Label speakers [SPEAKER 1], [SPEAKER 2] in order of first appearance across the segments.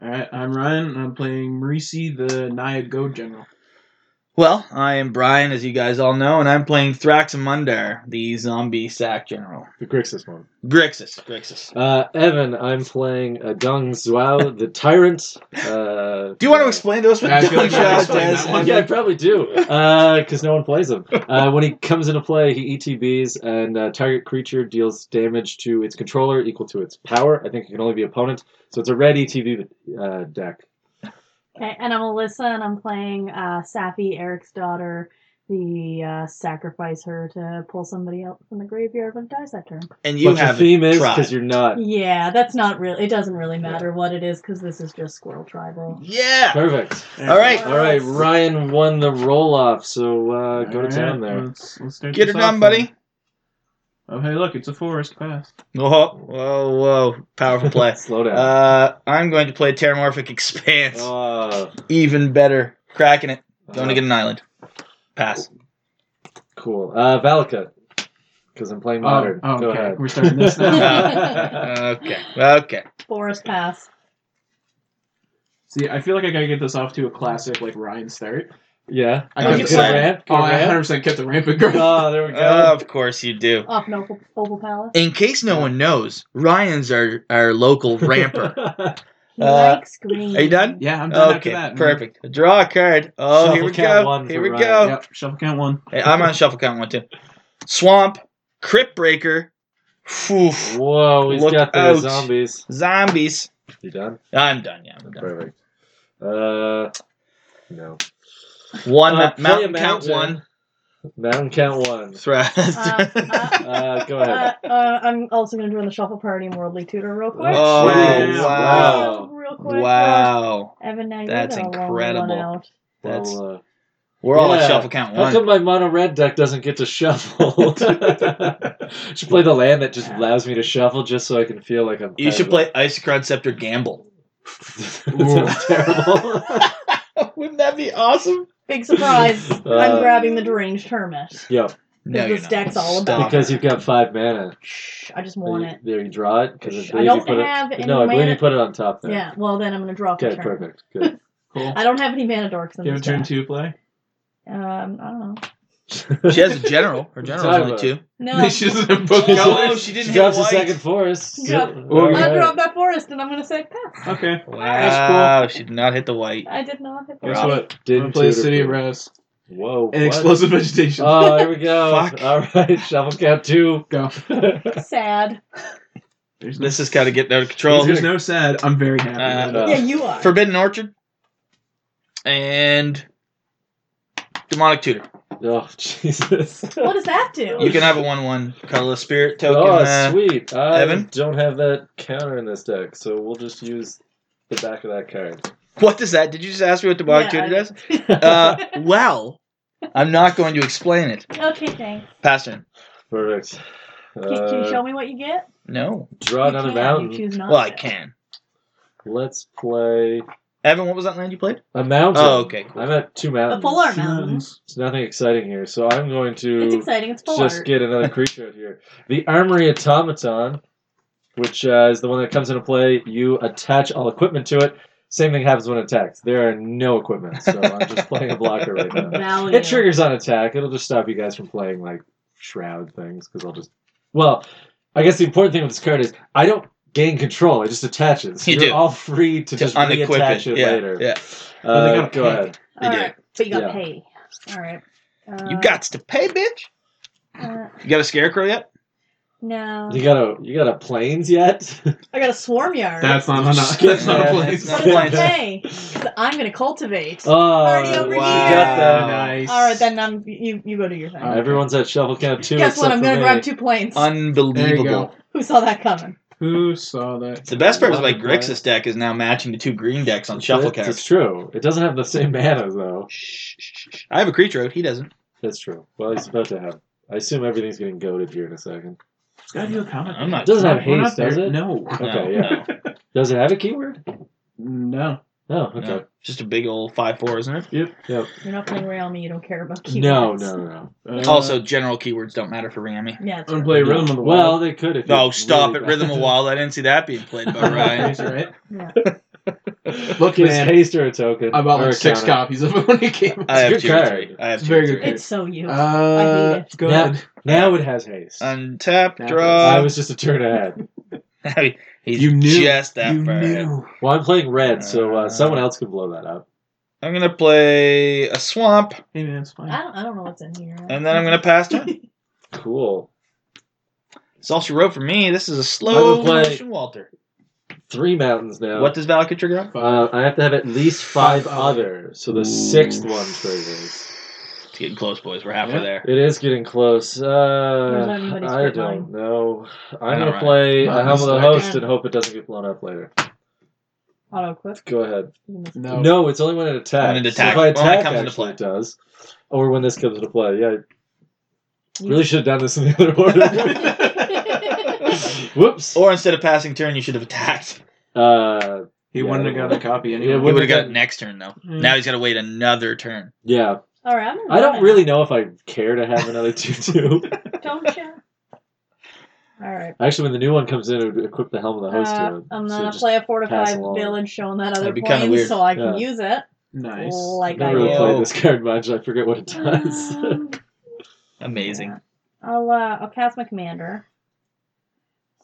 [SPEAKER 1] right, I'm Ryan. and I'm playing Marisi, the Naya Go General.
[SPEAKER 2] Well, I am Brian, as you guys all know, and I'm playing Thraxamundar, the zombie sack general.
[SPEAKER 3] The Grixis one.
[SPEAKER 2] Grixis, Grixis.
[SPEAKER 4] Uh, Evan, I'm playing Adung Zhuao, the tyrant. Uh,
[SPEAKER 2] Do you want to explain to us what
[SPEAKER 1] Yeah, I feel
[SPEAKER 2] Dong
[SPEAKER 1] like you
[SPEAKER 2] Zhao
[SPEAKER 1] explained
[SPEAKER 2] does?
[SPEAKER 1] that one.
[SPEAKER 4] yeah, I probably do, because no one plays him. Uh, when he comes into play, he ETBs, and uh, target creature deals damage to its controller equal to its power. I think it can only be opponent, so it's a red ETB uh, deck.
[SPEAKER 5] Okay, and I'm Alyssa, and I'm playing uh, Sappy, Eric's daughter. The uh, sacrifice her to pull somebody out from the graveyard when it dies that turn.
[SPEAKER 2] And you
[SPEAKER 4] But your
[SPEAKER 2] have
[SPEAKER 4] theme is
[SPEAKER 2] tried.
[SPEAKER 4] because you're not
[SPEAKER 5] Yeah, that's not really. It doesn't really matter what it is because this is just Squirrel Tribal.
[SPEAKER 2] Yeah.
[SPEAKER 4] perfect.
[SPEAKER 2] All right.
[SPEAKER 4] All right, Ryan won the roll off, so uh, go to
[SPEAKER 1] All
[SPEAKER 4] town
[SPEAKER 1] right,
[SPEAKER 4] there.
[SPEAKER 1] Let's, let's start
[SPEAKER 2] Get
[SPEAKER 1] this
[SPEAKER 2] her done,
[SPEAKER 1] off
[SPEAKER 2] buddy.
[SPEAKER 1] then. Oh, hey, look, it's a forest pass.
[SPEAKER 2] Whoa, whoa, whoa. Powerful play.
[SPEAKER 4] Slow down.
[SPEAKER 2] Uh, I'm going to play Terramorphic Expanse.
[SPEAKER 4] Uh,
[SPEAKER 2] Even better. Cracking it. Going
[SPEAKER 4] uh,
[SPEAKER 2] to get an island. Pass.
[SPEAKER 4] Cool. Uh, Valka. Because I'm playing modern.
[SPEAKER 1] Oh, oh,
[SPEAKER 4] Go
[SPEAKER 1] okay.
[SPEAKER 4] ahead.
[SPEAKER 1] We're starting this now.
[SPEAKER 2] Uh, okay. Okay.
[SPEAKER 5] Forest Pass.
[SPEAKER 1] See, I feel like I gotta get this off to a classic like Ryan start.
[SPEAKER 4] Yeah.
[SPEAKER 1] I kept
[SPEAKER 2] I'm
[SPEAKER 1] the
[SPEAKER 4] Get a
[SPEAKER 2] excited.
[SPEAKER 1] ramp.
[SPEAKER 4] ramp. Get
[SPEAKER 1] Oh,
[SPEAKER 4] a
[SPEAKER 1] I
[SPEAKER 4] ramp.
[SPEAKER 1] 100% kept the rampant girl.
[SPEAKER 4] Oh, there we go.
[SPEAKER 2] Of course you do.
[SPEAKER 5] Off Noble Opal Palace.
[SPEAKER 2] In case no one knows, Ryan's our, our local ramper.
[SPEAKER 5] He
[SPEAKER 2] Uh,
[SPEAKER 5] likes green. Um,
[SPEAKER 2] are you done?
[SPEAKER 1] yeah, I'm done after
[SPEAKER 2] Okay,
[SPEAKER 1] that. man.
[SPEAKER 2] perfect. Draw a card. Oh,
[SPEAKER 4] Shuffle
[SPEAKER 2] here we
[SPEAKER 4] count
[SPEAKER 2] go.
[SPEAKER 4] one
[SPEAKER 2] Here
[SPEAKER 4] for
[SPEAKER 2] we
[SPEAKER 4] Ryan.
[SPEAKER 2] go.
[SPEAKER 1] Yep, shuffle count one.
[SPEAKER 2] Hey, I'm on shuffle count one too. Swamp, Crypt Breaker, Oof.
[SPEAKER 4] Whoa, he's
[SPEAKER 2] Look
[SPEAKER 4] got the
[SPEAKER 2] out.
[SPEAKER 4] zombies.
[SPEAKER 2] zombies.
[SPEAKER 4] You done?
[SPEAKER 2] I'm done. Yeah, I'm done.
[SPEAKER 4] Perfect. Uh, no.
[SPEAKER 2] One
[SPEAKER 4] Uh,
[SPEAKER 2] ma-
[SPEAKER 4] play
[SPEAKER 2] mountain
[SPEAKER 4] a
[SPEAKER 2] count
[SPEAKER 4] mountain.
[SPEAKER 2] one.
[SPEAKER 4] Mountain count one.
[SPEAKER 2] Thrust.
[SPEAKER 5] Uh, uh,
[SPEAKER 4] Uh, go
[SPEAKER 5] uh,
[SPEAKER 4] ahead.
[SPEAKER 5] uh, I'm also going to join the Shuffle Party and Worldly Tutor real quick.
[SPEAKER 2] oh
[SPEAKER 4] Jeez,
[SPEAKER 2] wow!
[SPEAKER 4] wow.
[SPEAKER 5] Real quick.
[SPEAKER 2] Wow,
[SPEAKER 5] Evan, now you're
[SPEAKER 2] That's
[SPEAKER 5] the lone
[SPEAKER 2] incredible.
[SPEAKER 5] One out.
[SPEAKER 2] that's
[SPEAKER 4] Well,
[SPEAKER 2] we're all
[SPEAKER 4] yeah.
[SPEAKER 2] at shuffle count
[SPEAKER 4] uh, how
[SPEAKER 2] one.
[SPEAKER 4] come my mono red deck doesn't get to shuffle? should play the land that just allows me to shuffle, just so I can feel like I'm.
[SPEAKER 2] you should
[SPEAKER 4] terrible.
[SPEAKER 2] play Isochron Scepter Gamble.
[SPEAKER 4] Sounds terrible.
[SPEAKER 2] Wouldn't that be awesome?
[SPEAKER 5] Big surprise.
[SPEAKER 4] Uh,
[SPEAKER 5] I'm grabbing the deranged hermit.
[SPEAKER 4] yeah,
[SPEAKER 2] No,
[SPEAKER 5] This
[SPEAKER 2] you're not.
[SPEAKER 5] deck's all
[SPEAKER 2] Stop
[SPEAKER 5] about-
[SPEAKER 2] it.
[SPEAKER 4] because you've got five mana.
[SPEAKER 5] Shh, I just
[SPEAKER 4] There
[SPEAKER 5] want
[SPEAKER 4] you,
[SPEAKER 5] it.
[SPEAKER 4] there you draw it. Because
[SPEAKER 5] I
[SPEAKER 4] you
[SPEAKER 5] don't
[SPEAKER 4] put
[SPEAKER 5] have
[SPEAKER 4] it.
[SPEAKER 5] any
[SPEAKER 4] No, I believe
[SPEAKER 5] mana.
[SPEAKER 4] you put it on top there.
[SPEAKER 5] Yeah, well then I'm gonna draw for
[SPEAKER 4] Okay,
[SPEAKER 5] turn.
[SPEAKER 4] perfect. Good.
[SPEAKER 1] Cool.
[SPEAKER 5] I don't have any mana dorks in
[SPEAKER 1] Do you
[SPEAKER 5] this
[SPEAKER 1] have a turn
[SPEAKER 5] deck.
[SPEAKER 1] two play?
[SPEAKER 5] Um, I don't know.
[SPEAKER 2] She has a general. Her general's
[SPEAKER 4] Sorry
[SPEAKER 2] only
[SPEAKER 4] about
[SPEAKER 2] two.
[SPEAKER 5] No,
[SPEAKER 1] she doesn't have both
[SPEAKER 4] Oh,
[SPEAKER 1] colors.
[SPEAKER 2] she
[SPEAKER 4] She
[SPEAKER 2] didn't
[SPEAKER 4] drops the second forest.
[SPEAKER 5] Yeah.
[SPEAKER 1] Oh,
[SPEAKER 5] I
[SPEAKER 1] yeah.
[SPEAKER 5] dropped that forest, and I'm gonna say pass.
[SPEAKER 1] Okay.
[SPEAKER 2] Wow, she did not hit the white.
[SPEAKER 5] I did not hit the
[SPEAKER 1] Guess
[SPEAKER 5] rock.
[SPEAKER 1] what? I'm
[SPEAKER 4] Didn't
[SPEAKER 1] gonna play
[SPEAKER 4] tutor
[SPEAKER 1] City of
[SPEAKER 4] for-
[SPEAKER 1] Rest
[SPEAKER 4] Whoa.
[SPEAKER 1] and
[SPEAKER 4] what?
[SPEAKER 1] Explosive Vegetation.
[SPEAKER 4] Oh, here we go.
[SPEAKER 2] Fuck.
[SPEAKER 4] All right, shovel count two.
[SPEAKER 1] Go.
[SPEAKER 5] Sad.
[SPEAKER 1] There's no,
[SPEAKER 2] This has got to get out of control.
[SPEAKER 1] there's no sad. I'm very happy.
[SPEAKER 2] Uh,
[SPEAKER 1] with it.
[SPEAKER 4] no.
[SPEAKER 5] yeah, you are.
[SPEAKER 2] Forbidden Orchard and Demonic Tutor.
[SPEAKER 4] oh, Jesus.
[SPEAKER 5] what does that do?
[SPEAKER 2] You can have a one-one colorless spirit token.
[SPEAKER 4] Oh,
[SPEAKER 2] uh,
[SPEAKER 4] sweet. I
[SPEAKER 2] Evan?
[SPEAKER 4] don't have that counter in this deck, so we'll just use the back of that card.
[SPEAKER 2] what does that? Did you just ask me what Demonic
[SPEAKER 5] Yeah,
[SPEAKER 2] Tutor does?
[SPEAKER 5] I-
[SPEAKER 2] Uh, well, I'm not going to explain it.
[SPEAKER 5] okay, thanks.
[SPEAKER 2] Pass turn.
[SPEAKER 4] Perfect.
[SPEAKER 5] Can, can you
[SPEAKER 4] Uh,
[SPEAKER 5] show me what you get?
[SPEAKER 2] No.
[SPEAKER 4] Draw
[SPEAKER 5] you
[SPEAKER 4] down a
[SPEAKER 5] can, You
[SPEAKER 4] mountain.
[SPEAKER 5] choose not
[SPEAKER 2] Well, I
[SPEAKER 5] to.
[SPEAKER 2] can.
[SPEAKER 4] Let's play
[SPEAKER 2] Evan, what was that land you played?
[SPEAKER 4] a mountain.
[SPEAKER 2] Oh, okay, cool.
[SPEAKER 4] I'm at two
[SPEAKER 5] A
[SPEAKER 4] mountains.
[SPEAKER 5] polar mountain.
[SPEAKER 4] It's nothing exciting here, so I'm going
[SPEAKER 5] It's
[SPEAKER 4] to
[SPEAKER 5] exciting. It's polar.
[SPEAKER 4] just get another creature out here. The Armory Automaton, which uh, is the one that comes into play. You attach all equipment to it. Same thing happens when it attacks. There are no equipment, so I'm just playing a blocker right now.
[SPEAKER 5] Value.
[SPEAKER 4] It triggers on attack. It'll just stop you guys from playing like shroud things because I'll just. Well, I guess the important thing with this card is I don't gain control. It just attaches.
[SPEAKER 2] You
[SPEAKER 4] You're
[SPEAKER 2] do.
[SPEAKER 4] all free
[SPEAKER 2] To
[SPEAKER 4] to, just
[SPEAKER 2] unequip it.
[SPEAKER 4] reattach it
[SPEAKER 2] Yeah,
[SPEAKER 4] later.
[SPEAKER 2] yeah.
[SPEAKER 1] Well, they
[SPEAKER 4] Uh,
[SPEAKER 1] gotta
[SPEAKER 4] go
[SPEAKER 1] pay.
[SPEAKER 4] ahead.
[SPEAKER 2] They
[SPEAKER 5] All
[SPEAKER 2] do.
[SPEAKER 5] right, but you got
[SPEAKER 4] Yeah.
[SPEAKER 5] pay. All right. Uh,
[SPEAKER 2] You got to pay, bitch.
[SPEAKER 5] Uh,
[SPEAKER 2] You got a scarecrow yet?
[SPEAKER 5] no.
[SPEAKER 4] You got a you got a planes yet?
[SPEAKER 5] I got a swarm yard.
[SPEAKER 1] That's not enough.
[SPEAKER 4] Skip
[SPEAKER 1] That's not
[SPEAKER 2] that.
[SPEAKER 1] a place.
[SPEAKER 2] That's
[SPEAKER 5] What
[SPEAKER 2] not
[SPEAKER 5] does
[SPEAKER 2] a
[SPEAKER 5] it say? 'Cause I'm gonna cultivate.
[SPEAKER 4] Oh,
[SPEAKER 5] Already over
[SPEAKER 4] you
[SPEAKER 5] here.
[SPEAKER 4] got that.
[SPEAKER 1] Nice.
[SPEAKER 5] All right, then I'm, you you go do your thing.
[SPEAKER 1] All right.
[SPEAKER 4] Everyone's at shovel count two.
[SPEAKER 5] Guess what?
[SPEAKER 4] except
[SPEAKER 5] I'm
[SPEAKER 4] for
[SPEAKER 5] gonna
[SPEAKER 4] me.
[SPEAKER 5] grab two planes.
[SPEAKER 1] There you go.
[SPEAKER 2] Unbelievable.
[SPEAKER 5] Who saw that coming?
[SPEAKER 1] Who saw that?
[SPEAKER 2] The best part is like
[SPEAKER 4] Love it,
[SPEAKER 2] Grixis deck is now matching the two green decks on
[SPEAKER 4] It's-
[SPEAKER 2] shuffle
[SPEAKER 4] it's- It's
[SPEAKER 2] cards.
[SPEAKER 4] true. It doesn't have the same mana though.
[SPEAKER 2] Shh, shh, shh. I have a creature out. He doesn't.
[SPEAKER 4] That's true. Well, he's about to have. I assume everything's getting goaded here in a second.
[SPEAKER 1] It's gotta do a comment.
[SPEAKER 2] I'm not.
[SPEAKER 4] It doesn't have
[SPEAKER 1] We're not
[SPEAKER 4] haste, does
[SPEAKER 1] there.
[SPEAKER 4] it?
[SPEAKER 1] No.
[SPEAKER 2] no,
[SPEAKER 4] Okay, yeah.
[SPEAKER 2] no,
[SPEAKER 4] Does it have a keyword?
[SPEAKER 1] No.
[SPEAKER 4] No.
[SPEAKER 2] no.
[SPEAKER 4] Okay.
[SPEAKER 2] Just a big old five four, isn't it?
[SPEAKER 5] You're not playing Realme. You don't care about keywords.
[SPEAKER 4] No, no, no, no.
[SPEAKER 1] Uh,
[SPEAKER 2] also, general keywords don't matter for Rami.
[SPEAKER 5] Yeah, it's
[SPEAKER 1] I'm gonna play
[SPEAKER 4] No.
[SPEAKER 1] Rhythm of the Wild.
[SPEAKER 4] Well, they could if.
[SPEAKER 2] No,
[SPEAKER 4] you're
[SPEAKER 2] stop
[SPEAKER 4] really
[SPEAKER 2] it, Rhythm of
[SPEAKER 4] bad.
[SPEAKER 2] Wild. I didn't see that being played by Ryan.
[SPEAKER 1] Is it right?
[SPEAKER 5] yeah.
[SPEAKER 1] Look,
[SPEAKER 4] Just
[SPEAKER 1] man,
[SPEAKER 4] haste or a token.
[SPEAKER 1] I bought
[SPEAKER 4] or
[SPEAKER 1] like
[SPEAKER 4] a
[SPEAKER 1] six
[SPEAKER 4] counter.
[SPEAKER 1] copies of it when it came out.
[SPEAKER 4] a
[SPEAKER 2] I have
[SPEAKER 4] good
[SPEAKER 2] two.
[SPEAKER 4] card.
[SPEAKER 2] I have
[SPEAKER 1] It's
[SPEAKER 2] two.
[SPEAKER 1] very
[SPEAKER 2] three.
[SPEAKER 1] good.
[SPEAKER 5] It's so you.
[SPEAKER 4] Um,
[SPEAKER 5] I
[SPEAKER 1] Uh,
[SPEAKER 5] hate
[SPEAKER 1] good.
[SPEAKER 4] Now- Now it has haste.
[SPEAKER 2] Untap,
[SPEAKER 1] Now
[SPEAKER 4] I
[SPEAKER 2] draw.
[SPEAKER 4] was just a turn ahead.
[SPEAKER 2] He's
[SPEAKER 1] You knew.
[SPEAKER 2] just that
[SPEAKER 1] you
[SPEAKER 2] far.
[SPEAKER 1] knew.
[SPEAKER 4] Well, I'm playing red, so uh,
[SPEAKER 2] Uh,
[SPEAKER 4] someone else can blow that up.
[SPEAKER 2] I'm gonna play a swamp,
[SPEAKER 1] Hey man, it's fine.
[SPEAKER 5] I don't, I don't know what's in here.
[SPEAKER 2] and then I'm gonna pass turn.
[SPEAKER 4] Cool.
[SPEAKER 2] It's all she wrote for me. This is a
[SPEAKER 4] I
[SPEAKER 2] slow
[SPEAKER 4] would play-
[SPEAKER 2] motion, Walter.
[SPEAKER 4] Three mountains now.
[SPEAKER 2] What does Valakut go?
[SPEAKER 4] Uh, I have to have at least five
[SPEAKER 1] Five
[SPEAKER 4] other, so the
[SPEAKER 2] Ooh.
[SPEAKER 4] sixth one triggers.
[SPEAKER 2] It's getting close, boys. We're halfway
[SPEAKER 1] Yeah.
[SPEAKER 2] there.
[SPEAKER 4] It is getting close.
[SPEAKER 5] Where's
[SPEAKER 4] Uh,
[SPEAKER 5] everybody's
[SPEAKER 4] I
[SPEAKER 5] fruit
[SPEAKER 4] don't
[SPEAKER 5] line?
[SPEAKER 4] know. I'm
[SPEAKER 2] I know,
[SPEAKER 4] gonna
[SPEAKER 2] right?
[SPEAKER 4] play
[SPEAKER 1] Not
[SPEAKER 4] a Helm of the
[SPEAKER 1] this
[SPEAKER 4] Host
[SPEAKER 5] second.
[SPEAKER 4] and hope it doesn't get blown up later.
[SPEAKER 5] Auto equip.
[SPEAKER 4] Go ahead.
[SPEAKER 1] No.
[SPEAKER 4] No, it's only when it attacks.
[SPEAKER 2] When it attacks.
[SPEAKER 4] So if I
[SPEAKER 2] When it
[SPEAKER 4] attack,
[SPEAKER 2] comes into
[SPEAKER 4] actually,
[SPEAKER 2] play.
[SPEAKER 4] it does. Or when this comes into play. Yeah, I
[SPEAKER 5] You-
[SPEAKER 4] really should have done this in the other order. Whoops.
[SPEAKER 2] Or instead of passing turn, you should have attacked.
[SPEAKER 4] Uh,
[SPEAKER 1] He
[SPEAKER 4] Yeah,
[SPEAKER 1] wouldn't have
[SPEAKER 4] well,
[SPEAKER 1] got a copy
[SPEAKER 4] it
[SPEAKER 2] He
[SPEAKER 1] anyway.
[SPEAKER 2] would have
[SPEAKER 4] would've
[SPEAKER 2] got
[SPEAKER 4] been-
[SPEAKER 2] next turn though.
[SPEAKER 1] Mm.
[SPEAKER 2] Now he's got to wait another turn.
[SPEAKER 4] yeah.
[SPEAKER 5] All right, I'm gonna
[SPEAKER 4] I
[SPEAKER 5] go
[SPEAKER 4] don't
[SPEAKER 5] now.
[SPEAKER 4] really know if I care to have another 2 2.
[SPEAKER 5] Don't you? All right.
[SPEAKER 4] Actually, when the new one comes in, it would equip the Helm of the Host to
[SPEAKER 5] Uh,
[SPEAKER 4] it.
[SPEAKER 5] I'm
[SPEAKER 4] So
[SPEAKER 5] gonna
[SPEAKER 4] just-
[SPEAKER 5] play a
[SPEAKER 4] pass
[SPEAKER 5] fortified
[SPEAKER 4] along.
[SPEAKER 5] village showing that other
[SPEAKER 2] That'd be kinda
[SPEAKER 5] plane
[SPEAKER 2] weird.
[SPEAKER 5] so I can
[SPEAKER 4] Yeah.
[SPEAKER 5] use it.
[SPEAKER 1] Nice.
[SPEAKER 4] I
[SPEAKER 5] Like
[SPEAKER 4] don't
[SPEAKER 5] I
[SPEAKER 4] really
[SPEAKER 5] do.
[SPEAKER 4] play
[SPEAKER 2] Whoa.
[SPEAKER 4] this card much. I forget what it does.
[SPEAKER 5] Um,
[SPEAKER 2] Amazing.
[SPEAKER 5] Yeah. I'll uh, I'll cast my commander.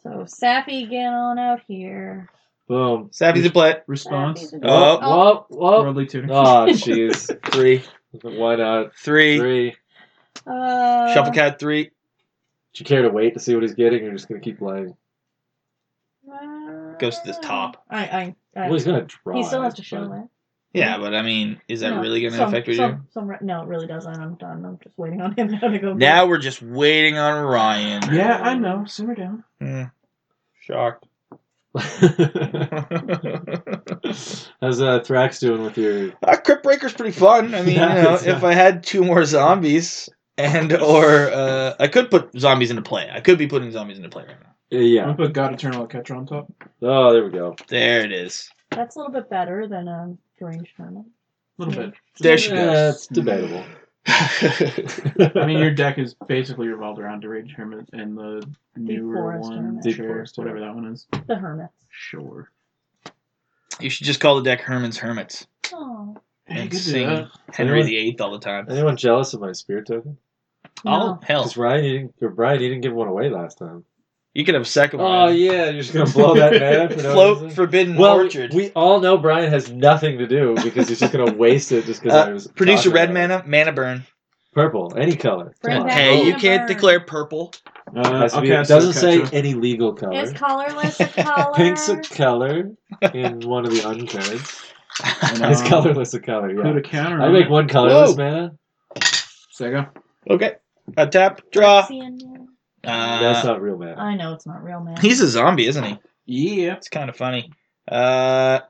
[SPEAKER 5] So Sappy, get on out here.
[SPEAKER 4] Boom.
[SPEAKER 2] Savvy's a play.
[SPEAKER 1] Response.
[SPEAKER 5] Sappy's a-
[SPEAKER 2] Oh.
[SPEAKER 4] Whoop, whoop.
[SPEAKER 1] Worldly tutor.
[SPEAKER 4] Oh, jeez.
[SPEAKER 2] Three.
[SPEAKER 4] Why not?
[SPEAKER 2] Three.
[SPEAKER 4] Three.
[SPEAKER 5] Uh,
[SPEAKER 2] Shuffle cat three.
[SPEAKER 4] Do you care to wait to see what he's getting, or you're just going to keep playing?
[SPEAKER 5] uh,
[SPEAKER 2] Goes to the top.
[SPEAKER 5] I, I, I
[SPEAKER 4] Well, he's going to draw.
[SPEAKER 5] he still has to
[SPEAKER 4] it,
[SPEAKER 5] show
[SPEAKER 4] but-
[SPEAKER 5] that.
[SPEAKER 2] Yeah, but I mean, is that
[SPEAKER 5] No,
[SPEAKER 2] really going to
[SPEAKER 5] some-
[SPEAKER 2] affect what
[SPEAKER 5] some-
[SPEAKER 2] you?
[SPEAKER 5] some re- no, it really doesn't. I'm done. I'm just waiting on him now to go.
[SPEAKER 2] Now we're just waiting on Ryan.
[SPEAKER 1] Yeah, I know. Simmer down.
[SPEAKER 2] Hmm. Shocked.
[SPEAKER 4] How's uh, Thrax doing with your?
[SPEAKER 2] Uh, Crypt Breaker's pretty fun. I mean,
[SPEAKER 4] Yeah,
[SPEAKER 2] you know,
[SPEAKER 4] it's
[SPEAKER 2] if
[SPEAKER 4] not-
[SPEAKER 2] I had two more zombies and or uh, I could put zombies into play. I could be putting zombies into play right now.
[SPEAKER 4] Uh,
[SPEAKER 1] I'm
[SPEAKER 4] Yeah.
[SPEAKER 1] gonna put God Eternal Catcher on top.
[SPEAKER 4] Oh, there we go.
[SPEAKER 2] There it is.
[SPEAKER 5] That's a little bit better than a deranged hermit.
[SPEAKER 1] A little bit.
[SPEAKER 2] There she
[SPEAKER 4] Yeah,
[SPEAKER 2] goes.
[SPEAKER 4] it's debatable.
[SPEAKER 1] I mean, your deck is basically revolved around Deranged Hermit and the newer
[SPEAKER 5] Forest
[SPEAKER 1] one,
[SPEAKER 5] Hermit.
[SPEAKER 4] Deep
[SPEAKER 1] sure,
[SPEAKER 4] Forest
[SPEAKER 1] whatever that one is.
[SPEAKER 5] The hermits.
[SPEAKER 1] Sure.
[SPEAKER 2] you should just call the deck Herman's Hermits
[SPEAKER 5] Oh.
[SPEAKER 1] Hey,
[SPEAKER 2] and
[SPEAKER 1] good to do
[SPEAKER 2] sing
[SPEAKER 1] that.
[SPEAKER 2] Henry
[SPEAKER 4] Anyone-
[SPEAKER 2] VIII all the time.
[SPEAKER 4] Anyone jealous of my spirit token?
[SPEAKER 2] Oh
[SPEAKER 5] No.
[SPEAKER 2] hell,
[SPEAKER 4] Because Ryan, you didn't, or Brian, you didn't give one away last time.
[SPEAKER 2] you could have a second one.
[SPEAKER 4] Oh yeah, you're just gonna blow that mana for no
[SPEAKER 2] Float
[SPEAKER 4] reason?
[SPEAKER 2] Forbidden
[SPEAKER 4] Well,
[SPEAKER 2] Orchard.
[SPEAKER 4] we all know Brian has nothing to do because he's just gonna waste it just because
[SPEAKER 2] Uh,
[SPEAKER 4] I was
[SPEAKER 2] Produce a
[SPEAKER 4] talking
[SPEAKER 2] red
[SPEAKER 4] about it.
[SPEAKER 2] mana, mana burn.
[SPEAKER 4] purple, any color.
[SPEAKER 5] Bring
[SPEAKER 4] Come on.
[SPEAKER 5] back
[SPEAKER 2] Hey, you
[SPEAKER 5] Mana
[SPEAKER 2] can't
[SPEAKER 5] burn.
[SPEAKER 2] declare purple.
[SPEAKER 1] Uh,
[SPEAKER 4] It has to
[SPEAKER 1] I'll
[SPEAKER 4] be- it
[SPEAKER 1] cast
[SPEAKER 4] doesn't say
[SPEAKER 1] Catcher.
[SPEAKER 4] any legal color.
[SPEAKER 5] Is colorless a color?
[SPEAKER 4] Pink's a color in one of the uncards.
[SPEAKER 1] And,
[SPEAKER 4] It's
[SPEAKER 1] um,
[SPEAKER 4] colorless a color.
[SPEAKER 1] Put a
[SPEAKER 4] Yeah,
[SPEAKER 1] counter
[SPEAKER 4] I
[SPEAKER 1] on
[SPEAKER 4] make
[SPEAKER 1] it.
[SPEAKER 4] one colorless
[SPEAKER 2] Whoa.
[SPEAKER 4] mana.
[SPEAKER 1] Sega.
[SPEAKER 2] Okay, a tap, draw.
[SPEAKER 5] See in there?
[SPEAKER 4] That's
[SPEAKER 2] Uh,
[SPEAKER 4] not real mana.
[SPEAKER 5] I know it's not real, man.
[SPEAKER 2] he's a zombie, isn't he?
[SPEAKER 1] Yeah.
[SPEAKER 2] It's kind of funny. Uh,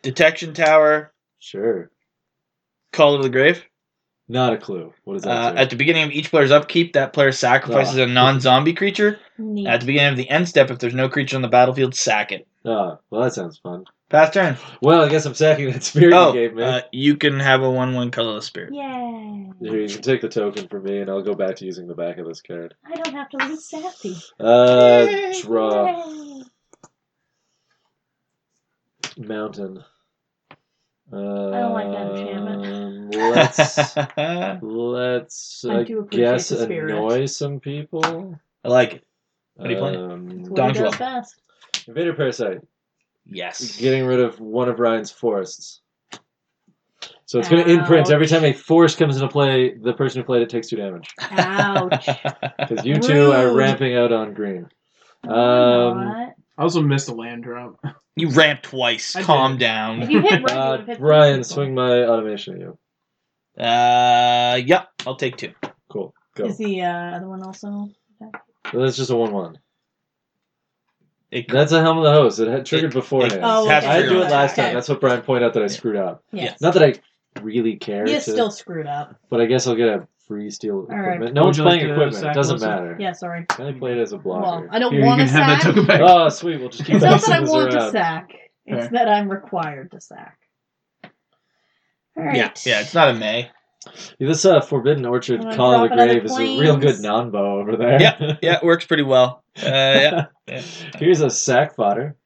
[SPEAKER 2] detection tower,
[SPEAKER 4] Sure,
[SPEAKER 2] call to the grave.
[SPEAKER 4] not a clue. What does
[SPEAKER 2] Uh,
[SPEAKER 4] that? do?
[SPEAKER 2] at the beginning of each player's upkeep, that player sacrifices a non-zombie creature.
[SPEAKER 5] Neat.
[SPEAKER 2] At the beginning of the end step, if there's no creature on the battlefield, sack it.
[SPEAKER 4] Oh, well, that sounds fun.
[SPEAKER 2] Pass turn.
[SPEAKER 4] Well, I guess I'm sacking that spirit
[SPEAKER 2] oh,
[SPEAKER 4] you gave me.
[SPEAKER 2] uh, you can have a one-one colorless spirit.
[SPEAKER 5] Yay.
[SPEAKER 4] Here, you can take the token from me, and I'll go back to using the back of this card.
[SPEAKER 5] I don't have to lose Sappy.
[SPEAKER 4] Uh,
[SPEAKER 2] Yay.
[SPEAKER 4] draw
[SPEAKER 5] Yay.
[SPEAKER 4] mountain. Uh,
[SPEAKER 5] don't like that enchantment.
[SPEAKER 4] Um, Let's let's
[SPEAKER 5] I
[SPEAKER 4] I
[SPEAKER 5] do appreciate
[SPEAKER 4] guess
[SPEAKER 5] the spirit.
[SPEAKER 4] annoy some people.
[SPEAKER 2] I like it. What are you playing?
[SPEAKER 5] It's
[SPEAKER 4] Um,
[SPEAKER 5] what he
[SPEAKER 2] Donjua.
[SPEAKER 5] does best.
[SPEAKER 4] Invader parasite.
[SPEAKER 2] Yes.
[SPEAKER 4] Getting rid of one of Ryan's forests. So it's going to imprint
[SPEAKER 5] Ouch.
[SPEAKER 4] every time a forest comes into play. The person who played it takes two damage
[SPEAKER 5] Ouch.
[SPEAKER 4] because you two are
[SPEAKER 5] Rude.
[SPEAKER 4] ramping out on green.
[SPEAKER 5] No, you're
[SPEAKER 4] Um,
[SPEAKER 5] not.
[SPEAKER 1] I also missed a land drop.
[SPEAKER 2] You ramp twice.
[SPEAKER 1] I
[SPEAKER 2] Calm
[SPEAKER 1] did.
[SPEAKER 5] If
[SPEAKER 2] down.
[SPEAKER 5] you hit right, you
[SPEAKER 4] Uh,
[SPEAKER 5] would have hit
[SPEAKER 4] Brian,
[SPEAKER 5] three people.
[SPEAKER 4] swing my automation at you.
[SPEAKER 2] Uh, yep. I'll take two.
[SPEAKER 4] Cool. Go.
[SPEAKER 5] Is the uh, other one also?
[SPEAKER 4] That's just a one-one.
[SPEAKER 2] It,
[SPEAKER 4] That's a helm of the host. It had triggered beforehand.
[SPEAKER 5] Oh,
[SPEAKER 2] has to
[SPEAKER 5] okay.
[SPEAKER 4] I
[SPEAKER 2] trigger
[SPEAKER 4] didn't do
[SPEAKER 2] on
[SPEAKER 4] it last
[SPEAKER 5] Okay.
[SPEAKER 4] time. That's what Brian pointed out that I
[SPEAKER 2] Yeah.
[SPEAKER 4] screwed up.
[SPEAKER 5] Yes.
[SPEAKER 4] Not that I really care,
[SPEAKER 5] you
[SPEAKER 4] to,
[SPEAKER 5] still screwed up.
[SPEAKER 4] but I guess I'll get a free steel
[SPEAKER 5] right.
[SPEAKER 4] equipment. No
[SPEAKER 1] Would
[SPEAKER 4] one's
[SPEAKER 1] you like
[SPEAKER 4] playing
[SPEAKER 1] to
[SPEAKER 4] equipment. It
[SPEAKER 1] sack
[SPEAKER 4] doesn't
[SPEAKER 1] Melissa?
[SPEAKER 4] matter.
[SPEAKER 5] Yeah, sorry.
[SPEAKER 4] I played as a
[SPEAKER 5] Well,
[SPEAKER 4] blocker.
[SPEAKER 5] I don't
[SPEAKER 1] Here, you
[SPEAKER 5] want
[SPEAKER 1] can
[SPEAKER 5] to
[SPEAKER 1] have that
[SPEAKER 5] sack.
[SPEAKER 1] token back.
[SPEAKER 4] Oh, sweet. We'll just keep
[SPEAKER 5] It's not that I
[SPEAKER 4] this
[SPEAKER 5] want to
[SPEAKER 4] around.
[SPEAKER 5] sack. It's
[SPEAKER 1] Fair.
[SPEAKER 5] that I'm required to sack. All right.
[SPEAKER 2] Yeah, yeah. It's not a May.
[SPEAKER 4] Yeah, This uh, Forbidden Orchard
[SPEAKER 5] I'm gonna
[SPEAKER 4] Call of
[SPEAKER 5] drop
[SPEAKER 4] the
[SPEAKER 5] another
[SPEAKER 4] Grave is a real good
[SPEAKER 5] planes.
[SPEAKER 4] non-bow over there.
[SPEAKER 2] Yeah, it works pretty well. Uh, yeah. yeah.
[SPEAKER 4] Here's a sack fodder.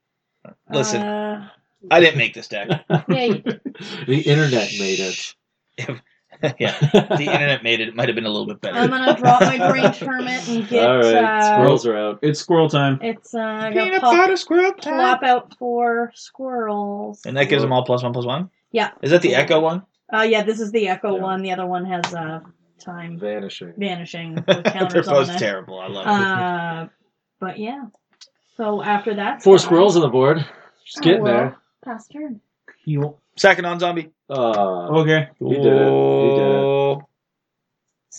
[SPEAKER 2] Listen,
[SPEAKER 5] Uh,
[SPEAKER 2] I didn't make this deck.
[SPEAKER 5] Yeah, you did.
[SPEAKER 4] the internet made it.
[SPEAKER 2] yeah, the internet made it. It might have been a little bit better.
[SPEAKER 5] I'm gonna drop my deranged hermit and get.
[SPEAKER 4] All right,
[SPEAKER 5] uh,
[SPEAKER 4] squirrels are out.
[SPEAKER 1] It's squirrel time.
[SPEAKER 5] it's uh, I gotta
[SPEAKER 2] Peanut
[SPEAKER 5] pop,
[SPEAKER 2] butter squirrel time.
[SPEAKER 5] swap out four squirrels.
[SPEAKER 2] And that gives them all plus one plus one.
[SPEAKER 5] Yeah.
[SPEAKER 2] Is that the Echo one?
[SPEAKER 5] Uh, yeah, this is the echo
[SPEAKER 4] Yeah.
[SPEAKER 5] one. The other one has uh, time
[SPEAKER 4] Vanishing.
[SPEAKER 5] vanishing with
[SPEAKER 2] They're
[SPEAKER 5] counters on
[SPEAKER 2] both
[SPEAKER 5] it.
[SPEAKER 2] terrible. I love it.
[SPEAKER 5] Uh, but yeah. So after that,
[SPEAKER 4] Four squirrels on the board.
[SPEAKER 5] Oh,
[SPEAKER 4] Just getting there.
[SPEAKER 5] Past turn.
[SPEAKER 1] You
[SPEAKER 2] Second on zombie.
[SPEAKER 4] Uh,
[SPEAKER 1] okay?
[SPEAKER 4] He did it. He did it.
[SPEAKER 2] Oh,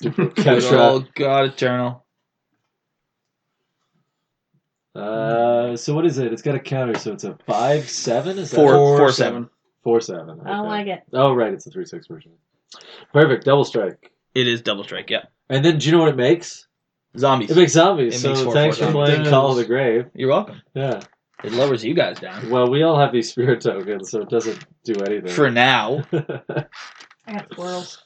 [SPEAKER 4] Cat
[SPEAKER 2] Good
[SPEAKER 4] shot.
[SPEAKER 2] old God Eternal.
[SPEAKER 4] Uh, so what is it? It's got a counter, so it's a five seven. Is that
[SPEAKER 2] Four-
[SPEAKER 4] four,
[SPEAKER 2] four seven.
[SPEAKER 4] four seven?
[SPEAKER 5] I don't
[SPEAKER 4] okay.
[SPEAKER 5] like it.
[SPEAKER 4] Oh right, it's a three six version. Perfect, double strike.
[SPEAKER 2] It is double strike. Yeah.
[SPEAKER 4] And then do you know what it makes?
[SPEAKER 2] Zombies.
[SPEAKER 4] It makes zombies.
[SPEAKER 2] It
[SPEAKER 4] so
[SPEAKER 2] makes four,
[SPEAKER 4] thanks
[SPEAKER 2] four
[SPEAKER 4] for
[SPEAKER 1] zombies.
[SPEAKER 4] playing Call of the Grave.
[SPEAKER 2] You're welcome.
[SPEAKER 4] Yeah.
[SPEAKER 2] It lowers you guys down.
[SPEAKER 4] Well, we all have these spirit tokens, so it doesn't do anything.
[SPEAKER 2] For now.
[SPEAKER 4] all
[SPEAKER 5] I got squirrels.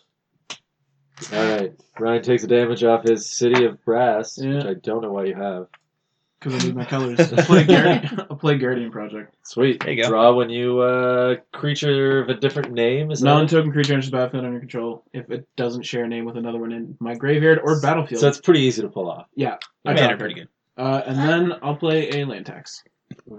[SPEAKER 4] right. Ryan takes the damage off his City of Brass,
[SPEAKER 1] Yeah.
[SPEAKER 4] which I don't know why you have.
[SPEAKER 1] Because I need my colors. I play Guardian. I play Guardian Project.
[SPEAKER 4] Sweet.
[SPEAKER 2] There you go.
[SPEAKER 4] Draw when you uh creature of a different name is that it?
[SPEAKER 1] Non-token creature enters the battlefield under control if it doesn't share a name with another one in my graveyard or battlefield.
[SPEAKER 4] So it's pretty easy to pull off.
[SPEAKER 1] yeah,
[SPEAKER 2] I
[SPEAKER 1] dropped
[SPEAKER 2] made it
[SPEAKER 1] it.
[SPEAKER 2] pretty good.
[SPEAKER 1] Uh, and then I'll play a land tax.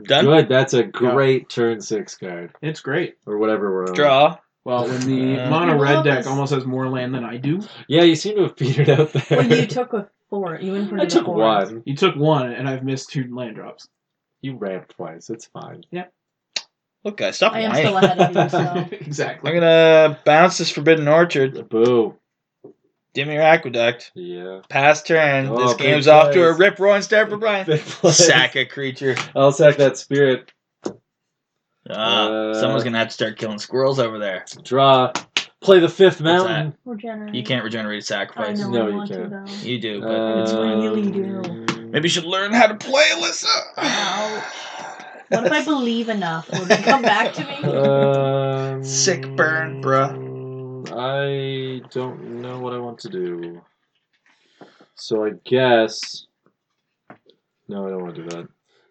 [SPEAKER 2] Done?
[SPEAKER 4] Good. That's a great turn six card
[SPEAKER 1] It's great.
[SPEAKER 4] or whatever we're on.
[SPEAKER 2] Draw.
[SPEAKER 1] Well, when the
[SPEAKER 2] Uh,
[SPEAKER 1] mono
[SPEAKER 5] I
[SPEAKER 1] red
[SPEAKER 5] love
[SPEAKER 1] deck
[SPEAKER 5] this.
[SPEAKER 1] almost has more land than I do,
[SPEAKER 4] Yeah, you seem to have petered out there.
[SPEAKER 5] Well, you took a four. You went for
[SPEAKER 4] I
[SPEAKER 5] the
[SPEAKER 4] took
[SPEAKER 5] four.
[SPEAKER 4] one.
[SPEAKER 1] you took one, and I've missed two land drops.
[SPEAKER 4] You ramped twice. It's fine.
[SPEAKER 2] Look, guys, stop
[SPEAKER 5] I am
[SPEAKER 2] whining.
[SPEAKER 5] still ahead of you, so.
[SPEAKER 1] exactly.
[SPEAKER 2] I'm gonna bounce this Forbidden Orchard.
[SPEAKER 4] Boo.
[SPEAKER 2] Dim your aqueduct.
[SPEAKER 4] Yeah.
[SPEAKER 2] Pass turn.
[SPEAKER 4] Oh,
[SPEAKER 2] this
[SPEAKER 4] big
[SPEAKER 2] game's off to a
[SPEAKER 4] plays.
[SPEAKER 2] rip roaring start for Brian.
[SPEAKER 4] Big play.
[SPEAKER 2] Sack a creature.
[SPEAKER 4] I'll sack that spirit.
[SPEAKER 2] Ah,
[SPEAKER 4] Uh,
[SPEAKER 2] someone's gonna have to start killing squirrels over there.
[SPEAKER 4] Draw. Play the fifth mountain.
[SPEAKER 5] We're generous.
[SPEAKER 2] You can't regenerate a
[SPEAKER 5] I
[SPEAKER 2] sacrifice.
[SPEAKER 5] know.
[SPEAKER 4] No,
[SPEAKER 5] I
[SPEAKER 4] you
[SPEAKER 5] want to,
[SPEAKER 4] can't.
[SPEAKER 5] though.
[SPEAKER 2] You do, but
[SPEAKER 4] Uh,
[SPEAKER 5] It's really
[SPEAKER 4] Um,
[SPEAKER 2] maybe you should learn how to play, Alyssa.
[SPEAKER 5] What if I believe enough? Will they come back to me?
[SPEAKER 4] Um,
[SPEAKER 2] Sick burn,
[SPEAKER 4] bruh. I don't know what I want to do. So I guess. No, I don't want to do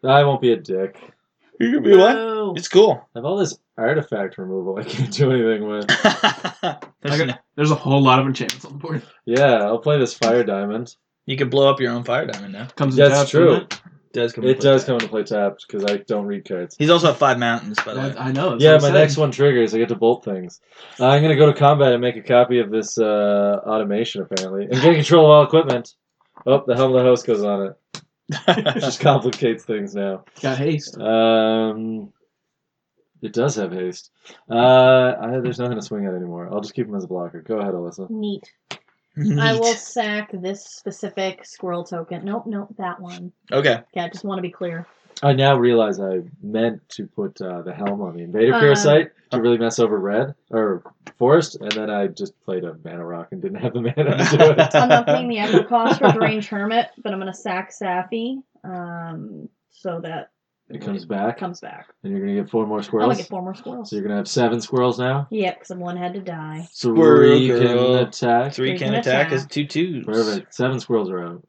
[SPEAKER 4] that. I won't be a dick.
[SPEAKER 2] You could be what?
[SPEAKER 5] No.
[SPEAKER 2] It's cool.
[SPEAKER 4] I have all this artifact removal I can't do anything with.
[SPEAKER 2] There's
[SPEAKER 1] Okay.
[SPEAKER 2] no-
[SPEAKER 1] There's a whole lot of enchantments on the board.
[SPEAKER 4] Yeah, I'll play this fire diamond.
[SPEAKER 2] you can blow up your own fire diamond now.
[SPEAKER 1] Comes in
[SPEAKER 4] That's
[SPEAKER 1] taps,
[SPEAKER 4] true.
[SPEAKER 1] doesn't it?
[SPEAKER 2] Does come
[SPEAKER 4] It
[SPEAKER 2] with
[SPEAKER 4] does
[SPEAKER 2] that.
[SPEAKER 4] come into play tapped because I don't read cards.
[SPEAKER 2] He's also at five mountains, by the way.
[SPEAKER 1] That- I know. that's
[SPEAKER 4] yeah,
[SPEAKER 1] what I
[SPEAKER 4] my
[SPEAKER 1] said.
[SPEAKER 4] next one triggers. I get to bolt things. Uh, I'm gonna go to combat and make a copy of this uh, automation apparently, and get control of all equipment. Oh, the helm of the host goes on it. It just complicates things now.
[SPEAKER 1] got haste.
[SPEAKER 4] Uh, Um, it does have haste. Uh, I, there's nothing to swing at anymore. I'll just keep him as a blocker. Go ahead, Alyssa.
[SPEAKER 5] Neat. I
[SPEAKER 2] Neat.
[SPEAKER 5] will sack this specific squirrel token. Nope, nope, that one.
[SPEAKER 2] Okay.
[SPEAKER 5] Yeah, I just want to be clear.
[SPEAKER 4] I now realize I meant to put uh, the helm on the invader
[SPEAKER 5] Uh.
[SPEAKER 4] parasite to really mess over red or forest, and then I just played a mana rock and didn't have the mana to do it.
[SPEAKER 5] I'm not paying the extra cost for Deranged Hermit, but I'm going to sack Safi um, so that
[SPEAKER 4] It comes back,
[SPEAKER 5] comes back.
[SPEAKER 4] and you're gonna get four more
[SPEAKER 5] I'm going
[SPEAKER 4] squirrels.
[SPEAKER 5] to get four more squirrels.
[SPEAKER 4] So you're gonna have seven squirrels now.
[SPEAKER 5] Yeah, because one had to die.
[SPEAKER 2] Squirrel
[SPEAKER 4] Three
[SPEAKER 2] girl.
[SPEAKER 4] can attack.
[SPEAKER 2] Three
[SPEAKER 5] Three
[SPEAKER 2] can
[SPEAKER 5] can
[SPEAKER 2] attack
[SPEAKER 5] attack.
[SPEAKER 2] is two twos.
[SPEAKER 4] Perfect. Seven squirrels are out.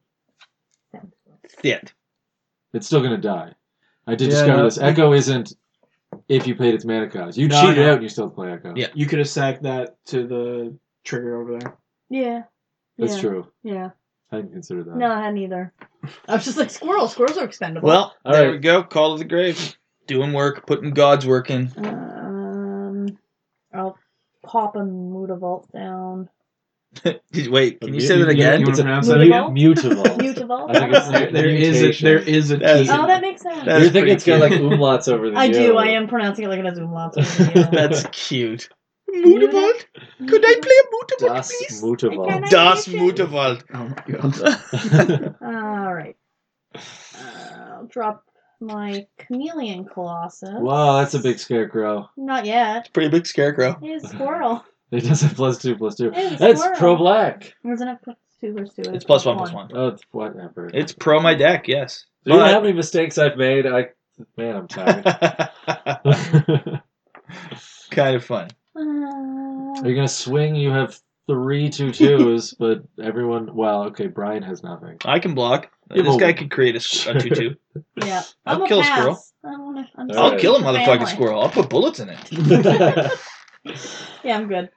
[SPEAKER 2] Yeah.
[SPEAKER 4] It's still gonna die. I did
[SPEAKER 1] Yeah,
[SPEAKER 4] discover
[SPEAKER 1] no,
[SPEAKER 4] this.
[SPEAKER 1] you-
[SPEAKER 4] Echo isn't if you paid its mana cost. You
[SPEAKER 1] No,
[SPEAKER 4] cheated
[SPEAKER 1] no.
[SPEAKER 4] out and you still play Echo.
[SPEAKER 2] Yeah.
[SPEAKER 1] You could have sacked that to the trigger over there.
[SPEAKER 5] Yeah.
[SPEAKER 4] That's
[SPEAKER 5] yeah.
[SPEAKER 4] true. Uh,
[SPEAKER 5] Yeah.
[SPEAKER 4] I didn't consider that.
[SPEAKER 5] No, I hadn't either. I was just like, squirrels. Squirrels are expendable.
[SPEAKER 2] Well,
[SPEAKER 4] All
[SPEAKER 2] there
[SPEAKER 4] right.
[SPEAKER 2] we go. Call to the grave. Doing work, putting God's work in.
[SPEAKER 5] um, I'll pop a Mutavault down.
[SPEAKER 2] Wait, can you say that
[SPEAKER 1] You-
[SPEAKER 2] again?
[SPEAKER 1] You want
[SPEAKER 4] It's
[SPEAKER 1] to
[SPEAKER 4] a-
[SPEAKER 1] pronounce that again?
[SPEAKER 4] Mutable.
[SPEAKER 5] Mutable? Mutavault?
[SPEAKER 4] I think it's-
[SPEAKER 1] There- there is a,
[SPEAKER 4] Mutation.
[SPEAKER 1] there is a
[SPEAKER 2] That's-
[SPEAKER 1] T.
[SPEAKER 5] Oh, that makes sense.
[SPEAKER 2] That's
[SPEAKER 4] you think
[SPEAKER 2] pretty
[SPEAKER 4] it's got like
[SPEAKER 2] cute.
[SPEAKER 4] umlauts over the
[SPEAKER 5] I
[SPEAKER 4] U.
[SPEAKER 5] do. I am pronouncing it like it has umlauts. over the, uh,
[SPEAKER 2] That's cute.
[SPEAKER 5] Mutable?
[SPEAKER 2] Mutavolt? Could I play a Mutavolt,
[SPEAKER 4] Das
[SPEAKER 2] please?
[SPEAKER 4] Mutable.
[SPEAKER 5] Can I
[SPEAKER 2] Das
[SPEAKER 5] get you?
[SPEAKER 2] Mutavolt.
[SPEAKER 1] Oh my god.
[SPEAKER 5] All right. Uh, I'll drop my chameleon colossus.
[SPEAKER 4] wow, that's a big scarecrow.
[SPEAKER 5] Not yet.
[SPEAKER 2] Pretty big scarecrow.
[SPEAKER 5] It's a squirrel.
[SPEAKER 4] It does have plus two, plus two.
[SPEAKER 5] It's
[SPEAKER 4] That's
[SPEAKER 5] squirrel.
[SPEAKER 4] pro black.
[SPEAKER 5] Wasn't it plus two plus two?
[SPEAKER 2] It's plus one, plus one.
[SPEAKER 4] Oh, it's whatever.
[SPEAKER 2] It's pro my deck, yes.
[SPEAKER 4] Do you know how many mistakes I've made? I man, I'm tired.
[SPEAKER 2] But-
[SPEAKER 4] Are
[SPEAKER 2] kind of fun.
[SPEAKER 5] Uh,
[SPEAKER 4] you gonna swing? You have three two twos, but everyone. Well, okay, Brian has nothing.
[SPEAKER 2] I can block.
[SPEAKER 4] Yeah,
[SPEAKER 2] this
[SPEAKER 4] well-
[SPEAKER 2] guy could create a, s- a 2 2.
[SPEAKER 5] yeah.
[SPEAKER 2] I'll
[SPEAKER 5] I'm a
[SPEAKER 2] kill a
[SPEAKER 5] pass.
[SPEAKER 2] squirrel.
[SPEAKER 5] I'm I'm, I'm
[SPEAKER 4] All
[SPEAKER 2] I'll
[SPEAKER 4] right.
[SPEAKER 2] kill a motherfucking
[SPEAKER 5] Family.
[SPEAKER 2] squirrel. I'll put bullets in it.
[SPEAKER 4] Just
[SPEAKER 5] Yeah, I'm good.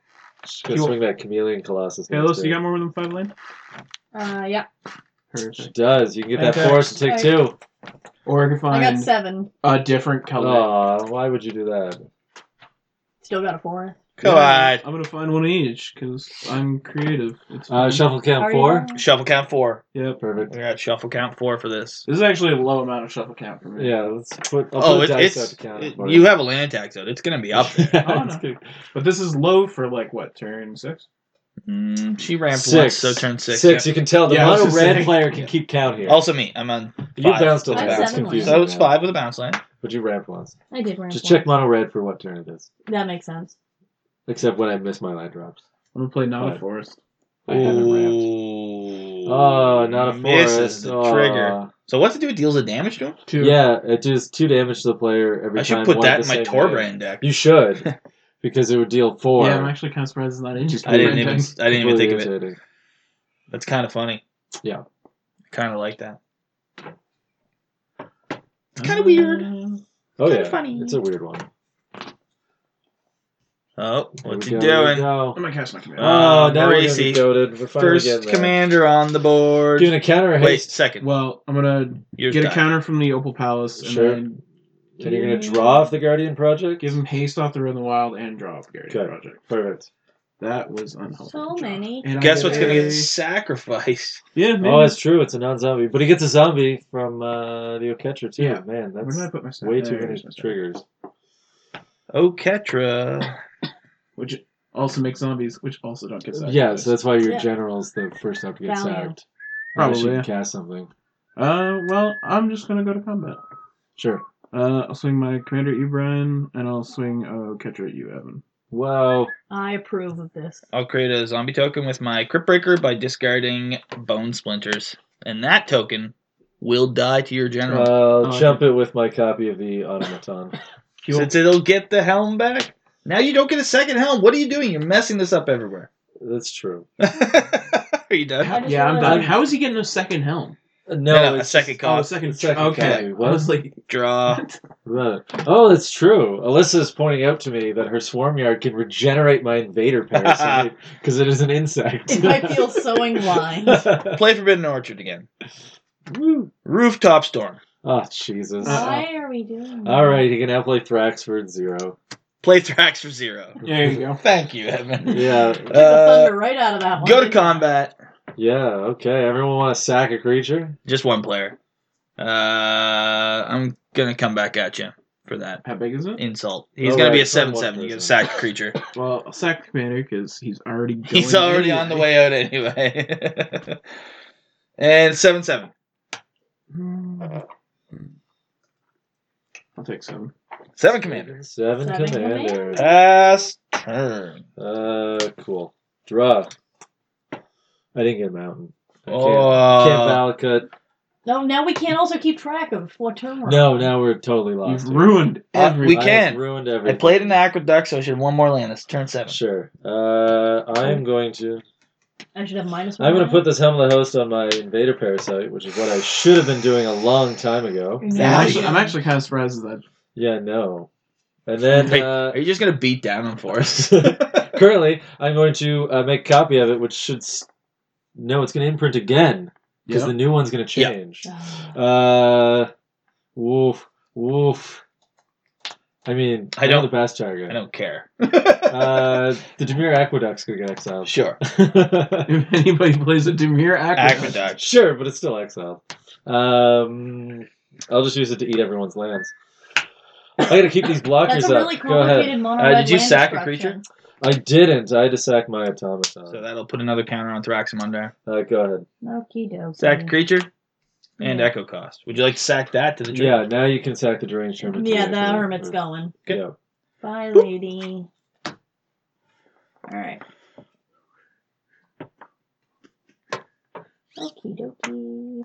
[SPEAKER 4] gonna swing that chameleon colossus.
[SPEAKER 1] Kalos,
[SPEAKER 4] next
[SPEAKER 1] you
[SPEAKER 4] turn.
[SPEAKER 1] got more than five land?
[SPEAKER 5] Uh, yeah,
[SPEAKER 1] Perfect.
[SPEAKER 4] She does. You can get that
[SPEAKER 1] Okay.
[SPEAKER 4] force and take
[SPEAKER 5] Okay.
[SPEAKER 4] two.
[SPEAKER 1] Or I could
[SPEAKER 5] I
[SPEAKER 1] find
[SPEAKER 5] got seven.
[SPEAKER 1] a different color.
[SPEAKER 4] Aw, why would you do that?
[SPEAKER 5] Still got a four.
[SPEAKER 2] Come
[SPEAKER 1] Yeah,
[SPEAKER 2] on.
[SPEAKER 1] I'm gonna find one each because I'm creative. It's
[SPEAKER 4] Uh,
[SPEAKER 1] fine.
[SPEAKER 4] shuffle count
[SPEAKER 5] Are you
[SPEAKER 4] four.
[SPEAKER 5] done?
[SPEAKER 2] Shuffle count four.
[SPEAKER 1] Yep.
[SPEAKER 4] Perfect.
[SPEAKER 2] We're at shuffle count four for this.
[SPEAKER 1] This is actually a low amount of shuffle count for me.
[SPEAKER 4] Yeah, let's put. I'll
[SPEAKER 2] oh,
[SPEAKER 4] put
[SPEAKER 2] it,
[SPEAKER 4] a dice out
[SPEAKER 2] it's
[SPEAKER 4] to count it
[SPEAKER 2] it-
[SPEAKER 4] for
[SPEAKER 2] you have a land tax out. It's gonna be up there.
[SPEAKER 1] Oh,
[SPEAKER 4] It's
[SPEAKER 1] no.
[SPEAKER 4] good.
[SPEAKER 1] But this is low for like what turn six?
[SPEAKER 2] Mm, she ramped
[SPEAKER 4] Six.
[SPEAKER 2] once, so turn six.
[SPEAKER 4] You can tell the
[SPEAKER 1] Yeah, I was
[SPEAKER 4] mono
[SPEAKER 1] just
[SPEAKER 4] red
[SPEAKER 1] saying.
[SPEAKER 4] player can
[SPEAKER 2] Yeah.
[SPEAKER 4] keep count here.
[SPEAKER 2] yeah. Also me. I'm on.
[SPEAKER 4] you
[SPEAKER 2] five.
[SPEAKER 4] bounced a
[SPEAKER 5] I
[SPEAKER 4] lot.
[SPEAKER 5] have
[SPEAKER 4] It's
[SPEAKER 5] seven
[SPEAKER 4] confusing.
[SPEAKER 2] So it's
[SPEAKER 4] now.
[SPEAKER 2] five with a bounce land.
[SPEAKER 4] But you ramp once.
[SPEAKER 5] I did ramp.
[SPEAKER 4] Just
[SPEAKER 5] one.
[SPEAKER 4] check mono red for what turn it is.
[SPEAKER 5] That makes sense.
[SPEAKER 4] Except when I miss my land drops.
[SPEAKER 1] I'm gonna play Nana
[SPEAKER 4] Five.
[SPEAKER 1] Forest.
[SPEAKER 4] I haven't ramped.
[SPEAKER 2] Ooh.
[SPEAKER 4] Oh, not a forest. Oh.
[SPEAKER 2] Misses the
[SPEAKER 4] Aw.
[SPEAKER 2] trigger. So what's it do? It deals a damage to him.
[SPEAKER 1] Two.
[SPEAKER 4] Yeah, it does two damage to the player every
[SPEAKER 2] I
[SPEAKER 4] time.
[SPEAKER 2] should put
[SPEAKER 4] one
[SPEAKER 2] that
[SPEAKER 4] the
[SPEAKER 2] in my
[SPEAKER 4] same way.
[SPEAKER 2] Torbrand deck.
[SPEAKER 4] You should, because it would deal four.
[SPEAKER 1] Yeah, I'm actually kind of surprised it's not in.
[SPEAKER 2] I didn't even. I didn't even think of it.
[SPEAKER 4] Irritating.
[SPEAKER 2] That's kind of funny.
[SPEAKER 4] Yeah.
[SPEAKER 2] I kind of like that. It's
[SPEAKER 4] Mm.
[SPEAKER 2] kind of weird.
[SPEAKER 5] Mm,
[SPEAKER 4] Oh
[SPEAKER 2] Kinda
[SPEAKER 4] yeah,
[SPEAKER 2] funny.
[SPEAKER 4] it's a weird one.
[SPEAKER 2] Oh,
[SPEAKER 4] Here
[SPEAKER 2] what
[SPEAKER 4] we
[SPEAKER 2] you
[SPEAKER 4] go, here we
[SPEAKER 2] doing?
[SPEAKER 4] go.
[SPEAKER 1] I'm gonna cast my command.
[SPEAKER 4] Oh,
[SPEAKER 2] Uh,
[SPEAKER 4] now we're gonna
[SPEAKER 2] Gracie.
[SPEAKER 4] be goaded. We're finally
[SPEAKER 2] First
[SPEAKER 4] getting there.
[SPEAKER 2] commander on the board.
[SPEAKER 4] Doing a counter
[SPEAKER 2] Wait,
[SPEAKER 4] haste.
[SPEAKER 2] second.
[SPEAKER 1] well, I'm gonna
[SPEAKER 2] You're
[SPEAKER 1] get a
[SPEAKER 2] done.
[SPEAKER 1] counter from the Opal Palace and
[SPEAKER 4] Sure.
[SPEAKER 1] then
[SPEAKER 4] And you're gonna draw off the Guardian Project.
[SPEAKER 1] give him haste off the road in the wild and draw off Gary
[SPEAKER 4] Okay.
[SPEAKER 1] Project.
[SPEAKER 4] Perfect.
[SPEAKER 1] That was unhelpful.
[SPEAKER 5] So
[SPEAKER 1] job.
[SPEAKER 5] many.
[SPEAKER 1] And I
[SPEAKER 2] Guess
[SPEAKER 1] get
[SPEAKER 2] what's gonna
[SPEAKER 1] a-
[SPEAKER 2] get sacrificed?
[SPEAKER 1] Yeah, maybe.
[SPEAKER 4] Oh, it's true. It's a non-zombie, but he gets a zombie from uh, the Oketcher too.
[SPEAKER 1] Yeah.
[SPEAKER 4] Man,
[SPEAKER 1] Where
[SPEAKER 4] that's
[SPEAKER 1] did I put my stat?
[SPEAKER 4] way
[SPEAKER 1] There
[SPEAKER 4] too
[SPEAKER 1] it
[SPEAKER 4] many
[SPEAKER 1] is, my stat.
[SPEAKER 4] triggers.
[SPEAKER 2] Oh, Ketra.
[SPEAKER 1] Which also makes zombies, which also don't get sacrificed.
[SPEAKER 4] Yeah, so that's why your
[SPEAKER 5] Yeah.
[SPEAKER 4] general's the first up to get
[SPEAKER 5] Value.
[SPEAKER 4] sacked. Unless you
[SPEAKER 1] Probably,
[SPEAKER 4] can
[SPEAKER 1] yeah.
[SPEAKER 4] cast something.
[SPEAKER 1] Uh, well, I'm just gonna go to combat.
[SPEAKER 4] Sure.
[SPEAKER 1] Uh, I'll swing my commander at you, Brian, and I'll swing uh, catcher at you, Evan.
[SPEAKER 4] Wow.
[SPEAKER 5] I approve of this.
[SPEAKER 2] I'll create a zombie token with my Crypt Breaker by discarding Bone Splinters, and that token will die to your general.
[SPEAKER 4] I'll
[SPEAKER 1] Oh,
[SPEAKER 4] uh, jump it with my copy of the automaton.
[SPEAKER 2] Since it'll get the helm back. Now you don't get a second helm. What are you doing? You're messing this up everywhere.
[SPEAKER 4] That's true.
[SPEAKER 2] are you done?
[SPEAKER 5] I just
[SPEAKER 1] Yeah, I'm
[SPEAKER 5] realized-
[SPEAKER 1] done. How is he getting a second helm?
[SPEAKER 4] Uh,
[SPEAKER 2] No, no, a
[SPEAKER 4] it's
[SPEAKER 2] second
[SPEAKER 4] just-
[SPEAKER 2] copy.
[SPEAKER 1] Oh, a second.
[SPEAKER 4] Second
[SPEAKER 1] okay.
[SPEAKER 4] copy.
[SPEAKER 1] What? I was like,
[SPEAKER 2] Draw.
[SPEAKER 4] Right. Oh, that's true. Alyssa is pointing out to me that her swarm yard can regenerate my invader parasite because it is an insect.
[SPEAKER 5] If I feel sowing blind.
[SPEAKER 2] Play Forbidden Orchard again.
[SPEAKER 4] Woo.
[SPEAKER 2] Rooftop Storm.
[SPEAKER 4] oh, Jesus.
[SPEAKER 1] Uh-uh.
[SPEAKER 5] Why are we doing?
[SPEAKER 4] All right, you can now play Thraxford Zero.
[SPEAKER 2] Play Thrax for zero.
[SPEAKER 1] there you go.
[SPEAKER 2] Thank you, Evan.
[SPEAKER 4] Yeah,
[SPEAKER 5] Took the thunder right out of that one.
[SPEAKER 2] uh, go to
[SPEAKER 5] didn't I?
[SPEAKER 2] combat.
[SPEAKER 4] yeah, okay. Everyone want to sack a creature?
[SPEAKER 2] Just one player. Uh, I'm gonna come back at you for that
[SPEAKER 1] How big is it?
[SPEAKER 2] insult. He's
[SPEAKER 4] Oh,
[SPEAKER 2] gonna be
[SPEAKER 4] right,
[SPEAKER 2] a
[SPEAKER 4] it's
[SPEAKER 2] seven
[SPEAKER 4] only one
[SPEAKER 2] seven. You get a
[SPEAKER 4] person.
[SPEAKER 2] sack creature.
[SPEAKER 1] Well, I'll sack the commander because he's already. Going
[SPEAKER 2] He's already on the
[SPEAKER 1] anyway.
[SPEAKER 2] way out anyway. and seven seven.
[SPEAKER 1] Hmm. I'll take seven.
[SPEAKER 2] Seven commander.
[SPEAKER 4] Seven,
[SPEAKER 5] Seven
[SPEAKER 4] commander.
[SPEAKER 2] Pass turn.
[SPEAKER 4] Uh, cool. Draw. I didn't get a mountain. I can't. can't
[SPEAKER 2] Oh,
[SPEAKER 4] ballot cut.
[SPEAKER 5] No, now we can't also keep track of what turn we're
[SPEAKER 4] No,
[SPEAKER 5] on.
[SPEAKER 4] now we're totally lost.
[SPEAKER 1] You've
[SPEAKER 4] here.
[SPEAKER 1] ruined
[SPEAKER 2] Uh, we
[SPEAKER 1] everything.
[SPEAKER 4] I
[SPEAKER 2] can.
[SPEAKER 4] ruined
[SPEAKER 2] I
[SPEAKER 4] everything.
[SPEAKER 2] played an aqueduct, so I should have one more land. That's turn seven.
[SPEAKER 4] Sure. Uh, I am going to.
[SPEAKER 5] I should have minus one.
[SPEAKER 4] I'm going to
[SPEAKER 5] right?
[SPEAKER 4] put this helm of the host on my invader parasite, which is what I should have been doing a long time ago.
[SPEAKER 5] No.
[SPEAKER 1] I'm
[SPEAKER 2] Yeah.
[SPEAKER 1] actually, I'm actually kind of surprised at that.
[SPEAKER 4] Yeah, no. And then
[SPEAKER 2] Wait.
[SPEAKER 4] uh,
[SPEAKER 2] Are you just gonna beat down on Forest?
[SPEAKER 4] currently, I'm going to uh, make a copy of it, which should. S- no, it's going to imprint again because
[SPEAKER 1] Yeah.
[SPEAKER 4] the new one's going to
[SPEAKER 2] Yeah.
[SPEAKER 4] change.
[SPEAKER 5] Ah.
[SPEAKER 4] Uh, woof, woof. I mean,
[SPEAKER 2] I
[SPEAKER 4] know
[SPEAKER 2] don't-
[SPEAKER 4] the best
[SPEAKER 2] I
[SPEAKER 4] target.
[SPEAKER 2] don't care.
[SPEAKER 4] Uh, the Demir Aqueduct's gonna get exiled.
[SPEAKER 2] Sure.
[SPEAKER 1] If anybody plays a Demir Aqueduct,
[SPEAKER 2] Aqueduct.
[SPEAKER 4] sure, but it's still exiled. Um, I'll just use it to eat everyone's lands. I gotta keep these blockers
[SPEAKER 5] That's a really
[SPEAKER 4] up. Go ahead.
[SPEAKER 5] complicated mono.
[SPEAKER 2] Uh,
[SPEAKER 5] red
[SPEAKER 2] did you
[SPEAKER 5] land
[SPEAKER 2] sack a
[SPEAKER 5] destruction.
[SPEAKER 4] I didn't. I had to sack my automaton.
[SPEAKER 2] So that'll put another counter on Thraxamundar.
[SPEAKER 4] uh, go ahead.
[SPEAKER 5] Okie dokie.
[SPEAKER 2] Sack a creature and
[SPEAKER 5] Yeah.
[SPEAKER 2] echo cost. Would you like to sack that to the tree?
[SPEAKER 4] Yeah, now you can sack the deranged hermit.
[SPEAKER 5] Yeah,
[SPEAKER 4] too,
[SPEAKER 5] the
[SPEAKER 4] actually.
[SPEAKER 5] hermit's going.
[SPEAKER 2] Okay.
[SPEAKER 4] Yeah.
[SPEAKER 5] Bye, lady. All right. Okie dokie.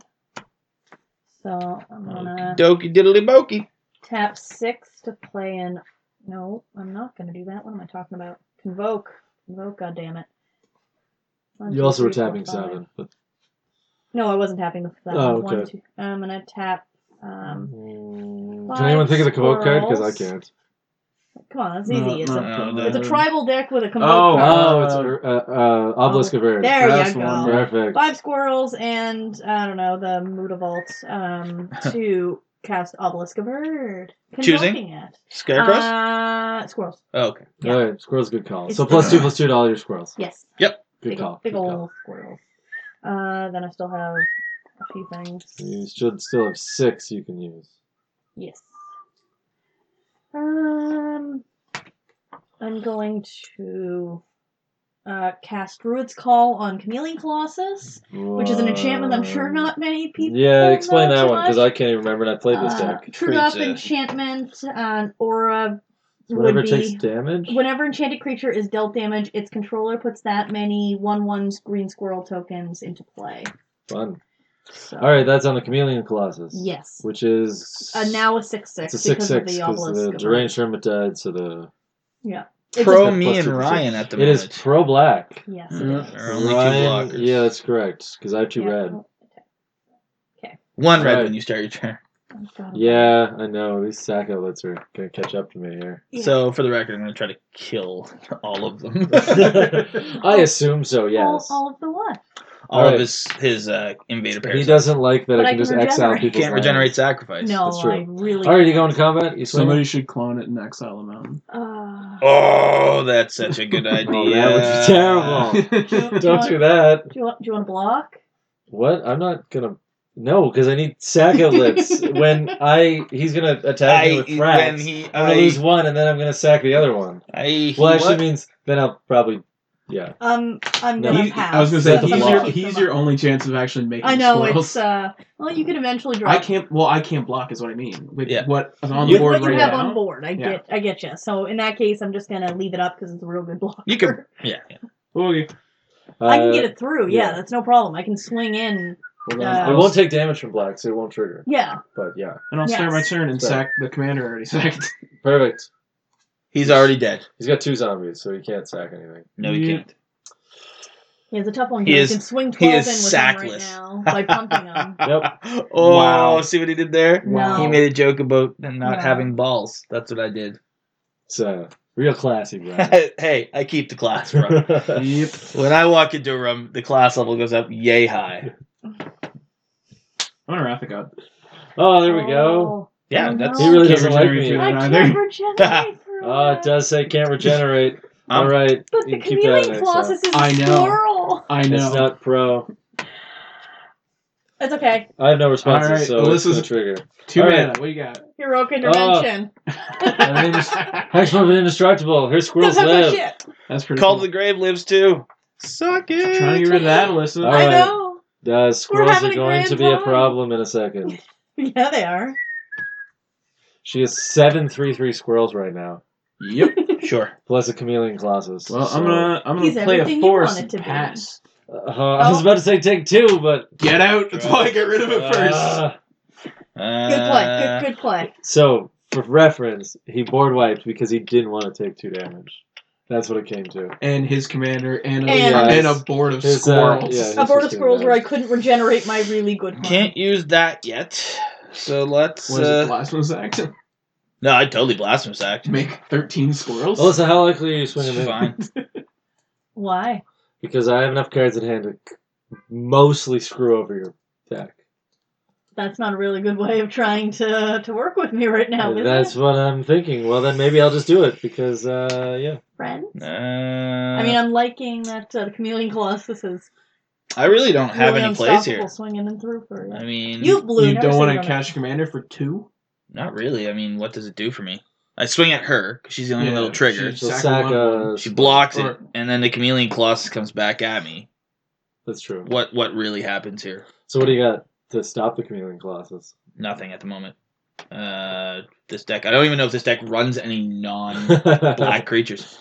[SPEAKER 5] So I'm gonna
[SPEAKER 2] Dokey diddly bokey.
[SPEAKER 5] tap six to play in. No, I'm not gonna do that. What am I talking about? Convoke. Convoke. God damn it. One,
[SPEAKER 4] You
[SPEAKER 5] two,
[SPEAKER 4] also were
[SPEAKER 5] three, four,
[SPEAKER 4] tapping
[SPEAKER 5] five.
[SPEAKER 4] seven. But,
[SPEAKER 5] No, I wasn't tapping the that
[SPEAKER 4] Oh, Mm-hmm.
[SPEAKER 5] one.
[SPEAKER 4] okay.
[SPEAKER 5] Two. I'm gonna tap. Um,
[SPEAKER 4] Can Mm. anyone think of the Kavok card? Because I
[SPEAKER 5] squirrels.
[SPEAKER 4] can't.
[SPEAKER 5] Come on, that's
[SPEAKER 1] No,
[SPEAKER 5] easy. it's,
[SPEAKER 1] no,
[SPEAKER 5] a,
[SPEAKER 1] no,
[SPEAKER 2] no,
[SPEAKER 5] it's a
[SPEAKER 1] no.
[SPEAKER 5] tribal deck with a Kavok
[SPEAKER 1] Oh,
[SPEAKER 5] card.
[SPEAKER 4] Uh, Oh, it's uh, uh, Obelisk of Earth.
[SPEAKER 5] There
[SPEAKER 1] That's
[SPEAKER 5] you
[SPEAKER 1] the one.
[SPEAKER 5] go.
[SPEAKER 4] Perfect.
[SPEAKER 5] Five squirrels and I don't know the Mutavault um, to cast Obelisk of Erd.
[SPEAKER 2] Choosing?
[SPEAKER 5] Convoking it.
[SPEAKER 2] Scarecrows?
[SPEAKER 5] Uh, squirrels.
[SPEAKER 2] oh, okay.
[SPEAKER 5] Yeah.
[SPEAKER 4] All right, squirrels, good call.
[SPEAKER 5] It's
[SPEAKER 4] so plus
[SPEAKER 5] good.
[SPEAKER 4] two, plus two to all your squirrels.
[SPEAKER 5] Yes.
[SPEAKER 4] Good
[SPEAKER 5] big,
[SPEAKER 4] call.
[SPEAKER 5] Big
[SPEAKER 4] good
[SPEAKER 5] old
[SPEAKER 4] call.
[SPEAKER 5] squirrels. Uh, then I still have a few
[SPEAKER 4] You
[SPEAKER 5] things.
[SPEAKER 4] should still have six you can use.
[SPEAKER 5] Yes. Um, I'm going to uh, cast Druid's Call on Chameleon Colossus, which is an enchantment I'm sure not many people.
[SPEAKER 4] Um, Yeah, explain
[SPEAKER 5] know
[SPEAKER 4] that
[SPEAKER 5] too
[SPEAKER 4] one because
[SPEAKER 5] much.
[SPEAKER 4] I can't even remember. And I played this
[SPEAKER 5] Uh,
[SPEAKER 4] deck.
[SPEAKER 5] Trued up
[SPEAKER 2] Creature.
[SPEAKER 5] enchantment on aura
[SPEAKER 4] So whenever
[SPEAKER 5] would
[SPEAKER 4] it
[SPEAKER 5] be
[SPEAKER 4] takes damage,
[SPEAKER 5] whenever enchanted creature is dealt damage, its controller puts that many one one green squirrel tokens into play.
[SPEAKER 4] fun.
[SPEAKER 5] So
[SPEAKER 4] All right, that's on the Chameleon Colossus.
[SPEAKER 5] yes,
[SPEAKER 4] Which is
[SPEAKER 5] uh, now a six six
[SPEAKER 4] it's a
[SPEAKER 5] because
[SPEAKER 4] six six
[SPEAKER 5] of the
[SPEAKER 4] because
[SPEAKER 5] obelisk.
[SPEAKER 4] the
[SPEAKER 5] of-
[SPEAKER 4] deranged hermit died. So the
[SPEAKER 5] It's a-
[SPEAKER 2] Pro
[SPEAKER 4] Plus
[SPEAKER 2] me and
[SPEAKER 4] two, plus two.
[SPEAKER 2] Ryan at the
[SPEAKER 4] it
[SPEAKER 2] moment.
[SPEAKER 4] is pro black.
[SPEAKER 5] yes, it
[SPEAKER 2] Mm,
[SPEAKER 5] is.
[SPEAKER 2] there are only two
[SPEAKER 4] Ryan-
[SPEAKER 2] blockers.
[SPEAKER 4] Yeah, that's correct. Because I have two
[SPEAKER 5] Yeah.
[SPEAKER 4] red.
[SPEAKER 2] One red
[SPEAKER 4] Right.
[SPEAKER 2] when you start your turn.
[SPEAKER 5] I've got them.
[SPEAKER 4] Yeah, I know. These sack outlets are gonna catch up to me here.
[SPEAKER 5] Yeah.
[SPEAKER 2] So, for the record, I'm going to try to kill all of them.
[SPEAKER 4] I assume so. Yes.
[SPEAKER 5] all, all of the what?
[SPEAKER 2] all
[SPEAKER 4] Alright.
[SPEAKER 2] of his his uh, invader
[SPEAKER 4] he
[SPEAKER 2] pairs.
[SPEAKER 4] doesn't like that
[SPEAKER 5] But
[SPEAKER 4] I
[SPEAKER 5] I
[SPEAKER 4] can
[SPEAKER 5] can
[SPEAKER 4] just exile
[SPEAKER 5] regenerate.
[SPEAKER 2] He
[SPEAKER 4] people.
[SPEAKER 2] can't regenerate sacrifice.
[SPEAKER 5] No,
[SPEAKER 4] That's true.
[SPEAKER 5] I really.
[SPEAKER 4] All right, you go into combat. You swing.
[SPEAKER 1] Somebody should clone it and exile a mountain.
[SPEAKER 5] Uh,
[SPEAKER 2] Oh, that's such a good idea.
[SPEAKER 4] Oh, that would be
[SPEAKER 2] Oh.
[SPEAKER 4] terrible. Don't do that.
[SPEAKER 5] do you want? Do you want to block?
[SPEAKER 4] What? I'm not gonna. No, because I need sack outlets. when I he's gonna attack me
[SPEAKER 2] I,
[SPEAKER 4] with
[SPEAKER 2] when
[SPEAKER 4] frags.
[SPEAKER 2] he,
[SPEAKER 4] I'm gonna
[SPEAKER 2] I,
[SPEAKER 4] lose one, and then I'm gonna sack the other one.
[SPEAKER 2] I, he
[SPEAKER 4] Well, actually
[SPEAKER 2] what?
[SPEAKER 4] means then I'll probably yeah.
[SPEAKER 5] Um, I'm
[SPEAKER 4] No.
[SPEAKER 5] gonna
[SPEAKER 1] He-
[SPEAKER 5] pass.
[SPEAKER 1] I was gonna say
[SPEAKER 4] That's a
[SPEAKER 1] he's
[SPEAKER 4] block.
[SPEAKER 1] your
[SPEAKER 5] Keep
[SPEAKER 1] he's
[SPEAKER 5] them
[SPEAKER 1] your
[SPEAKER 5] up.
[SPEAKER 1] only chance of actually making.
[SPEAKER 5] I know
[SPEAKER 1] squirrels.
[SPEAKER 5] it's. uh Well, you could eventually draw.
[SPEAKER 1] I can't. Well, I can't block is what I mean. With
[SPEAKER 2] Yeah.
[SPEAKER 1] what is on the
[SPEAKER 5] With
[SPEAKER 1] board
[SPEAKER 5] what you
[SPEAKER 1] right
[SPEAKER 5] have
[SPEAKER 1] now.
[SPEAKER 5] on board, I
[SPEAKER 1] Yeah.
[SPEAKER 5] get, I get you. So in that case, I'm just gonna leave it up because it's a real good block.
[SPEAKER 2] You can- yeah, yeah.
[SPEAKER 1] Okay.
[SPEAKER 5] I
[SPEAKER 4] Uh,
[SPEAKER 5] can get it through. Yeah,
[SPEAKER 4] yeah.
[SPEAKER 5] that's no problem. I can swing in.
[SPEAKER 1] Hold on.
[SPEAKER 5] Uh,
[SPEAKER 4] It won't take damage from black, so it won't trigger.
[SPEAKER 5] Yeah,
[SPEAKER 4] But yeah,
[SPEAKER 1] and I'll start my
[SPEAKER 5] Yes.
[SPEAKER 1] turn and
[SPEAKER 4] Sorry.
[SPEAKER 1] sack the commander already sacked.
[SPEAKER 4] perfect.
[SPEAKER 2] He's already dead.
[SPEAKER 4] He's got two zombies, so he can't sack anything.
[SPEAKER 2] No, he
[SPEAKER 4] Mm-hmm.
[SPEAKER 1] Yeah.
[SPEAKER 2] can't.
[SPEAKER 5] yeah, it's a tough one.
[SPEAKER 2] He
[SPEAKER 5] you
[SPEAKER 2] is-
[SPEAKER 5] can swing
[SPEAKER 2] he
[SPEAKER 5] twelve in
[SPEAKER 2] is
[SPEAKER 5] with him right
[SPEAKER 2] sackless.
[SPEAKER 5] now by pumping him.
[SPEAKER 4] Yep.
[SPEAKER 2] Oh,
[SPEAKER 1] Wow.
[SPEAKER 2] see what he did there?
[SPEAKER 5] Wow.
[SPEAKER 2] He made a joke about them not
[SPEAKER 5] Wow.
[SPEAKER 2] having balls. That's what I did.
[SPEAKER 4] So uh, real classy, Brian.
[SPEAKER 2] hey, I keep the class, bro.
[SPEAKER 1] Yep.
[SPEAKER 2] when I walk into a room, the class level goes up yay high.
[SPEAKER 1] I'm gonna wrath the god.
[SPEAKER 4] oh, there we go.
[SPEAKER 2] Yeah,
[SPEAKER 5] Oh, no.
[SPEAKER 2] that's
[SPEAKER 4] He really
[SPEAKER 1] Can't
[SPEAKER 4] doesn't like
[SPEAKER 1] regenerate
[SPEAKER 4] me.
[SPEAKER 5] I
[SPEAKER 1] Yeah,
[SPEAKER 5] can't
[SPEAKER 1] there-
[SPEAKER 5] regenerate through
[SPEAKER 4] Oh, Ah, it does say can't regenerate. All
[SPEAKER 2] Um,
[SPEAKER 4] right,
[SPEAKER 5] But
[SPEAKER 4] you
[SPEAKER 5] the
[SPEAKER 4] can keep that in
[SPEAKER 5] chameleon
[SPEAKER 4] there,
[SPEAKER 5] colossus is
[SPEAKER 1] I
[SPEAKER 5] a
[SPEAKER 1] know.
[SPEAKER 5] squirrel.
[SPEAKER 1] I
[SPEAKER 4] so.
[SPEAKER 1] know.
[SPEAKER 4] It's not pro.
[SPEAKER 5] It's okay.
[SPEAKER 4] I have no responses,
[SPEAKER 1] All right,
[SPEAKER 4] so
[SPEAKER 1] well,
[SPEAKER 4] this
[SPEAKER 1] this
[SPEAKER 4] is
[SPEAKER 1] is-
[SPEAKER 4] a trigger.
[SPEAKER 1] Two
[SPEAKER 4] All
[SPEAKER 1] mana. What do you got?
[SPEAKER 5] Heroic
[SPEAKER 4] Ah,
[SPEAKER 5] intervention.
[SPEAKER 4] My name is Hexmove indestructible. Here squirrels
[SPEAKER 5] Doesn't have no
[SPEAKER 4] live.
[SPEAKER 5] shit.
[SPEAKER 1] That's pretty.
[SPEAKER 2] Call to
[SPEAKER 1] cool.
[SPEAKER 2] the Grave lives too. Suck it.
[SPEAKER 1] Trying to get rid of that, Alyssa.
[SPEAKER 4] All
[SPEAKER 5] I
[SPEAKER 4] right.
[SPEAKER 5] know.
[SPEAKER 4] Uh, squirrels
[SPEAKER 5] having
[SPEAKER 4] are
[SPEAKER 5] a
[SPEAKER 4] going
[SPEAKER 5] grand
[SPEAKER 4] to be a
[SPEAKER 5] time.
[SPEAKER 4] problem in a second.
[SPEAKER 5] Yeah, they are.
[SPEAKER 4] She has seven three three squirrels right now,
[SPEAKER 1] Yep.
[SPEAKER 2] sure.
[SPEAKER 4] plus a chameleon colossus.
[SPEAKER 1] Well,
[SPEAKER 4] so-
[SPEAKER 1] I'm gonna I'm
[SPEAKER 5] He's
[SPEAKER 1] gonna play
[SPEAKER 5] everything
[SPEAKER 1] a
[SPEAKER 5] you
[SPEAKER 1] force
[SPEAKER 5] want it
[SPEAKER 1] and
[SPEAKER 5] to be.
[SPEAKER 1] pass.
[SPEAKER 4] Uh, I was about to say take two, but
[SPEAKER 1] Get out. That's why I get rid of it first.
[SPEAKER 4] Ah.
[SPEAKER 5] Good
[SPEAKER 2] Uh,
[SPEAKER 5] play. Good, good play.
[SPEAKER 4] so for reference, he board wiped because he didn't want to take two damage. That's what it came to.
[SPEAKER 1] and his commander and a,
[SPEAKER 5] And-
[SPEAKER 1] and a board of
[SPEAKER 4] His, uh,
[SPEAKER 1] squirrels.
[SPEAKER 4] yeah.
[SPEAKER 5] A board of
[SPEAKER 4] Interesting,
[SPEAKER 5] squirrels
[SPEAKER 4] yeah.
[SPEAKER 5] where I couldn't regenerate my really good one.
[SPEAKER 2] Can't use that yet. So let's.
[SPEAKER 1] What is it?
[SPEAKER 2] Uh,
[SPEAKER 1] Blasphemous act.
[SPEAKER 2] no, I totally blasphemous act.
[SPEAKER 1] Make thirteen squirrels.
[SPEAKER 4] Alyssa, how likely are you swinging
[SPEAKER 2] It's
[SPEAKER 4] in?
[SPEAKER 2] fine.
[SPEAKER 5] Why?
[SPEAKER 4] Because I have enough cards at hand to c- mostly screw over your deck.
[SPEAKER 5] That's not a really good way of trying to to work with me right now, is
[SPEAKER 4] That's
[SPEAKER 5] it,
[SPEAKER 4] what I'm thinking. Well, then maybe I'll just do it because, uh, yeah.
[SPEAKER 5] friend?
[SPEAKER 2] Uh,
[SPEAKER 5] I mean, I'm liking that uh, the chameleon colossus is
[SPEAKER 2] I really don't have
[SPEAKER 5] really
[SPEAKER 2] any plays
[SPEAKER 5] unstoppable
[SPEAKER 2] here.
[SPEAKER 5] swinging and through for
[SPEAKER 2] I
[SPEAKER 5] you.
[SPEAKER 2] mean,
[SPEAKER 5] You blew.
[SPEAKER 1] you
[SPEAKER 5] never
[SPEAKER 1] don't
[SPEAKER 5] said
[SPEAKER 1] want to
[SPEAKER 5] you
[SPEAKER 1] cash a commander for two.
[SPEAKER 2] not really. I mean, what does it do for me? I swing at her because she's the only
[SPEAKER 1] Yeah,
[SPEAKER 2] one that'll trigger.
[SPEAKER 1] she's-
[SPEAKER 4] So
[SPEAKER 1] Sack
[SPEAKER 4] sack,
[SPEAKER 1] one.
[SPEAKER 4] uh,
[SPEAKER 2] She blocks it,
[SPEAKER 1] Or-
[SPEAKER 2] and then the chameleon colossus comes back at me.
[SPEAKER 4] That's true.
[SPEAKER 2] What what really happens here?
[SPEAKER 4] So what do you got to stop the chameleon colossus?
[SPEAKER 2] Nothing at the moment. Uh, this deck. I don't even know if this deck runs any non black
[SPEAKER 4] black.
[SPEAKER 2] creatures.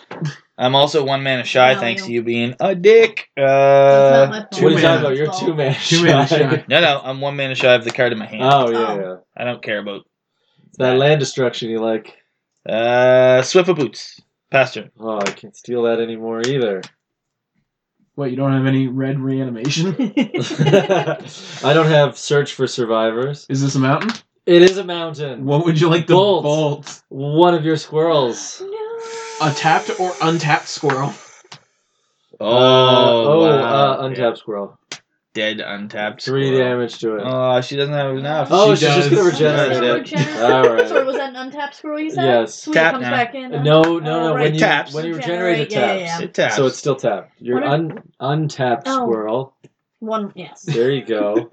[SPEAKER 2] I'm also one man of shy,
[SPEAKER 5] No,
[SPEAKER 2] thanks
[SPEAKER 5] you-
[SPEAKER 2] to you being a dick.
[SPEAKER 5] That's not
[SPEAKER 2] Uh,
[SPEAKER 5] my
[SPEAKER 1] two
[SPEAKER 4] What are you talking
[SPEAKER 5] fault.
[SPEAKER 1] man.
[SPEAKER 4] about? You're
[SPEAKER 5] Well,
[SPEAKER 4] two man.
[SPEAKER 1] Two mana shy.
[SPEAKER 2] no, no, I'm one man of shy of the card in my hand.
[SPEAKER 4] Oh yeah, yeah.
[SPEAKER 2] I don't care about
[SPEAKER 4] It's that land destruction you like.
[SPEAKER 2] Uh, Swift of Boots. Pastor.
[SPEAKER 4] Oh, I can't steal that anymore either.
[SPEAKER 1] What? You don't have any red reanimation?
[SPEAKER 4] I don't have search for survivors.
[SPEAKER 1] Is this a mountain?
[SPEAKER 4] It is a mountain.
[SPEAKER 1] What would you like the
[SPEAKER 4] Bolt.
[SPEAKER 1] bolt?
[SPEAKER 4] One of your squirrels.
[SPEAKER 5] No.
[SPEAKER 1] A tapped or untapped squirrel.
[SPEAKER 2] Oh,
[SPEAKER 4] Uh, oh,
[SPEAKER 2] wow.
[SPEAKER 4] uh, untapped squirrel.
[SPEAKER 2] Dead untapped.
[SPEAKER 4] Three
[SPEAKER 2] squirrel.
[SPEAKER 4] damage to it.
[SPEAKER 2] Oh, she doesn't have enough.
[SPEAKER 4] oh,
[SPEAKER 1] she
[SPEAKER 4] she's just gonna
[SPEAKER 1] does.
[SPEAKER 4] regenerate
[SPEAKER 2] She
[SPEAKER 4] it.
[SPEAKER 2] does it.
[SPEAKER 5] Regenerate.
[SPEAKER 4] All right.
[SPEAKER 5] Sorry, was that an untapped squirrel you said?
[SPEAKER 4] Yes.
[SPEAKER 5] So
[SPEAKER 2] Tap
[SPEAKER 5] it comes
[SPEAKER 2] now.
[SPEAKER 5] back in.
[SPEAKER 4] No, no, no.
[SPEAKER 5] Oh,
[SPEAKER 4] When
[SPEAKER 5] right.
[SPEAKER 4] you
[SPEAKER 2] Taps.
[SPEAKER 4] when you regenerate,
[SPEAKER 5] Regenerate,
[SPEAKER 4] it
[SPEAKER 5] yeah,
[SPEAKER 4] taps.
[SPEAKER 5] yeah, yeah.
[SPEAKER 2] It taps.
[SPEAKER 4] So it's still tapped. Your
[SPEAKER 5] What
[SPEAKER 4] un, untapped
[SPEAKER 5] Oh.
[SPEAKER 4] squirrel.
[SPEAKER 5] One. Yes.
[SPEAKER 4] There you go.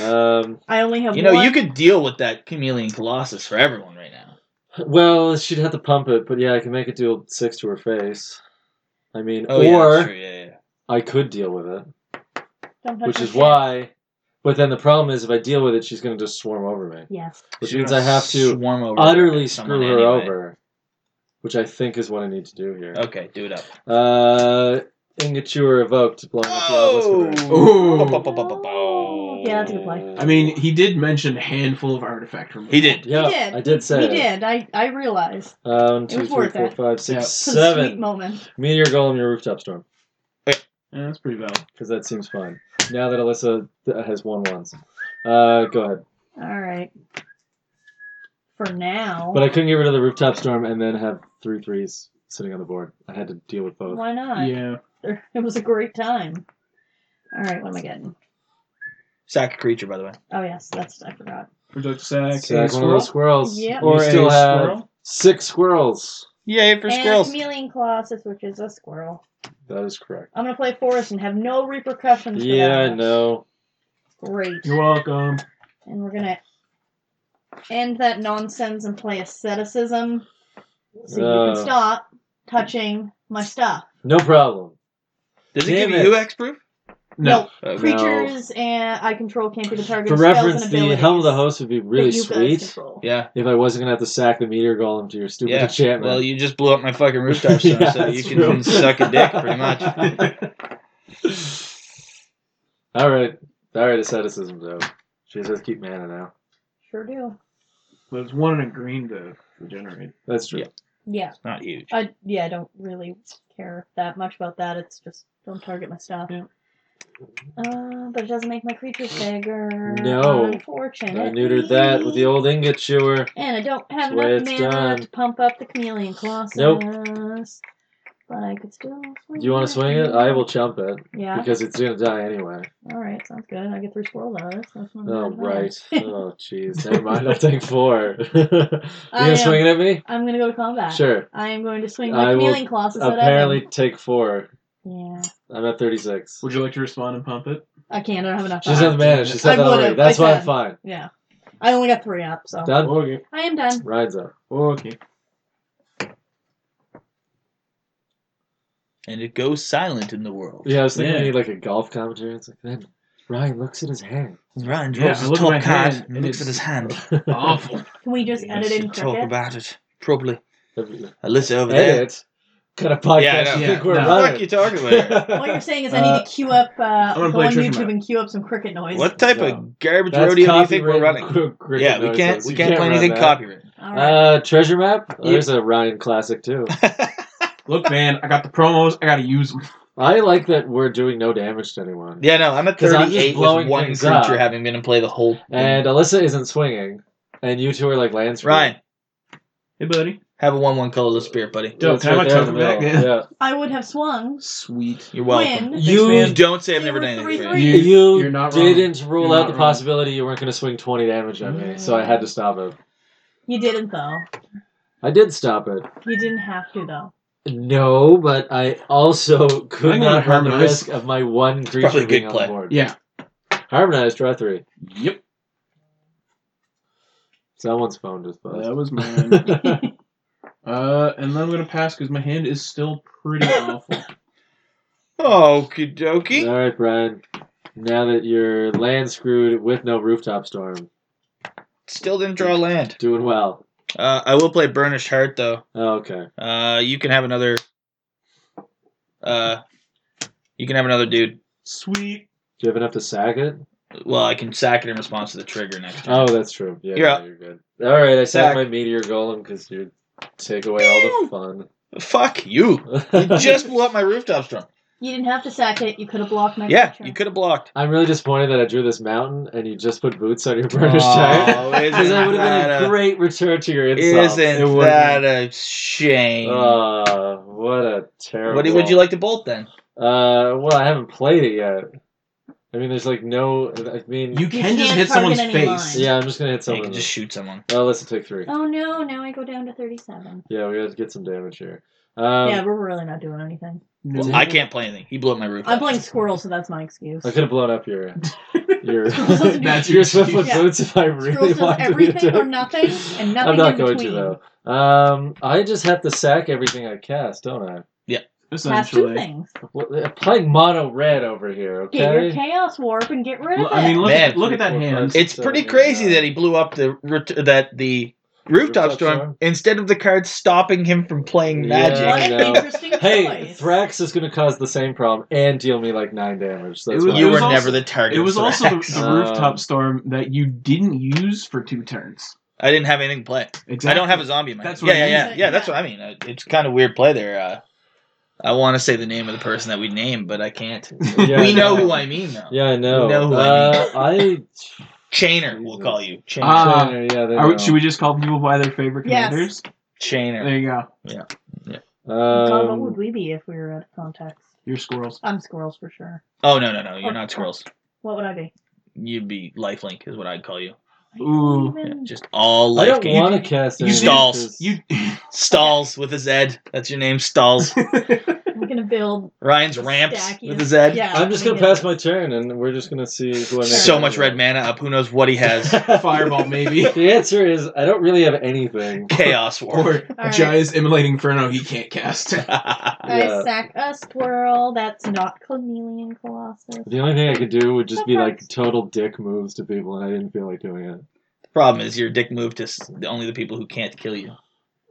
[SPEAKER 4] um,
[SPEAKER 5] I only have.
[SPEAKER 2] you know,
[SPEAKER 5] one.
[SPEAKER 2] you could deal with that chameleon colossus for everyone right now.
[SPEAKER 4] well, she'd have to pump it, but yeah, I can make it do six to her face. I mean,
[SPEAKER 2] Oh, yeah,
[SPEAKER 4] or
[SPEAKER 2] that's true, yeah, yeah.
[SPEAKER 4] I could deal with it,
[SPEAKER 5] Don't touch
[SPEAKER 4] which
[SPEAKER 5] my
[SPEAKER 4] is
[SPEAKER 5] shit.
[SPEAKER 4] why. But then the problem is, if I deal with it, she's going to just swarm over me,
[SPEAKER 5] Yes.
[SPEAKER 4] which
[SPEAKER 2] She's
[SPEAKER 4] means I
[SPEAKER 2] gonna
[SPEAKER 4] have to
[SPEAKER 2] swarm over
[SPEAKER 4] utterly
[SPEAKER 2] someone
[SPEAKER 4] screw her
[SPEAKER 2] anyway.
[SPEAKER 4] over, which I think is what I need to do here.
[SPEAKER 2] Okay, do it up.
[SPEAKER 4] Uh, Ingature evoked, blowing up the obelisk with her.
[SPEAKER 1] Ooh.
[SPEAKER 5] Oh. Yeah, that's a good play.
[SPEAKER 1] I mean, he did mention handful of artifact removal.
[SPEAKER 2] He did.
[SPEAKER 4] Yeah,
[SPEAKER 5] he did.
[SPEAKER 4] I did say
[SPEAKER 5] He
[SPEAKER 4] it.
[SPEAKER 5] did. I I realize.
[SPEAKER 4] Um,
[SPEAKER 5] It
[SPEAKER 4] two,
[SPEAKER 5] was
[SPEAKER 4] three,
[SPEAKER 5] worth
[SPEAKER 4] four,
[SPEAKER 5] it.
[SPEAKER 4] five, six,
[SPEAKER 5] Some sweet
[SPEAKER 4] seven.
[SPEAKER 5] moment.
[SPEAKER 4] Meteor golem your rooftop storm
[SPEAKER 1] Yeah, that's pretty valid.
[SPEAKER 4] because that seems fine. Now that Alyssa uh, has won once, uh, go ahead.
[SPEAKER 5] All right. For now.
[SPEAKER 4] But I couldn't get rid of the rooftop storm and then have three threes sitting on the board. I had to deal with both.
[SPEAKER 5] why not?
[SPEAKER 1] Yeah.
[SPEAKER 5] It was a great time. All right. What am I getting?
[SPEAKER 2] Sack a creature, by the way.
[SPEAKER 5] Oh yes, that's I forgot.
[SPEAKER 1] Would you like to sack
[SPEAKER 4] So
[SPEAKER 1] a
[SPEAKER 4] that's one of
[SPEAKER 1] squirrel?
[SPEAKER 4] those squirrels.
[SPEAKER 5] Yep.
[SPEAKER 4] Or
[SPEAKER 1] Or
[SPEAKER 4] you still
[SPEAKER 1] a
[SPEAKER 4] have
[SPEAKER 1] squirrel?
[SPEAKER 4] six squirrels.
[SPEAKER 2] Yay for
[SPEAKER 5] and
[SPEAKER 2] squirrels.
[SPEAKER 5] chameleon colossus, which is a squirrel.
[SPEAKER 4] That is correct.
[SPEAKER 5] I'm gonna play forest and have no repercussions. for
[SPEAKER 4] Yeah, I
[SPEAKER 5] that.
[SPEAKER 4] know.
[SPEAKER 5] Great.
[SPEAKER 1] You're welcome.
[SPEAKER 5] And we're gonna end that nonsense and play asceticism, so you
[SPEAKER 4] Uh.
[SPEAKER 5] can stop touching my stuff.
[SPEAKER 4] No problem.
[SPEAKER 2] Does it
[SPEAKER 4] Damn
[SPEAKER 2] give
[SPEAKER 4] it.
[SPEAKER 2] you two X proof?
[SPEAKER 1] No.
[SPEAKER 2] Uh,
[SPEAKER 4] Pre-
[SPEAKER 5] creatures and I control can't be the target
[SPEAKER 4] For
[SPEAKER 5] of spells
[SPEAKER 4] reference,
[SPEAKER 5] and
[SPEAKER 4] the
[SPEAKER 5] abilities
[SPEAKER 4] helm of the host would be
[SPEAKER 5] that
[SPEAKER 4] really
[SPEAKER 5] you guys
[SPEAKER 4] sweet
[SPEAKER 5] control.
[SPEAKER 2] yeah.
[SPEAKER 4] if I wasn't gonna have to sack the meteor golem to your stupid
[SPEAKER 2] Yeah.
[SPEAKER 4] enchantment.
[SPEAKER 2] Well, you just blew up my fucking rooftop stone,
[SPEAKER 4] Yeah,
[SPEAKER 2] so you
[SPEAKER 4] that's
[SPEAKER 2] can
[SPEAKER 4] true.
[SPEAKER 2] suck a dick, pretty much.
[SPEAKER 4] All right, all right. Asceticism, though. She just has to keep mana now.
[SPEAKER 5] Sure do.
[SPEAKER 1] But it's one in a green to regenerate.
[SPEAKER 4] That's true.
[SPEAKER 2] Yeah.
[SPEAKER 5] Yeah.
[SPEAKER 2] Not huge.
[SPEAKER 5] I yeah, I don't really care that much about that. It's just don't target my stuff.
[SPEAKER 1] Yeah.
[SPEAKER 5] Uh, but it doesn't make my creatures bigger.
[SPEAKER 4] No.
[SPEAKER 5] Unfortunate.
[SPEAKER 4] I neutered that with the old ingot chewer.
[SPEAKER 5] And I don't
[SPEAKER 4] That's
[SPEAKER 5] have
[SPEAKER 4] the way
[SPEAKER 5] enough
[SPEAKER 4] it's
[SPEAKER 5] mana
[SPEAKER 4] done.
[SPEAKER 5] to pump up the chameleon colossus.
[SPEAKER 4] Nope.
[SPEAKER 5] But I could still swing
[SPEAKER 4] Do you want to swing it? I will chump it
[SPEAKER 5] Yeah.
[SPEAKER 4] because it's gonna die anyway.
[SPEAKER 5] Alright, sounds good. I get three squirrel dollars. That's not
[SPEAKER 4] Oh
[SPEAKER 5] bad.
[SPEAKER 4] right. Oh jeez. Never mind. I'll take four. you
[SPEAKER 5] I
[SPEAKER 4] gonna
[SPEAKER 5] am-
[SPEAKER 4] swing it at me?
[SPEAKER 5] I'm gonna go to combat.
[SPEAKER 4] Sure.
[SPEAKER 5] I am going to swing my
[SPEAKER 4] I will
[SPEAKER 5] chameleon colossus
[SPEAKER 4] Apparently, take four.
[SPEAKER 5] at him. Yeah.
[SPEAKER 4] I'm at thirty-six.
[SPEAKER 1] Would you like to respond and pump it?
[SPEAKER 5] I can't, I don't have enough.
[SPEAKER 4] She doesn't
[SPEAKER 2] uh,
[SPEAKER 4] have
[SPEAKER 5] time.
[SPEAKER 4] the mana. She said
[SPEAKER 5] I
[SPEAKER 4] that
[SPEAKER 5] would've,
[SPEAKER 4] already. That's
[SPEAKER 5] I
[SPEAKER 4] why
[SPEAKER 5] said.
[SPEAKER 4] I'm fine.
[SPEAKER 5] Yeah. I only got three up, so
[SPEAKER 4] Done.
[SPEAKER 1] Okay.
[SPEAKER 5] I am done.
[SPEAKER 4] Rides up.
[SPEAKER 1] Okay.
[SPEAKER 2] And it goes silent in the world.
[SPEAKER 4] Yeah, I was thinking
[SPEAKER 1] Yeah.
[SPEAKER 4] we need like a golf commentary. It's like then Ryan looks at his hand.
[SPEAKER 2] Ryan
[SPEAKER 1] Yeah,
[SPEAKER 2] draws
[SPEAKER 1] I
[SPEAKER 2] his
[SPEAKER 1] look at my
[SPEAKER 2] top card
[SPEAKER 1] hand,
[SPEAKER 2] and
[SPEAKER 1] and
[SPEAKER 2] looks at
[SPEAKER 1] it's-
[SPEAKER 2] his hand. Oh,
[SPEAKER 1] Awful.
[SPEAKER 5] Can we just
[SPEAKER 2] He
[SPEAKER 5] edit
[SPEAKER 2] wants to
[SPEAKER 5] in
[SPEAKER 2] talk
[SPEAKER 5] cricket?
[SPEAKER 2] about it properly.
[SPEAKER 4] Edit.
[SPEAKER 2] Alyssa over there.
[SPEAKER 4] Kind of podcast.
[SPEAKER 2] Yeah, I know.
[SPEAKER 4] you
[SPEAKER 1] Yeah,
[SPEAKER 4] think we're
[SPEAKER 1] no.
[SPEAKER 2] What the fuck
[SPEAKER 4] running?
[SPEAKER 2] you talking about?
[SPEAKER 5] What you're saying is I need
[SPEAKER 4] Uh,
[SPEAKER 5] to queue up uh
[SPEAKER 1] gonna
[SPEAKER 5] go
[SPEAKER 1] play
[SPEAKER 5] on
[SPEAKER 1] Church of
[SPEAKER 5] YouTube
[SPEAKER 1] Mary.
[SPEAKER 5] and queue up some cricket noise.
[SPEAKER 2] What type of garbage rodeo do you think we're running? Yeah, we can't. We can't play anything copyright.
[SPEAKER 5] Alright.
[SPEAKER 4] Uh, treasure map. Oh, there's a Ryan classic too.
[SPEAKER 1] Look, man, I got the promos. I gotta use them.
[SPEAKER 4] I like that we're doing no damage to anyone.
[SPEAKER 2] Yeah, no, I'm at
[SPEAKER 4] 'Cause I'm just
[SPEAKER 2] 38
[SPEAKER 4] blowing
[SPEAKER 2] with one
[SPEAKER 4] things
[SPEAKER 2] creature
[SPEAKER 4] up.
[SPEAKER 2] having been in play the whole. thing.
[SPEAKER 4] And Alyssa isn't swinging, and you two are like lands. free.
[SPEAKER 2] Ryan,
[SPEAKER 1] Hey, buddy.
[SPEAKER 2] have a one-one colorless spirit, buddy.
[SPEAKER 1] Yo,
[SPEAKER 4] It's
[SPEAKER 1] can I have my
[SPEAKER 4] there in the
[SPEAKER 1] token back?
[SPEAKER 4] middle. Yeah.
[SPEAKER 5] I would have swung.
[SPEAKER 1] Sweet.
[SPEAKER 2] You're welcome.
[SPEAKER 5] Win.
[SPEAKER 4] You
[SPEAKER 1] man.
[SPEAKER 2] Don't say I've
[SPEAKER 5] They
[SPEAKER 2] never
[SPEAKER 5] were
[SPEAKER 2] done anything. for
[SPEAKER 5] three
[SPEAKER 2] you.
[SPEAKER 5] three.
[SPEAKER 4] You
[SPEAKER 1] You're not wrong.
[SPEAKER 4] didn't rule
[SPEAKER 1] You're
[SPEAKER 4] out
[SPEAKER 1] not
[SPEAKER 4] the
[SPEAKER 1] wrong.
[SPEAKER 4] possibility you weren't going to swing 20 damage at me, so I had to stop it.
[SPEAKER 5] You didn't though.
[SPEAKER 4] I did stop it.
[SPEAKER 5] You didn't have to though.
[SPEAKER 4] No, but I also could
[SPEAKER 1] I'm gonna
[SPEAKER 4] not run the
[SPEAKER 1] harmonize.
[SPEAKER 4] risk of my one
[SPEAKER 2] probably
[SPEAKER 4] creature
[SPEAKER 2] a
[SPEAKER 4] being
[SPEAKER 2] good
[SPEAKER 4] on
[SPEAKER 2] play.
[SPEAKER 4] the board.
[SPEAKER 1] Yeah.
[SPEAKER 4] Harmonized draw three.
[SPEAKER 1] Yep.
[SPEAKER 4] Someone's phone just buzzed.
[SPEAKER 1] That was mine. uh, and then I'm gonna pass because my hand is still pretty awful.
[SPEAKER 2] Okie dokie.
[SPEAKER 4] All right, Brian. Now that you're land screwed with no rooftop storm,
[SPEAKER 2] Still didn't draw land.
[SPEAKER 4] doing well.
[SPEAKER 2] Uh, I will play Burnished Heart though.
[SPEAKER 4] Oh, okay.
[SPEAKER 2] Uh, you can have another. Uh, you can have another dude.
[SPEAKER 1] Sweet.
[SPEAKER 4] Do you have enough to sack it?
[SPEAKER 2] Well, I can sack it in response to the trigger next turn.
[SPEAKER 4] Oh, that's true. Yeah,
[SPEAKER 2] You're
[SPEAKER 4] yeah,
[SPEAKER 2] up.
[SPEAKER 4] you're good. All right, I
[SPEAKER 2] Sack.
[SPEAKER 4] sack my meteor golem because you take away all the fun.
[SPEAKER 2] Fuck you. You just blew up my rooftop storm.
[SPEAKER 5] You didn't have to sack it. You could have blocked my
[SPEAKER 2] Yeah,
[SPEAKER 5] creature.
[SPEAKER 2] you could have blocked.
[SPEAKER 4] I'm really disappointed that I drew this mountain and you just put boots on your British
[SPEAKER 2] Oh,
[SPEAKER 4] giant.
[SPEAKER 2] isn't
[SPEAKER 4] Because that would have
[SPEAKER 2] that
[SPEAKER 4] been a
[SPEAKER 2] a-
[SPEAKER 4] great return to your insult.
[SPEAKER 2] Isn't
[SPEAKER 4] It would've-
[SPEAKER 2] that a shame?
[SPEAKER 1] Oh,
[SPEAKER 4] Uh, what a terrible.
[SPEAKER 2] what would you like to bolt then?
[SPEAKER 4] Uh, well, I haven't played it yet. I mean, there's like no. I mean,
[SPEAKER 1] You can just
[SPEAKER 5] can't
[SPEAKER 1] hit someone's
[SPEAKER 5] target any
[SPEAKER 1] face.
[SPEAKER 5] line.
[SPEAKER 4] yeah, I'm just gonna hit
[SPEAKER 2] So you
[SPEAKER 4] someone.
[SPEAKER 2] can just shoot someone.
[SPEAKER 4] Oh, let's take three.
[SPEAKER 5] Oh no! Now I go down to thirty-seven.
[SPEAKER 4] Yeah, we gotta get some damage here. Um,
[SPEAKER 5] yeah, we're really not doing anything.
[SPEAKER 2] Well, I can't play anything. He blew up my roof.
[SPEAKER 5] I'm playing squirrel, so that's my excuse.
[SPEAKER 4] I could have blown up your your
[SPEAKER 1] That's
[SPEAKER 4] your
[SPEAKER 1] your
[SPEAKER 4] Swiftfoot
[SPEAKER 5] excuse.
[SPEAKER 4] boots if I
[SPEAKER 5] Squirrel
[SPEAKER 4] really
[SPEAKER 5] does
[SPEAKER 4] wanted to.
[SPEAKER 5] everything
[SPEAKER 4] do
[SPEAKER 5] or
[SPEAKER 4] it.
[SPEAKER 5] nothing, and nothing
[SPEAKER 4] I'm not
[SPEAKER 5] in
[SPEAKER 4] going
[SPEAKER 5] between.
[SPEAKER 4] to though. Um, I just have to sack everything I cast, don't I?
[SPEAKER 5] That's two
[SPEAKER 1] essentially.
[SPEAKER 5] things.
[SPEAKER 4] Well, I'm playing mono red over here. Okay.
[SPEAKER 5] Get your chaos warp and get rid of
[SPEAKER 1] Well,
[SPEAKER 5] it.
[SPEAKER 1] I mean, look,
[SPEAKER 2] Man,
[SPEAKER 1] at, look at that
[SPEAKER 4] three, four,
[SPEAKER 1] hand.
[SPEAKER 4] five.
[SPEAKER 2] It's
[SPEAKER 4] So,
[SPEAKER 2] pretty
[SPEAKER 4] yeah.
[SPEAKER 2] crazy that he blew up the ret- that the rooftop,
[SPEAKER 4] Rooftop
[SPEAKER 2] storm,
[SPEAKER 4] storm?
[SPEAKER 2] instead of the card stopping him from playing magic.
[SPEAKER 4] Yeah,
[SPEAKER 5] what
[SPEAKER 4] I
[SPEAKER 5] an
[SPEAKER 4] know.
[SPEAKER 5] interesting
[SPEAKER 4] Hey,
[SPEAKER 5] choice.
[SPEAKER 4] Thrax is going to cause the same problem and deal me like nine damage. So that's
[SPEAKER 1] It was-
[SPEAKER 4] why-
[SPEAKER 2] you
[SPEAKER 1] it
[SPEAKER 2] were
[SPEAKER 1] was also-
[SPEAKER 2] never the target.
[SPEAKER 1] It was
[SPEAKER 2] of
[SPEAKER 1] also the,
[SPEAKER 2] Thrax.
[SPEAKER 1] the rooftop
[SPEAKER 4] Um,
[SPEAKER 1] storm that you didn't use for two turns.
[SPEAKER 2] I didn't have anything to play.
[SPEAKER 1] Exactly.
[SPEAKER 2] I don't have a zombie in my.
[SPEAKER 1] That's
[SPEAKER 2] yeah,
[SPEAKER 1] what
[SPEAKER 2] yeah,
[SPEAKER 1] I
[SPEAKER 2] yeah,
[SPEAKER 5] mean.
[SPEAKER 2] yeah. That's what I mean. Uh, It's kind of weird play there. Uh, I want to say the name of the person that we named, but I can't.
[SPEAKER 4] Yeah,
[SPEAKER 2] we know
[SPEAKER 4] I
[SPEAKER 2] who I mean though.
[SPEAKER 4] Yeah, I know.
[SPEAKER 2] You know who
[SPEAKER 4] uh, I.
[SPEAKER 2] Chainer, we'll call you. Chainer.
[SPEAKER 4] Uh,
[SPEAKER 1] Ah.
[SPEAKER 4] yeah, they
[SPEAKER 1] Are we,
[SPEAKER 4] know.
[SPEAKER 1] should we just call people by their favorite
[SPEAKER 5] Yes.
[SPEAKER 1] commanders?
[SPEAKER 2] Chainer.
[SPEAKER 1] There you go.
[SPEAKER 5] God, what would
[SPEAKER 4] Um,
[SPEAKER 5] we be if we were out of context?
[SPEAKER 1] Your squirrels.
[SPEAKER 5] I'm squirrels for sure.
[SPEAKER 2] Oh no, no, no. You're not squirrels.
[SPEAKER 5] What would I be?
[SPEAKER 2] You'd be lifelink is what I'd call you.
[SPEAKER 5] I don't
[SPEAKER 1] Ooh.
[SPEAKER 2] Yeah,
[SPEAKER 5] even-
[SPEAKER 2] just all
[SPEAKER 4] I
[SPEAKER 2] life.
[SPEAKER 4] don't
[SPEAKER 2] gain.
[SPEAKER 4] want to cast
[SPEAKER 1] you
[SPEAKER 4] any
[SPEAKER 2] stalls.
[SPEAKER 1] You.
[SPEAKER 2] Stalls with a Z. That's your name, Stalls.
[SPEAKER 5] I'm gonna build.
[SPEAKER 2] Ryan's
[SPEAKER 5] Just
[SPEAKER 2] ramps
[SPEAKER 5] stack you.
[SPEAKER 2] with a Z.
[SPEAKER 5] Yeah,
[SPEAKER 4] I'm just
[SPEAKER 5] we
[SPEAKER 4] going to
[SPEAKER 5] get
[SPEAKER 4] pass
[SPEAKER 5] it.
[SPEAKER 4] my turn and we're just going to see who I make.
[SPEAKER 2] So much red mana up. Who knows what he has?
[SPEAKER 1] Fireball, maybe.
[SPEAKER 4] the answer is I don't really have anything.
[SPEAKER 2] Chaos war.
[SPEAKER 1] or
[SPEAKER 5] right.
[SPEAKER 1] Jai's immolating inferno he can't cast.
[SPEAKER 4] Yeah.
[SPEAKER 5] I sack a squirrel. That's not Cornelian Colossus.
[SPEAKER 4] The only thing I could do would just be like total dick moves to people, and I didn't feel like doing it.
[SPEAKER 2] Problem is, your dick moved to s- only the people who can't kill you.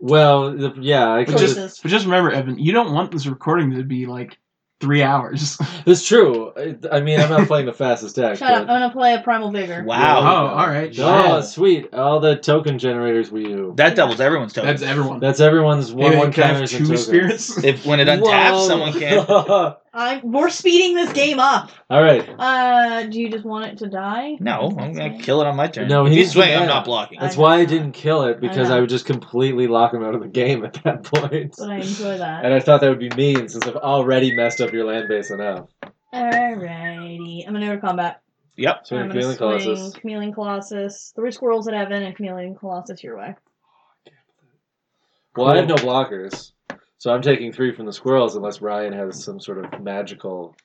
[SPEAKER 4] Well, the, yeah, I could
[SPEAKER 1] but
[SPEAKER 5] Jesus.
[SPEAKER 4] just,
[SPEAKER 1] just, but just remember, Evan, you don't want this recording to be like three hours.
[SPEAKER 4] that's true. I, I mean, I'm not playing the fastest deck.
[SPEAKER 5] Shut up! I'm
[SPEAKER 4] but-
[SPEAKER 5] gonna play a Primal Vigor.
[SPEAKER 2] Wow.
[SPEAKER 1] Oh, all right.
[SPEAKER 4] Oh,
[SPEAKER 1] Shit.
[SPEAKER 4] sweet! All the token generators we use.
[SPEAKER 2] That doubles everyone's token.
[SPEAKER 1] That's everyone.
[SPEAKER 4] That's everyone's
[SPEAKER 1] Hey,
[SPEAKER 4] one one
[SPEAKER 1] can I have
[SPEAKER 4] counters and
[SPEAKER 1] two
[SPEAKER 4] tokens.
[SPEAKER 1] spirits.
[SPEAKER 2] if when it untaps,
[SPEAKER 4] Whoa.
[SPEAKER 2] someone can.
[SPEAKER 5] I'm. We're speeding this game up.
[SPEAKER 4] all right,
[SPEAKER 5] Uh, do you just want it to die?
[SPEAKER 2] No, I'm gonna kill it on my turn.
[SPEAKER 4] No,
[SPEAKER 2] if
[SPEAKER 4] he
[SPEAKER 2] you
[SPEAKER 4] needs
[SPEAKER 2] swing,
[SPEAKER 4] to
[SPEAKER 2] I'm
[SPEAKER 4] die.
[SPEAKER 2] not blocking.
[SPEAKER 5] I
[SPEAKER 4] that's why I
[SPEAKER 5] know.
[SPEAKER 4] didn't kill it because
[SPEAKER 5] know.
[SPEAKER 4] I would just completely lock him out of the game at that point.
[SPEAKER 5] But I enjoy that.
[SPEAKER 4] And I thought that would be mean since I've already messed up your land base enough.
[SPEAKER 5] Alrighty. I'm gonna go to combat.
[SPEAKER 2] Yep.
[SPEAKER 4] So
[SPEAKER 5] I'm
[SPEAKER 4] we're
[SPEAKER 5] gonna
[SPEAKER 4] feeling
[SPEAKER 5] swing
[SPEAKER 4] Colossus.
[SPEAKER 5] Chameleon Colossus. Three squirrels at Evan and Chameleon Colossus your way.
[SPEAKER 4] Well, I have no blockers, so I'm taking three from the squirrels unless Ryan has some sort of magical.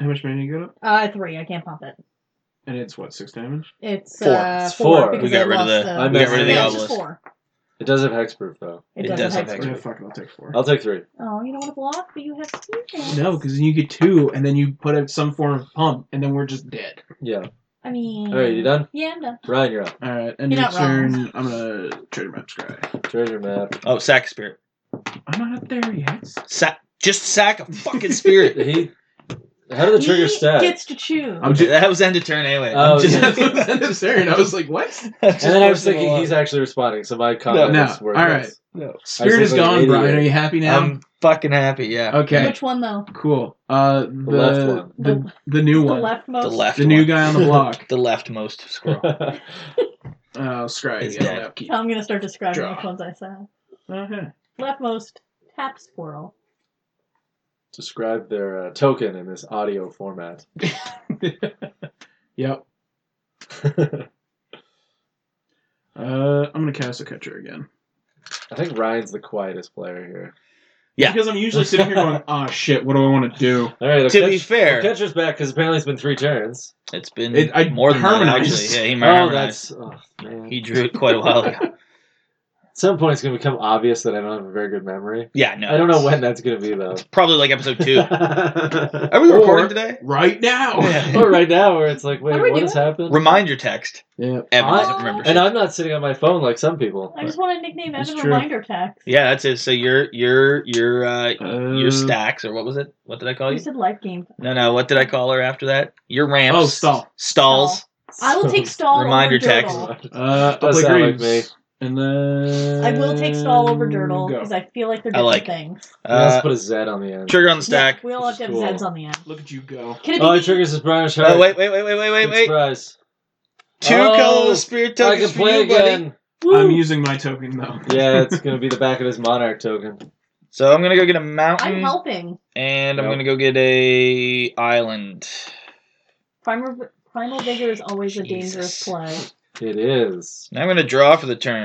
[SPEAKER 1] How much mana you got up?
[SPEAKER 5] Uh, three. I can't pop it.
[SPEAKER 1] And it's what six damage.
[SPEAKER 5] It's
[SPEAKER 2] Four.
[SPEAKER 5] Uh,
[SPEAKER 4] It's four.
[SPEAKER 5] because
[SPEAKER 4] We
[SPEAKER 2] got
[SPEAKER 5] I
[SPEAKER 2] rid of
[SPEAKER 5] lost
[SPEAKER 2] the-
[SPEAKER 5] uh,
[SPEAKER 4] I got
[SPEAKER 5] yeah,
[SPEAKER 4] rid of the
[SPEAKER 5] it's just
[SPEAKER 2] obelisk.
[SPEAKER 5] four.
[SPEAKER 4] It does have hexproof though.
[SPEAKER 5] It,
[SPEAKER 2] It
[SPEAKER 5] doesn't
[SPEAKER 2] does have
[SPEAKER 5] have
[SPEAKER 1] Yeah,
[SPEAKER 2] extra.
[SPEAKER 5] extra.
[SPEAKER 1] fuck it, I'll take four.
[SPEAKER 4] I'll take three.
[SPEAKER 5] Oh, you don't want to block, but you have two. hands.
[SPEAKER 1] No, because then you get two, and then you put out some form of pump, and then we're just dead.
[SPEAKER 4] Yeah.
[SPEAKER 5] I mean.
[SPEAKER 4] All right, you done?
[SPEAKER 5] Yeah, I'm done.
[SPEAKER 4] Ryan, you're up.
[SPEAKER 1] All right, end
[SPEAKER 5] You're
[SPEAKER 1] your
[SPEAKER 5] not wrong.
[SPEAKER 1] turn. I'm gonna trade map sky.
[SPEAKER 4] Treasure map.
[SPEAKER 2] Oh, sack spirit.
[SPEAKER 1] I'm not there yet.
[SPEAKER 2] Sack. Just sack a fucking spirit.
[SPEAKER 4] He. How did the trigger
[SPEAKER 5] he
[SPEAKER 4] stat?
[SPEAKER 5] gets to choose.
[SPEAKER 1] I'm just.
[SPEAKER 2] that was end of turn anyway.
[SPEAKER 4] Oh,
[SPEAKER 2] I'm just,
[SPEAKER 4] yeah.
[SPEAKER 1] end of turn. I was like, what?
[SPEAKER 2] just
[SPEAKER 4] and then I was
[SPEAKER 2] forcing
[SPEAKER 4] thinking
[SPEAKER 2] along.
[SPEAKER 4] he's actually responding, so my comment
[SPEAKER 1] no.
[SPEAKER 4] is
[SPEAKER 1] All
[SPEAKER 4] worthless.
[SPEAKER 1] right.
[SPEAKER 2] No.
[SPEAKER 1] Spirit is
[SPEAKER 4] like an
[SPEAKER 1] gone,
[SPEAKER 4] idiot.
[SPEAKER 1] Brian. Are you happy now?
[SPEAKER 2] I'm fucking happy. Um, Yeah.
[SPEAKER 1] okay.
[SPEAKER 5] Which one though?
[SPEAKER 1] Cool. Uh, the the
[SPEAKER 4] left one.
[SPEAKER 1] The, new
[SPEAKER 5] The
[SPEAKER 1] one.
[SPEAKER 5] left
[SPEAKER 4] Oh,
[SPEAKER 5] most.
[SPEAKER 2] The left.
[SPEAKER 1] the new
[SPEAKER 2] one.
[SPEAKER 1] guy on the block.
[SPEAKER 2] The leftmost squirrel.
[SPEAKER 1] Oh, Scry.
[SPEAKER 2] He's
[SPEAKER 1] yeah,
[SPEAKER 2] dead.
[SPEAKER 1] I'll keep-
[SPEAKER 5] I'm gonna start describing
[SPEAKER 1] Draw.
[SPEAKER 5] which ones I saw.
[SPEAKER 1] Okay.
[SPEAKER 5] Leftmost tap squirrel.
[SPEAKER 4] Describe their uh, token in this audio format.
[SPEAKER 1] Yep.
[SPEAKER 4] I
[SPEAKER 1] Uh, I'm gonna cast a catcher again.
[SPEAKER 4] think Ryan's the quietest player here.
[SPEAKER 2] Yeah.
[SPEAKER 1] Because I'm usually sitting here going, ah, shit, what do I want to do?
[SPEAKER 4] All right,
[SPEAKER 2] to be fair,
[SPEAKER 4] Catcher's back because apparently it's been three turns.
[SPEAKER 2] it's been
[SPEAKER 1] It- I
[SPEAKER 2] more than that,
[SPEAKER 1] harmonized.
[SPEAKER 2] actually. Yeah, he
[SPEAKER 4] Oh,
[SPEAKER 2] harmonized.
[SPEAKER 4] that's. Oh, man.
[SPEAKER 2] He drew it quite a while ago.
[SPEAKER 4] At some point, it's going to become obvious that I don't have a very good memory.
[SPEAKER 2] Yeah, no.
[SPEAKER 4] I don't know
[SPEAKER 2] it's-
[SPEAKER 4] when that's going to be, though.
[SPEAKER 2] It's probably like episode two. Are
[SPEAKER 4] Are
[SPEAKER 2] we recording today?
[SPEAKER 1] Right now!
[SPEAKER 2] Yeah.
[SPEAKER 4] Or right now, where it's like, wait,
[SPEAKER 5] What are we
[SPEAKER 4] what has happened?
[SPEAKER 2] Remind your text.
[SPEAKER 1] Yeah.
[SPEAKER 2] Evan
[SPEAKER 4] I-
[SPEAKER 2] doesn't remember.
[SPEAKER 4] And
[SPEAKER 2] shit.
[SPEAKER 4] I'm not sitting on my phone like some people.
[SPEAKER 5] I just want to nickname
[SPEAKER 1] That's
[SPEAKER 5] as a
[SPEAKER 1] true.
[SPEAKER 5] reminder text.
[SPEAKER 2] Yeah, that's it. So your your your uh,
[SPEAKER 1] Uh,
[SPEAKER 2] your
[SPEAKER 4] Mm.
[SPEAKER 2] stacks or what was it? What did I call
[SPEAKER 5] You
[SPEAKER 2] you?
[SPEAKER 5] said life game.
[SPEAKER 2] No, no. What did I call her after that? Your ramps.
[SPEAKER 1] Oh, stall.
[SPEAKER 2] Stalls.
[SPEAKER 5] I will take stall.
[SPEAKER 2] Reminder
[SPEAKER 5] over
[SPEAKER 2] text.
[SPEAKER 5] Dodal.
[SPEAKER 1] Uh,
[SPEAKER 4] Does
[SPEAKER 1] I'll play
[SPEAKER 4] sound like
[SPEAKER 1] Greaves.
[SPEAKER 4] me.
[SPEAKER 1] And then
[SPEAKER 5] I will take stall over dirtle
[SPEAKER 1] go.
[SPEAKER 5] because I feel like they're
[SPEAKER 2] I
[SPEAKER 5] different
[SPEAKER 2] like it.
[SPEAKER 5] things.
[SPEAKER 4] let's
[SPEAKER 2] Uh,
[SPEAKER 4] put a Z on the end.
[SPEAKER 2] trigger on the stack.
[SPEAKER 5] Yeah, we all have
[SPEAKER 4] This
[SPEAKER 5] to
[SPEAKER 4] is
[SPEAKER 5] have
[SPEAKER 4] cool.
[SPEAKER 5] Zeds on the end.
[SPEAKER 1] Look at you go.
[SPEAKER 5] Can it
[SPEAKER 4] Oh,
[SPEAKER 5] be?
[SPEAKER 4] it triggers his brownish heart.
[SPEAKER 2] Oh wait, wait, wait, wait, wait, wait, wait.
[SPEAKER 4] Surprise.
[SPEAKER 2] Two
[SPEAKER 4] uh, Oh,
[SPEAKER 2] colorless spirit
[SPEAKER 4] I can
[SPEAKER 2] tokens for
[SPEAKER 4] play
[SPEAKER 2] you,
[SPEAKER 4] again.
[SPEAKER 2] buddy.
[SPEAKER 5] Woo!
[SPEAKER 1] I'm using my token though.
[SPEAKER 4] Yeah, it's gonna be the back of his monarch token.
[SPEAKER 2] So I'm gonna go get a
[SPEAKER 5] I'm
[SPEAKER 2] mountain,
[SPEAKER 5] helping.
[SPEAKER 2] and I'm
[SPEAKER 4] Nope.
[SPEAKER 2] gonna go get a island.
[SPEAKER 5] Primal, primal vigor is always a dangerous
[SPEAKER 2] Jesus.
[SPEAKER 5] play.
[SPEAKER 4] It is.
[SPEAKER 2] And I'm gonna draw for the turn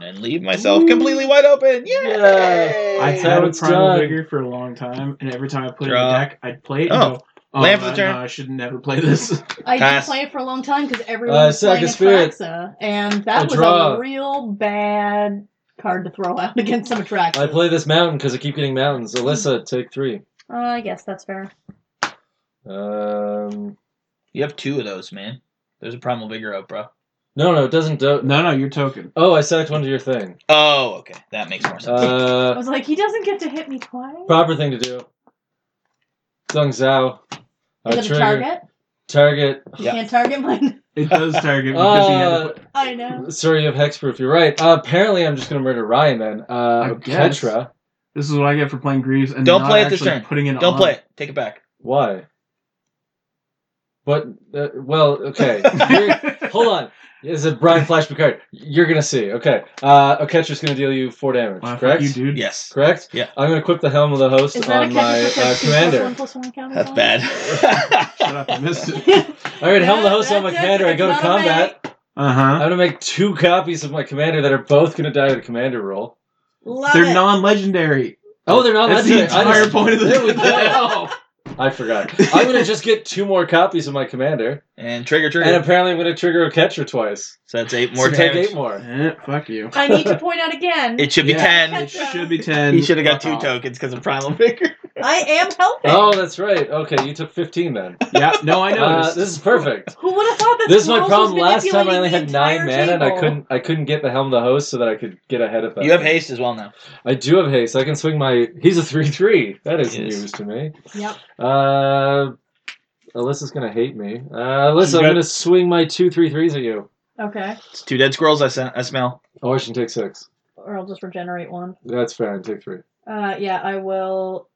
[SPEAKER 2] and leave myself
[SPEAKER 4] Ooh.
[SPEAKER 2] completely wide open. Yay!
[SPEAKER 4] Yeah.
[SPEAKER 1] I've
[SPEAKER 4] That's how
[SPEAKER 1] had a
[SPEAKER 4] it's
[SPEAKER 1] primal
[SPEAKER 4] done.
[SPEAKER 1] vigor for a long time, and every time I put it
[SPEAKER 2] Draw.
[SPEAKER 1] in a deck, I'd play it and
[SPEAKER 2] Oh.
[SPEAKER 1] go, "Oh,
[SPEAKER 2] Land for the
[SPEAKER 1] uh,
[SPEAKER 2] turn.
[SPEAKER 1] no, I should never play this."
[SPEAKER 5] I did
[SPEAKER 2] Pass.
[SPEAKER 5] play it for a long time because everyone
[SPEAKER 4] Uh,
[SPEAKER 5] was
[SPEAKER 4] Sack
[SPEAKER 5] playing
[SPEAKER 4] of Spirit.
[SPEAKER 5] Atraxa, and
[SPEAKER 4] I
[SPEAKER 5] that was
[SPEAKER 4] draw.
[SPEAKER 5] a real bad card to throw out against some Atraxa.
[SPEAKER 4] I play this mountain because I keep getting mountains. Alyssa, take three.
[SPEAKER 5] Uh, I guess that's fair.
[SPEAKER 4] Um,
[SPEAKER 2] You have two of those, man. There's a primal vigor out, bro.
[SPEAKER 4] no, no, it doesn't. Do-
[SPEAKER 1] no, no, your token.
[SPEAKER 4] oh, I sacked one to your thing.
[SPEAKER 2] Oh, okay, that makes more sense.
[SPEAKER 5] I
[SPEAKER 4] Uh,
[SPEAKER 5] was like, he doesn't get to hit me twice.
[SPEAKER 4] proper thing to do. Dung Zhao. I
[SPEAKER 5] Is it a target?
[SPEAKER 4] Target.
[SPEAKER 5] You
[SPEAKER 2] Yeah.
[SPEAKER 5] can't target mine.
[SPEAKER 1] It does target because he had.
[SPEAKER 4] Uh,
[SPEAKER 1] To put-
[SPEAKER 5] I know.
[SPEAKER 4] sorry, you have hexproof. You're right. Uh, apparently, I'm just gonna murder Ryan then.
[SPEAKER 1] I
[SPEAKER 4] Uh,
[SPEAKER 1] guess.
[SPEAKER 4] Ketra.
[SPEAKER 1] this is what I get for playing Greaves and
[SPEAKER 2] Don't
[SPEAKER 1] not
[SPEAKER 2] play it this
[SPEAKER 1] actually
[SPEAKER 2] turn.
[SPEAKER 1] Putting it
[SPEAKER 2] Don't
[SPEAKER 1] on.
[SPEAKER 2] play it. Take it back.
[SPEAKER 4] Why? But uh, well, okay. You're- Hold on. Is it Brian Flash Picard? You're gonna see. Okay. Uh Oketra's gonna deal you four damage,
[SPEAKER 1] Wow, fuck
[SPEAKER 4] correct?
[SPEAKER 1] you, dude.
[SPEAKER 2] yes,
[SPEAKER 4] Correct?
[SPEAKER 2] Yeah.
[SPEAKER 4] I'm gonna equip the helm of the host
[SPEAKER 5] Is that a
[SPEAKER 4] on
[SPEAKER 5] catch
[SPEAKER 4] my
[SPEAKER 5] if
[SPEAKER 4] uh,
[SPEAKER 5] it's two plus one
[SPEAKER 4] commander.
[SPEAKER 5] plus one counter
[SPEAKER 2] that's
[SPEAKER 5] one?
[SPEAKER 2] bad.
[SPEAKER 1] Shut up! I missed it.
[SPEAKER 4] Alright, helm of the
[SPEAKER 5] Yeah,
[SPEAKER 4] host on my
[SPEAKER 5] that's it.
[SPEAKER 4] commander. I
[SPEAKER 5] It's
[SPEAKER 4] go to
[SPEAKER 5] not a
[SPEAKER 4] combat.
[SPEAKER 1] Uh
[SPEAKER 4] I'm
[SPEAKER 1] huh.
[SPEAKER 4] gonna make two copies of my commander that are both gonna die to the commander roll.
[SPEAKER 5] Love
[SPEAKER 1] They're
[SPEAKER 5] it.
[SPEAKER 1] non-legendary.
[SPEAKER 4] Oh, they're not
[SPEAKER 1] That's the
[SPEAKER 4] legendary. I
[SPEAKER 1] entire
[SPEAKER 4] just-
[SPEAKER 1] point of the-
[SPEAKER 4] There we go. I forgot. I'm gonna just get two more copies of my commander,
[SPEAKER 2] and trigger, trigger.
[SPEAKER 4] and apparently I'm gonna trigger Oketra twice.
[SPEAKER 2] so that's eight more
[SPEAKER 4] so
[SPEAKER 2] damage.
[SPEAKER 4] take eight more.
[SPEAKER 1] Eh, fuck you.
[SPEAKER 5] I need to point out again,
[SPEAKER 2] It should be
[SPEAKER 1] Yeah.
[SPEAKER 2] ten.
[SPEAKER 1] It should be ten.
[SPEAKER 2] He should have got
[SPEAKER 1] Fuck
[SPEAKER 2] two
[SPEAKER 1] off.
[SPEAKER 2] tokens because of primal vigor.
[SPEAKER 5] I am helping.
[SPEAKER 4] Oh, that's right. Okay, you took 15 then.
[SPEAKER 1] Yeah. No, I know.
[SPEAKER 4] Uh, this is perfect.
[SPEAKER 5] Who would have thought that?
[SPEAKER 4] This is my
[SPEAKER 5] Squirrels
[SPEAKER 4] problem.
[SPEAKER 5] was
[SPEAKER 4] Last time I only had
[SPEAKER 5] manipulating the
[SPEAKER 4] nine
[SPEAKER 5] entire
[SPEAKER 4] mana, and I
[SPEAKER 5] table?
[SPEAKER 4] couldn't. I couldn't get the helm of the host so that I could get ahead of them.
[SPEAKER 2] You have haste as well now.
[SPEAKER 4] I do have haste. I can swing my. He's a three-three. That is
[SPEAKER 2] Yes.
[SPEAKER 4] news to me.
[SPEAKER 5] Yep.
[SPEAKER 4] Uh, Alyssa's gonna hate me. Uh, Alyssa,
[SPEAKER 1] You
[SPEAKER 4] I'm
[SPEAKER 1] got-
[SPEAKER 4] gonna swing my two three-threes at you.
[SPEAKER 5] Okay.
[SPEAKER 2] It's two dead squirrels. I sen- I smell.
[SPEAKER 4] Oh, I should take six.
[SPEAKER 5] Or I'll just regenerate one.
[SPEAKER 4] That's fair. And take three.
[SPEAKER 5] Uh, yeah, I will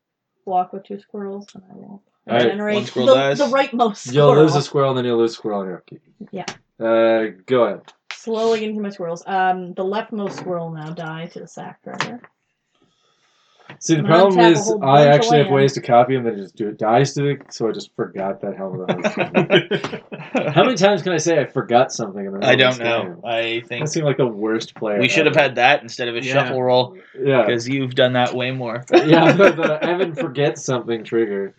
[SPEAKER 5] walk with two squirrels, and I will
[SPEAKER 4] All right.
[SPEAKER 5] regenerate
[SPEAKER 2] one squirrel
[SPEAKER 5] the,
[SPEAKER 2] dies.
[SPEAKER 5] the rightmost
[SPEAKER 4] You'll
[SPEAKER 5] squirrel.
[SPEAKER 4] lose a squirrel, and then you'll lose a squirrel on your upkeep.
[SPEAKER 5] Yeah.
[SPEAKER 4] Uh, go ahead.
[SPEAKER 5] Slowly getting to my squirrels. Um, the leftmost squirrel now die to the sack driver.
[SPEAKER 4] See, the
[SPEAKER 5] I'm gonna
[SPEAKER 4] problem
[SPEAKER 5] untap a
[SPEAKER 4] is
[SPEAKER 5] whole
[SPEAKER 4] I
[SPEAKER 5] bunch of
[SPEAKER 4] actually have
[SPEAKER 5] land.
[SPEAKER 4] ways to copy him that just do it dies to it, so I just forgot that helm of the host. How many times can I say I forgot something? In the middle
[SPEAKER 2] I
[SPEAKER 4] of
[SPEAKER 2] don't
[SPEAKER 4] this
[SPEAKER 2] know.
[SPEAKER 4] game?
[SPEAKER 2] I
[SPEAKER 4] I
[SPEAKER 2] think
[SPEAKER 4] seem like the worst player.
[SPEAKER 2] we should have
[SPEAKER 4] ever.
[SPEAKER 2] had that instead of a
[SPEAKER 1] Yeah.
[SPEAKER 2] shuffle roll
[SPEAKER 4] Yeah.
[SPEAKER 2] because you've done that way more.
[SPEAKER 4] yeah, the, the Evan forgets something trigger.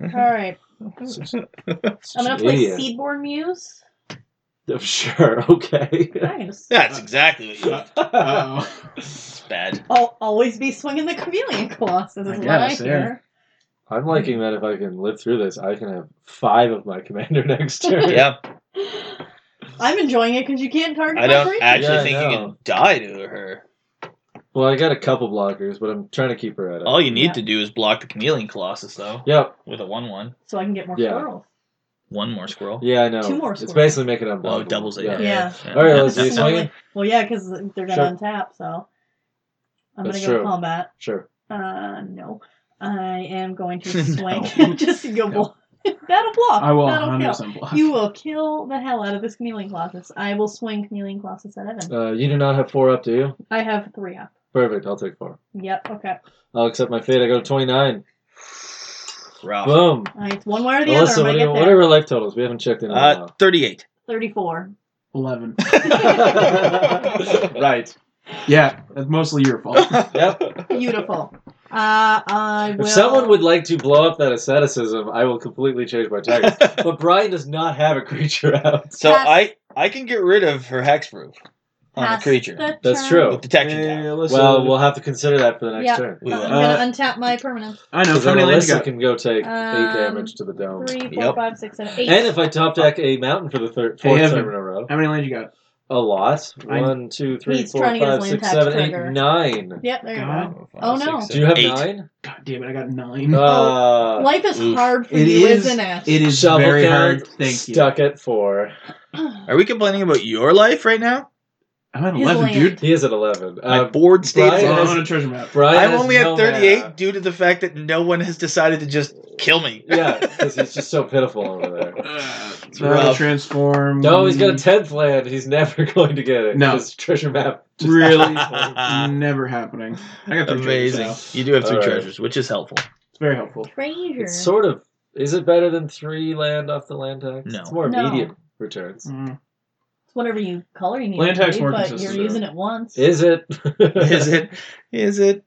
[SPEAKER 2] Mm-hmm.
[SPEAKER 5] All right, I'm gonna play
[SPEAKER 4] Idiot.
[SPEAKER 5] Seedborn Muse.
[SPEAKER 4] Oh, Sure, okay.
[SPEAKER 5] Nice.
[SPEAKER 2] That's exactly what you.
[SPEAKER 1] Uh, Uh-oh.
[SPEAKER 2] It's bad.
[SPEAKER 5] I'll always be swinging the chameleon colossus.
[SPEAKER 1] I
[SPEAKER 5] Is what I
[SPEAKER 1] guess, yeah.
[SPEAKER 5] hear.
[SPEAKER 4] I'm liking that if I can live through this, I can have five of my commander next turn.
[SPEAKER 2] Yeah,
[SPEAKER 5] I'm enjoying it because you can't target
[SPEAKER 2] I
[SPEAKER 5] my
[SPEAKER 2] don't
[SPEAKER 5] creature.
[SPEAKER 2] actually
[SPEAKER 4] Yeah, I
[SPEAKER 2] think you
[SPEAKER 4] know.
[SPEAKER 2] can die to her.
[SPEAKER 4] Well, I got a couple blockers, but I'm trying to keep her at it.
[SPEAKER 2] All you need
[SPEAKER 5] Yeah.
[SPEAKER 2] to do is block the chameleon colossus though
[SPEAKER 4] Yep.
[SPEAKER 2] with a one-one.
[SPEAKER 5] so I can get more
[SPEAKER 4] Yeah.
[SPEAKER 5] squirrels.
[SPEAKER 2] One more squirrel.
[SPEAKER 4] Yeah, I know.
[SPEAKER 5] Two more
[SPEAKER 4] It's
[SPEAKER 5] squirrels.
[SPEAKER 4] basically making it unblockable.
[SPEAKER 2] Oh, it doubles it.
[SPEAKER 4] Yeah.
[SPEAKER 5] Yeah.
[SPEAKER 4] All right, let's
[SPEAKER 2] That-
[SPEAKER 4] do
[SPEAKER 2] that's-
[SPEAKER 4] swinging.
[SPEAKER 5] Slowly. Well, yeah, because they're gonna untap. So I'm gonna
[SPEAKER 4] That's
[SPEAKER 5] go
[SPEAKER 4] true.
[SPEAKER 5] combat.
[SPEAKER 4] Sure.
[SPEAKER 5] Uh, no. I am going to
[SPEAKER 2] No.
[SPEAKER 5] swing. Just go
[SPEAKER 1] No.
[SPEAKER 5] block. That'll block.
[SPEAKER 1] I will
[SPEAKER 5] That'll kill.
[SPEAKER 1] 100% block.
[SPEAKER 5] You will kill the hell out of this chameleon colossus. I will swing chameleon colossus at Evan.
[SPEAKER 4] Uh, you do not have four up, do you?
[SPEAKER 5] I have three up.
[SPEAKER 4] Perfect. I'll take four.
[SPEAKER 5] Yep. Okay.
[SPEAKER 4] I'll accept my fate. I go to 29.
[SPEAKER 2] Rough.
[SPEAKER 4] Boom.
[SPEAKER 5] All right. It's one way or the
[SPEAKER 4] Alyssa,
[SPEAKER 5] other.
[SPEAKER 4] what
[SPEAKER 5] I might
[SPEAKER 4] are,
[SPEAKER 5] get
[SPEAKER 4] what
[SPEAKER 5] there.
[SPEAKER 4] are our life totals? We haven't checked in a
[SPEAKER 2] Uh,
[SPEAKER 4] while.
[SPEAKER 2] thirty-eight.
[SPEAKER 5] Thirty-four.
[SPEAKER 1] Eleven.
[SPEAKER 4] right.
[SPEAKER 1] Yeah, that's mostly your fault.
[SPEAKER 4] Yep.
[SPEAKER 5] Beautiful. Uh, I will.
[SPEAKER 4] If someone would like to blow up that asceticism, I will completely change my target. but Brian does not have a creature out.
[SPEAKER 2] So
[SPEAKER 5] Pass.
[SPEAKER 2] I I can get rid of her hex roof on
[SPEAKER 5] pass
[SPEAKER 2] a creature
[SPEAKER 5] the
[SPEAKER 4] That's
[SPEAKER 5] turn.
[SPEAKER 4] true.
[SPEAKER 2] with detection
[SPEAKER 1] Hey,
[SPEAKER 2] tower.
[SPEAKER 1] Alyssa,
[SPEAKER 4] Well, we'll have to consider that for the next
[SPEAKER 5] Yeah.
[SPEAKER 4] turn.
[SPEAKER 2] We
[SPEAKER 5] Uh,
[SPEAKER 2] will.
[SPEAKER 5] I'm gonna
[SPEAKER 1] Uh,
[SPEAKER 5] untap my permanent.
[SPEAKER 1] I know.
[SPEAKER 4] Because
[SPEAKER 1] How
[SPEAKER 4] then
[SPEAKER 1] many lands you
[SPEAKER 4] Alyssa
[SPEAKER 1] got?
[SPEAKER 4] can go take eight
[SPEAKER 5] Um,
[SPEAKER 4] damage to the dome.
[SPEAKER 5] Three,
[SPEAKER 2] Yep.
[SPEAKER 5] four, five, six, seven, eight.
[SPEAKER 4] And if I top deck a mountain for the third,
[SPEAKER 1] Hey,
[SPEAKER 4] fourth
[SPEAKER 1] Evan.
[SPEAKER 4] time in a row,
[SPEAKER 1] How many lands you got?
[SPEAKER 4] a lot.
[SPEAKER 1] I-
[SPEAKER 4] One, two, three,
[SPEAKER 5] He's
[SPEAKER 4] four,
[SPEAKER 5] trying to get his
[SPEAKER 4] five,
[SPEAKER 5] land
[SPEAKER 4] six,
[SPEAKER 5] tax
[SPEAKER 4] seven, eight,
[SPEAKER 5] trigger.
[SPEAKER 4] nine.
[SPEAKER 5] Yep, there you
[SPEAKER 1] God.
[SPEAKER 5] go. Oh, no.
[SPEAKER 4] Do you have
[SPEAKER 2] eight.
[SPEAKER 4] nine?
[SPEAKER 1] God damn it! I got nine.
[SPEAKER 4] Uh,
[SPEAKER 5] Life is
[SPEAKER 2] Oof.
[SPEAKER 5] hard for
[SPEAKER 1] It
[SPEAKER 5] you,
[SPEAKER 1] is-
[SPEAKER 5] isn't it?
[SPEAKER 1] it is
[SPEAKER 4] shovel
[SPEAKER 1] very
[SPEAKER 4] count,
[SPEAKER 1] hard. Thank you.
[SPEAKER 4] stuck at four.
[SPEAKER 2] Are we complaining about your life right now?
[SPEAKER 1] I'm at
[SPEAKER 5] His
[SPEAKER 1] 11,
[SPEAKER 5] land.
[SPEAKER 1] dude.
[SPEAKER 4] He is at 11.
[SPEAKER 2] My
[SPEAKER 4] Uh,
[SPEAKER 2] board state is
[SPEAKER 4] Brian
[SPEAKER 1] Oh,
[SPEAKER 2] on.
[SPEAKER 1] I'm
[SPEAKER 4] has-
[SPEAKER 1] on a treasure map.
[SPEAKER 4] Brian
[SPEAKER 2] I'm
[SPEAKER 4] has
[SPEAKER 2] only at
[SPEAKER 4] no uh,
[SPEAKER 2] 38
[SPEAKER 4] mana.
[SPEAKER 2] due to the fact that no one has decided to just kill me.
[SPEAKER 4] yeah, because he's just so pitiful over there.
[SPEAKER 1] Uh,
[SPEAKER 2] It's
[SPEAKER 1] now to
[SPEAKER 2] rough.
[SPEAKER 1] transform.
[SPEAKER 4] No, he's
[SPEAKER 2] Mm.
[SPEAKER 4] got a 10th land. He's never going to get it.
[SPEAKER 1] No.
[SPEAKER 4] 'cause treasure map.
[SPEAKER 1] Really? never happening. I got three treasures
[SPEAKER 2] Amazing.
[SPEAKER 1] now.
[SPEAKER 2] You do have three
[SPEAKER 4] All right.
[SPEAKER 2] treasures, which is helpful.
[SPEAKER 1] It's very helpful.
[SPEAKER 5] Treasure.
[SPEAKER 4] It's sort of. Is it better than three land off the land tax?
[SPEAKER 2] No.
[SPEAKER 4] It's more
[SPEAKER 5] No.
[SPEAKER 4] immediate returns.
[SPEAKER 1] Mm.
[SPEAKER 5] It's whatever you color you need.
[SPEAKER 1] Land
[SPEAKER 5] to
[SPEAKER 1] tax
[SPEAKER 5] be,
[SPEAKER 1] more
[SPEAKER 5] but
[SPEAKER 1] consistent,
[SPEAKER 5] You're using it once.
[SPEAKER 4] Is it?
[SPEAKER 2] Is it? Is it?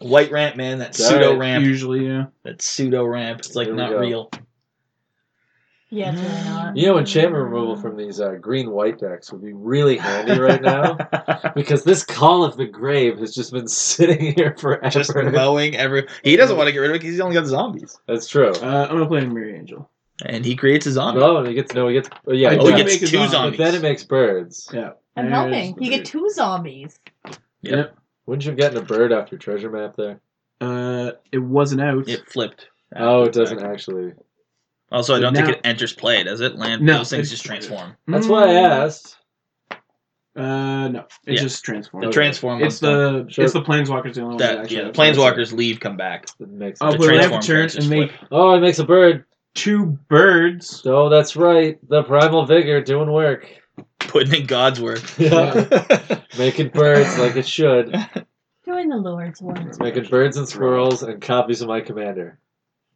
[SPEAKER 2] White ramp, man. That
[SPEAKER 4] All
[SPEAKER 2] pseudo
[SPEAKER 4] right.
[SPEAKER 2] ramp.
[SPEAKER 1] Usually, yeah.
[SPEAKER 2] That pseudo ramp. It's like
[SPEAKER 4] Here we
[SPEAKER 2] not
[SPEAKER 4] go.
[SPEAKER 2] real.
[SPEAKER 5] yeah, it's
[SPEAKER 1] Mm-hmm.
[SPEAKER 5] really not.
[SPEAKER 4] You know, enchantment removal from these uh, green white decks would be really handy right now because this Call of the Grave has just been sitting here forever.
[SPEAKER 2] Just mowing every. He doesn't want to get rid of it because he's only got zombies,
[SPEAKER 4] That's true.
[SPEAKER 2] Um,
[SPEAKER 1] Uh, I'm gonna play Mary Angel.
[SPEAKER 2] and he creates a zombie.
[SPEAKER 4] Oh, and he gets no, he gets oh, yeah.
[SPEAKER 1] I
[SPEAKER 4] he
[SPEAKER 2] oh,
[SPEAKER 1] do
[SPEAKER 2] he
[SPEAKER 4] gets-
[SPEAKER 1] make a
[SPEAKER 2] gets two
[SPEAKER 1] zombie.
[SPEAKER 4] but
[SPEAKER 2] zombies.
[SPEAKER 4] then it makes birds.
[SPEAKER 1] Yeah.
[SPEAKER 5] I'm
[SPEAKER 1] There's
[SPEAKER 5] helping.
[SPEAKER 1] the
[SPEAKER 5] You get
[SPEAKER 1] bird.
[SPEAKER 5] two zombies.
[SPEAKER 1] Yep.
[SPEAKER 4] Wouldn't you have gotten a bird off your treasure map there?
[SPEAKER 1] Uh, it wasn't out.
[SPEAKER 2] It flipped.
[SPEAKER 4] Oh, it doesn't actually.
[SPEAKER 2] Also, I
[SPEAKER 1] But
[SPEAKER 2] don't
[SPEAKER 1] now-
[SPEAKER 2] think it enters play, does it? Land
[SPEAKER 1] No,
[SPEAKER 2] those things
[SPEAKER 1] it-
[SPEAKER 2] just transform.
[SPEAKER 4] That's why I
[SPEAKER 1] Mm.
[SPEAKER 4] asked.
[SPEAKER 1] Uh, no. It
[SPEAKER 2] Yeah.
[SPEAKER 1] just transforms.
[SPEAKER 2] The transform.
[SPEAKER 1] It's
[SPEAKER 2] one's done.
[SPEAKER 1] the
[SPEAKER 4] Sure.
[SPEAKER 1] it's the planeswalkers the Uh, only one
[SPEAKER 2] that
[SPEAKER 1] that
[SPEAKER 2] yeah. The
[SPEAKER 1] actually has
[SPEAKER 2] planeswalkers leave, come back.
[SPEAKER 4] It makes
[SPEAKER 1] I'll
[SPEAKER 2] the
[SPEAKER 1] put
[SPEAKER 2] transform
[SPEAKER 1] land turn
[SPEAKER 2] effect
[SPEAKER 1] and
[SPEAKER 2] is
[SPEAKER 1] make
[SPEAKER 4] Oh, it makes a bird.
[SPEAKER 1] two birds.
[SPEAKER 4] Oh, that's right. The primal vigor doing work.
[SPEAKER 2] Putting in God's word.
[SPEAKER 4] making birds like it should.
[SPEAKER 5] Doing the Lord's work.
[SPEAKER 4] It's making birds and squirrels and copies of my commander.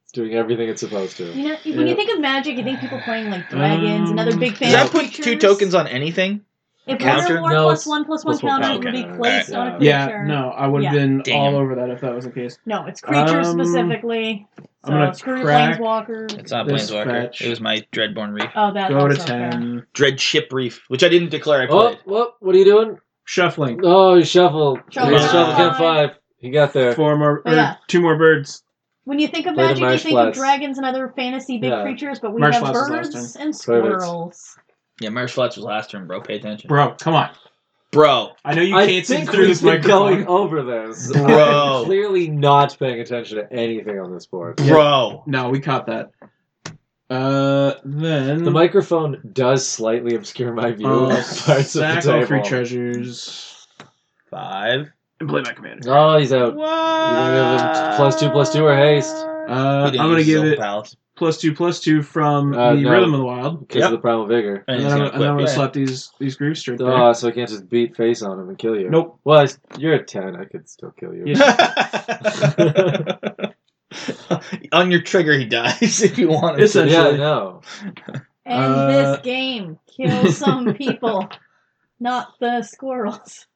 [SPEAKER 4] It's doing everything it's supposed to.
[SPEAKER 5] You know, when
[SPEAKER 4] Yeah.
[SPEAKER 5] you think of magic, you think people playing like dragons and other big
[SPEAKER 2] Does
[SPEAKER 5] fan
[SPEAKER 2] that put two tokens on anything?
[SPEAKER 5] If one
[SPEAKER 2] counter?
[SPEAKER 5] or more
[SPEAKER 4] No,
[SPEAKER 5] plus
[SPEAKER 4] it's-
[SPEAKER 5] one plus one
[SPEAKER 4] plus one
[SPEAKER 5] counter
[SPEAKER 2] counter.
[SPEAKER 5] would be
[SPEAKER 4] Okay.
[SPEAKER 5] placed
[SPEAKER 4] Alright.
[SPEAKER 5] on a creature.
[SPEAKER 1] Yeah, no, I would have
[SPEAKER 5] Yeah.
[SPEAKER 1] been
[SPEAKER 2] Damn.
[SPEAKER 1] all over that if that was the case.
[SPEAKER 5] No, it's creatures
[SPEAKER 1] Um,
[SPEAKER 5] specifically.
[SPEAKER 1] I'm
[SPEAKER 5] So
[SPEAKER 1] gonna
[SPEAKER 5] screw
[SPEAKER 1] crack
[SPEAKER 5] planeswalker.
[SPEAKER 2] It's not
[SPEAKER 1] This
[SPEAKER 2] Planeswalker.
[SPEAKER 1] fetch.
[SPEAKER 2] It was my Dreadborn Reef.
[SPEAKER 5] Oh, that.
[SPEAKER 1] Go to
[SPEAKER 5] also fair.
[SPEAKER 1] ten.
[SPEAKER 2] Dread Ship Reef, which I didn't declare I
[SPEAKER 4] Oh,
[SPEAKER 2] played.
[SPEAKER 4] what? What are you doing?
[SPEAKER 1] Shuffling.
[SPEAKER 4] Oh, you shuffle.
[SPEAKER 5] Shuffle
[SPEAKER 4] Shuffle, shuffle
[SPEAKER 5] five.
[SPEAKER 4] count five. He got there.
[SPEAKER 1] Four more,
[SPEAKER 5] Oh,
[SPEAKER 1] or
[SPEAKER 5] yeah.
[SPEAKER 1] two more birds.
[SPEAKER 5] When you think of
[SPEAKER 4] Play the
[SPEAKER 5] magic, you
[SPEAKER 4] Marsh
[SPEAKER 5] think
[SPEAKER 4] Flats.
[SPEAKER 5] of dragons and other fantasy big
[SPEAKER 4] Yeah.
[SPEAKER 5] creatures, but we
[SPEAKER 1] Marsh
[SPEAKER 5] have
[SPEAKER 1] Flats was last
[SPEAKER 5] birds and
[SPEAKER 4] Sorry, birds.
[SPEAKER 5] squirrels.
[SPEAKER 2] Yeah, Marsh Flats was last turn, bro. Pay attention. Bro.
[SPEAKER 1] Bro, come on. I know you
[SPEAKER 4] I
[SPEAKER 1] can't see
[SPEAKER 4] think
[SPEAKER 1] through
[SPEAKER 4] we've
[SPEAKER 1] this
[SPEAKER 4] been
[SPEAKER 1] microphone.
[SPEAKER 4] going over this.
[SPEAKER 2] Bro.
[SPEAKER 4] I'm clearly not paying attention to anything on this board.
[SPEAKER 2] Bro.
[SPEAKER 1] No, we caught that. Uh, then
[SPEAKER 4] The microphone does slightly obscure my view
[SPEAKER 1] uh,
[SPEAKER 4] of parts of the
[SPEAKER 1] sack all three
[SPEAKER 4] table.
[SPEAKER 1] treasures
[SPEAKER 2] Five.
[SPEAKER 1] and play my commander.
[SPEAKER 4] Oh, he's
[SPEAKER 2] What?
[SPEAKER 4] out. plus two, plus two, or haste?
[SPEAKER 1] Uh,
[SPEAKER 2] He
[SPEAKER 1] I'm
[SPEAKER 2] didn't
[SPEAKER 1] gonna
[SPEAKER 2] use his
[SPEAKER 1] give
[SPEAKER 2] own
[SPEAKER 1] it
[SPEAKER 2] Palace.
[SPEAKER 1] plus two plus two from
[SPEAKER 4] Uh,
[SPEAKER 1] the
[SPEAKER 4] no.
[SPEAKER 1] Rhythm of the Wild.
[SPEAKER 4] Because
[SPEAKER 2] Yep.
[SPEAKER 4] of the primal vigor.
[SPEAKER 1] And
[SPEAKER 2] And he's
[SPEAKER 1] then I'm,
[SPEAKER 2] gonna
[SPEAKER 1] and I'm
[SPEAKER 2] quit.
[SPEAKER 1] gonna
[SPEAKER 2] Yeah.
[SPEAKER 1] slap these these grief straight there.
[SPEAKER 4] Oh, so I can't just beat face on him and kill you.
[SPEAKER 1] nope.
[SPEAKER 4] Well, I- you're a 10. I could still kill you.
[SPEAKER 1] Yeah.
[SPEAKER 2] On your trigger, he dies if you want him.
[SPEAKER 1] It's
[SPEAKER 2] to.
[SPEAKER 1] a-
[SPEAKER 4] Yeah, I
[SPEAKER 1] Essentially.
[SPEAKER 4] know.
[SPEAKER 5] And
[SPEAKER 1] Uh,
[SPEAKER 5] this game kills some people, not the squirrels.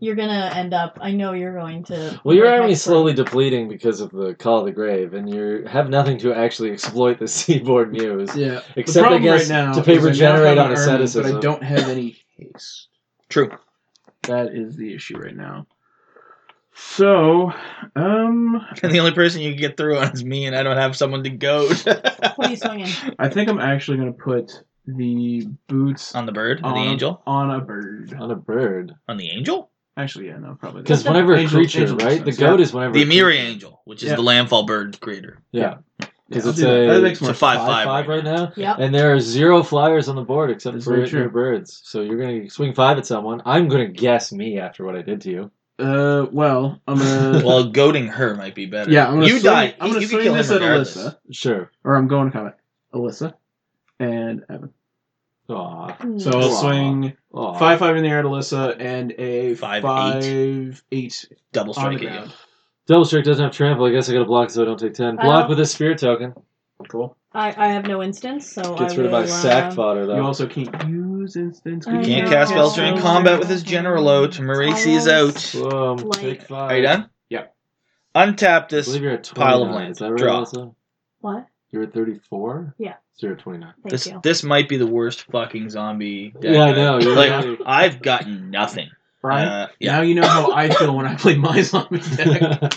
[SPEAKER 5] You're gonna end up. I know you're going to.
[SPEAKER 4] Well, your
[SPEAKER 5] like,
[SPEAKER 4] army's
[SPEAKER 5] next
[SPEAKER 4] slowly depleting because of the Call of the Grave, and you have nothing to actually exploit the seaboard muse.
[SPEAKER 1] Yeah.
[SPEAKER 4] Except, I guess, to pay
[SPEAKER 1] is I now
[SPEAKER 4] regenerate
[SPEAKER 1] have
[SPEAKER 4] on
[SPEAKER 1] an army,
[SPEAKER 4] asceticism.
[SPEAKER 1] But I don't have any haste.
[SPEAKER 2] True.
[SPEAKER 1] That is the issue right now. So, um,
[SPEAKER 2] And the only person you can get through on is me, and I don't have someone to goad.
[SPEAKER 5] turn. What are you swinging?
[SPEAKER 1] I think I'm actually gonna put the boots
[SPEAKER 2] on the bird? On the
[SPEAKER 1] On-
[SPEAKER 2] angel?
[SPEAKER 1] on a bird.
[SPEAKER 4] On a bird.
[SPEAKER 2] On the angel?
[SPEAKER 1] Actually, yeah, no, probably.
[SPEAKER 4] Because
[SPEAKER 1] not.
[SPEAKER 5] But the-
[SPEAKER 4] whenever a
[SPEAKER 1] Angel-
[SPEAKER 4] creature,
[SPEAKER 1] angel
[SPEAKER 4] right? The
[SPEAKER 1] business,
[SPEAKER 4] goat
[SPEAKER 1] yeah.
[SPEAKER 4] is whenever.
[SPEAKER 2] The Amiri angel, which is
[SPEAKER 1] Yeah.
[SPEAKER 2] the landfall bird creator.
[SPEAKER 4] Yeah. Because
[SPEAKER 1] I'll
[SPEAKER 4] it's
[SPEAKER 1] do that. That
[SPEAKER 4] a-
[SPEAKER 1] makes
[SPEAKER 2] It's
[SPEAKER 1] more
[SPEAKER 2] a five five,
[SPEAKER 4] 5 right now.
[SPEAKER 5] Yep.
[SPEAKER 4] And there are zero flyers on the board except
[SPEAKER 1] That's
[SPEAKER 4] for
[SPEAKER 1] very
[SPEAKER 4] it and your
[SPEAKER 1] true.
[SPEAKER 4] birds. So you're going to swing 5 at someone. I'm going to guess me after what I did to you.
[SPEAKER 1] Uh, well, I'm gonna.
[SPEAKER 2] well, goading her might be better.
[SPEAKER 1] yeah, I'm gonna.
[SPEAKER 2] you
[SPEAKER 1] swing,
[SPEAKER 2] die.
[SPEAKER 1] I'm gonna
[SPEAKER 2] you can
[SPEAKER 1] swing
[SPEAKER 2] kill
[SPEAKER 1] this
[SPEAKER 2] him
[SPEAKER 1] at
[SPEAKER 2] regardless.
[SPEAKER 1] Alyssa,
[SPEAKER 4] Sure.
[SPEAKER 1] or I'm going to comment Alyssa and Evan.
[SPEAKER 4] Aw.
[SPEAKER 1] So I'll
[SPEAKER 4] Aw.
[SPEAKER 1] swing
[SPEAKER 4] Aw.
[SPEAKER 1] five five in the air at Alyssa and a
[SPEAKER 2] Five,
[SPEAKER 1] five eight
[SPEAKER 2] Double
[SPEAKER 1] on the
[SPEAKER 2] strike at
[SPEAKER 1] ground.
[SPEAKER 2] you.
[SPEAKER 4] Double strike doesn't have trample. I guess I got to block so I don't take 10. Block
[SPEAKER 5] Oh.
[SPEAKER 4] with a spear token.
[SPEAKER 1] Cool.
[SPEAKER 5] I, I have no instance, so
[SPEAKER 4] Gets
[SPEAKER 5] I
[SPEAKER 4] rid of my
[SPEAKER 5] will,
[SPEAKER 4] sack
[SPEAKER 5] uh,
[SPEAKER 4] fodder, though.
[SPEAKER 1] You also can't use instants.
[SPEAKER 5] I
[SPEAKER 2] You can't
[SPEAKER 5] know.
[SPEAKER 2] cast spells
[SPEAKER 5] Yeah.
[SPEAKER 2] during combat with his general oath. Marisi is out.
[SPEAKER 5] Almost.
[SPEAKER 4] Boom.
[SPEAKER 5] Like-
[SPEAKER 4] take five.
[SPEAKER 2] Are you done?
[SPEAKER 1] Yep.
[SPEAKER 2] Untap
[SPEAKER 4] I
[SPEAKER 2] this.
[SPEAKER 4] believe you're at
[SPEAKER 2] Pile
[SPEAKER 4] 29.
[SPEAKER 2] of land.
[SPEAKER 4] Is that right,
[SPEAKER 2] Draw.
[SPEAKER 4] Alyssa?
[SPEAKER 5] What?
[SPEAKER 4] You're at 34?
[SPEAKER 5] Yeah.
[SPEAKER 4] So you're at 29.
[SPEAKER 5] Thank
[SPEAKER 2] This
[SPEAKER 5] you.
[SPEAKER 2] this might be the worst fucking zombie. deck
[SPEAKER 4] Yeah, I
[SPEAKER 2] I've-
[SPEAKER 4] know. You're
[SPEAKER 2] Like,
[SPEAKER 4] really-
[SPEAKER 2] I've gotten nothing.
[SPEAKER 1] Brian,
[SPEAKER 2] Uh, yeah.
[SPEAKER 1] now you know how I feel when I play my zombie deck.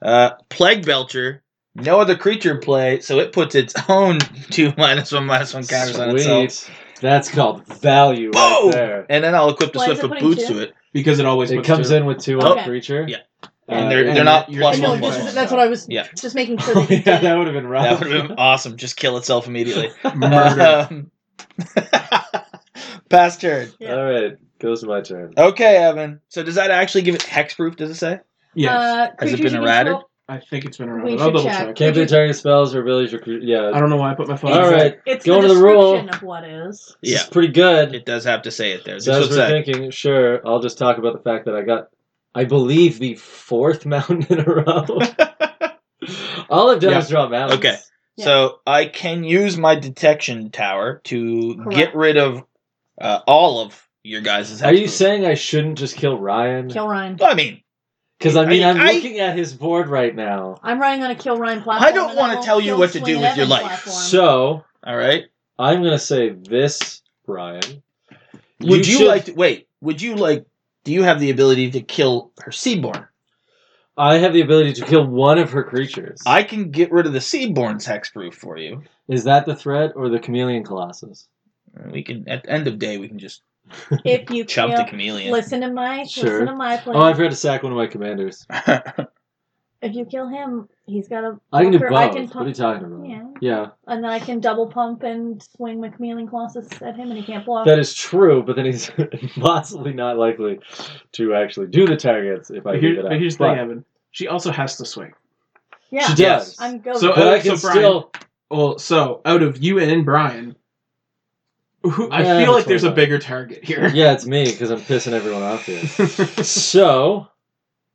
[SPEAKER 2] Uh, Plague Belcher. No other creature in play, so it puts its own two minus one minus one counters on itself.
[SPEAKER 4] Sweet. That's called value
[SPEAKER 2] Boom!
[SPEAKER 4] right there.
[SPEAKER 2] And then I'll equip the
[SPEAKER 5] Why is
[SPEAKER 2] Swift
[SPEAKER 5] it
[SPEAKER 2] with
[SPEAKER 5] putting
[SPEAKER 2] boots
[SPEAKER 5] two?
[SPEAKER 2] to it.
[SPEAKER 1] because it always
[SPEAKER 4] It
[SPEAKER 1] puts
[SPEAKER 4] comes
[SPEAKER 1] two.
[SPEAKER 4] in with two
[SPEAKER 5] Okay.
[SPEAKER 4] on a creature.
[SPEAKER 2] Oh. Yeah.
[SPEAKER 1] And
[SPEAKER 2] And
[SPEAKER 1] Uh,
[SPEAKER 2] they're they're not
[SPEAKER 1] you're-
[SPEAKER 2] plus
[SPEAKER 1] I
[SPEAKER 5] No,
[SPEAKER 2] one
[SPEAKER 1] know,
[SPEAKER 2] plus
[SPEAKER 5] just-
[SPEAKER 2] one.
[SPEAKER 5] that's what I was
[SPEAKER 2] Yeah.
[SPEAKER 5] just making sure.
[SPEAKER 4] Oh,
[SPEAKER 5] That you
[SPEAKER 4] yeah,
[SPEAKER 5] did.
[SPEAKER 4] that would have been rough.
[SPEAKER 2] That Uh, would have been awesome. Just kill itself immediately.
[SPEAKER 1] Murder.
[SPEAKER 2] Um, Past Um, turn.
[SPEAKER 5] Yeah.
[SPEAKER 4] All right, goes to my turn.
[SPEAKER 2] Okay, Evan. So does that actually give it hexproof? Does it say?
[SPEAKER 1] Yes,
[SPEAKER 5] Uh,
[SPEAKER 2] Has it
[SPEAKER 5] creatures
[SPEAKER 2] been
[SPEAKER 5] you
[SPEAKER 2] errated?
[SPEAKER 5] control-
[SPEAKER 1] I think it's been around.
[SPEAKER 5] we
[SPEAKER 1] I'll
[SPEAKER 5] should
[SPEAKER 1] double
[SPEAKER 5] check.
[SPEAKER 1] check.
[SPEAKER 4] Can't be target spells or abilities. Or, cre- yeah,
[SPEAKER 1] I don't know why I put my phone.
[SPEAKER 4] All
[SPEAKER 5] It's-
[SPEAKER 4] right,
[SPEAKER 5] It's
[SPEAKER 4] going
[SPEAKER 5] the
[SPEAKER 4] to the roll.
[SPEAKER 5] description of what is.
[SPEAKER 4] this
[SPEAKER 2] Yeah.
[SPEAKER 4] is pretty good.
[SPEAKER 2] It does have to say it there. This
[SPEAKER 4] So as
[SPEAKER 2] was
[SPEAKER 4] we're
[SPEAKER 2] that.
[SPEAKER 4] thinking, sure, I'll just talk about the fact that I got, I believe, the fourth mountain in a row. All I've done
[SPEAKER 1] Yeah.
[SPEAKER 4] is draw mountains.
[SPEAKER 2] Okay.
[SPEAKER 5] Yeah.
[SPEAKER 2] So I can use my detection tower to
[SPEAKER 5] Correct.
[SPEAKER 2] get rid of uh, all of your guys'
[SPEAKER 4] Are you
[SPEAKER 2] hexproof.
[SPEAKER 4] saying I shouldn't just kill Ryan?
[SPEAKER 5] Kill Ryan.
[SPEAKER 2] I mean,
[SPEAKER 4] Because I mean,
[SPEAKER 2] I-
[SPEAKER 4] I, am
[SPEAKER 2] I-
[SPEAKER 4] looking at his board right now.
[SPEAKER 5] I'm running on a kill Ryan platform.
[SPEAKER 2] I don't
[SPEAKER 5] and then
[SPEAKER 2] wanna
[SPEAKER 5] I'll
[SPEAKER 2] tell you
[SPEAKER 5] kill
[SPEAKER 2] what to do
[SPEAKER 5] Swing
[SPEAKER 2] with your
[SPEAKER 5] Evans
[SPEAKER 2] life.
[SPEAKER 5] platform.
[SPEAKER 4] So
[SPEAKER 2] all right.
[SPEAKER 4] I'm gonna say this, Ryan.
[SPEAKER 2] Would you,
[SPEAKER 4] should-
[SPEAKER 2] like to wait? Would you like? Do you have the ability to kill her seaborn?
[SPEAKER 4] I have the ability to kill one of her creatures.
[SPEAKER 2] I can get rid of the seaborn's hexproof for you.
[SPEAKER 4] Is that the threat or the chameleon colossus?
[SPEAKER 2] We can at the end of day we can just
[SPEAKER 5] if you
[SPEAKER 2] chop the
[SPEAKER 5] kill,
[SPEAKER 2] chameleon.
[SPEAKER 5] listen to my
[SPEAKER 4] Sure.
[SPEAKER 5] listen to my plan.
[SPEAKER 4] Oh, I forgot to sack one of my commanders.
[SPEAKER 5] Oh, if you kill him, he's got a.
[SPEAKER 4] I can do both.
[SPEAKER 5] bunker. I can
[SPEAKER 4] what are you
[SPEAKER 5] pump,
[SPEAKER 4] talking about?
[SPEAKER 5] Yeah.
[SPEAKER 4] Yeah.
[SPEAKER 5] and then I can double pump and swing my chameleon colossus at him, and he can't block.
[SPEAKER 4] That is true, but then he's possibly not likely to actually do the targets if
[SPEAKER 1] But,
[SPEAKER 4] I give
[SPEAKER 1] here,
[SPEAKER 4] it up.
[SPEAKER 1] but here's the
[SPEAKER 4] But
[SPEAKER 1] thing, Evan. She also has to swing.
[SPEAKER 5] yeah,
[SPEAKER 4] She
[SPEAKER 2] Yes.
[SPEAKER 4] does.
[SPEAKER 5] I'm going.
[SPEAKER 1] So-
[SPEAKER 4] but I
[SPEAKER 1] So,
[SPEAKER 4] can
[SPEAKER 1] Brian-
[SPEAKER 4] still.
[SPEAKER 1] Well, so out of you and Brian, who, I feel
[SPEAKER 4] Yeah, that's
[SPEAKER 1] like there's a
[SPEAKER 4] what I-
[SPEAKER 1] bigger target here.
[SPEAKER 4] Yeah, it's me because I'm pissing everyone off here. so,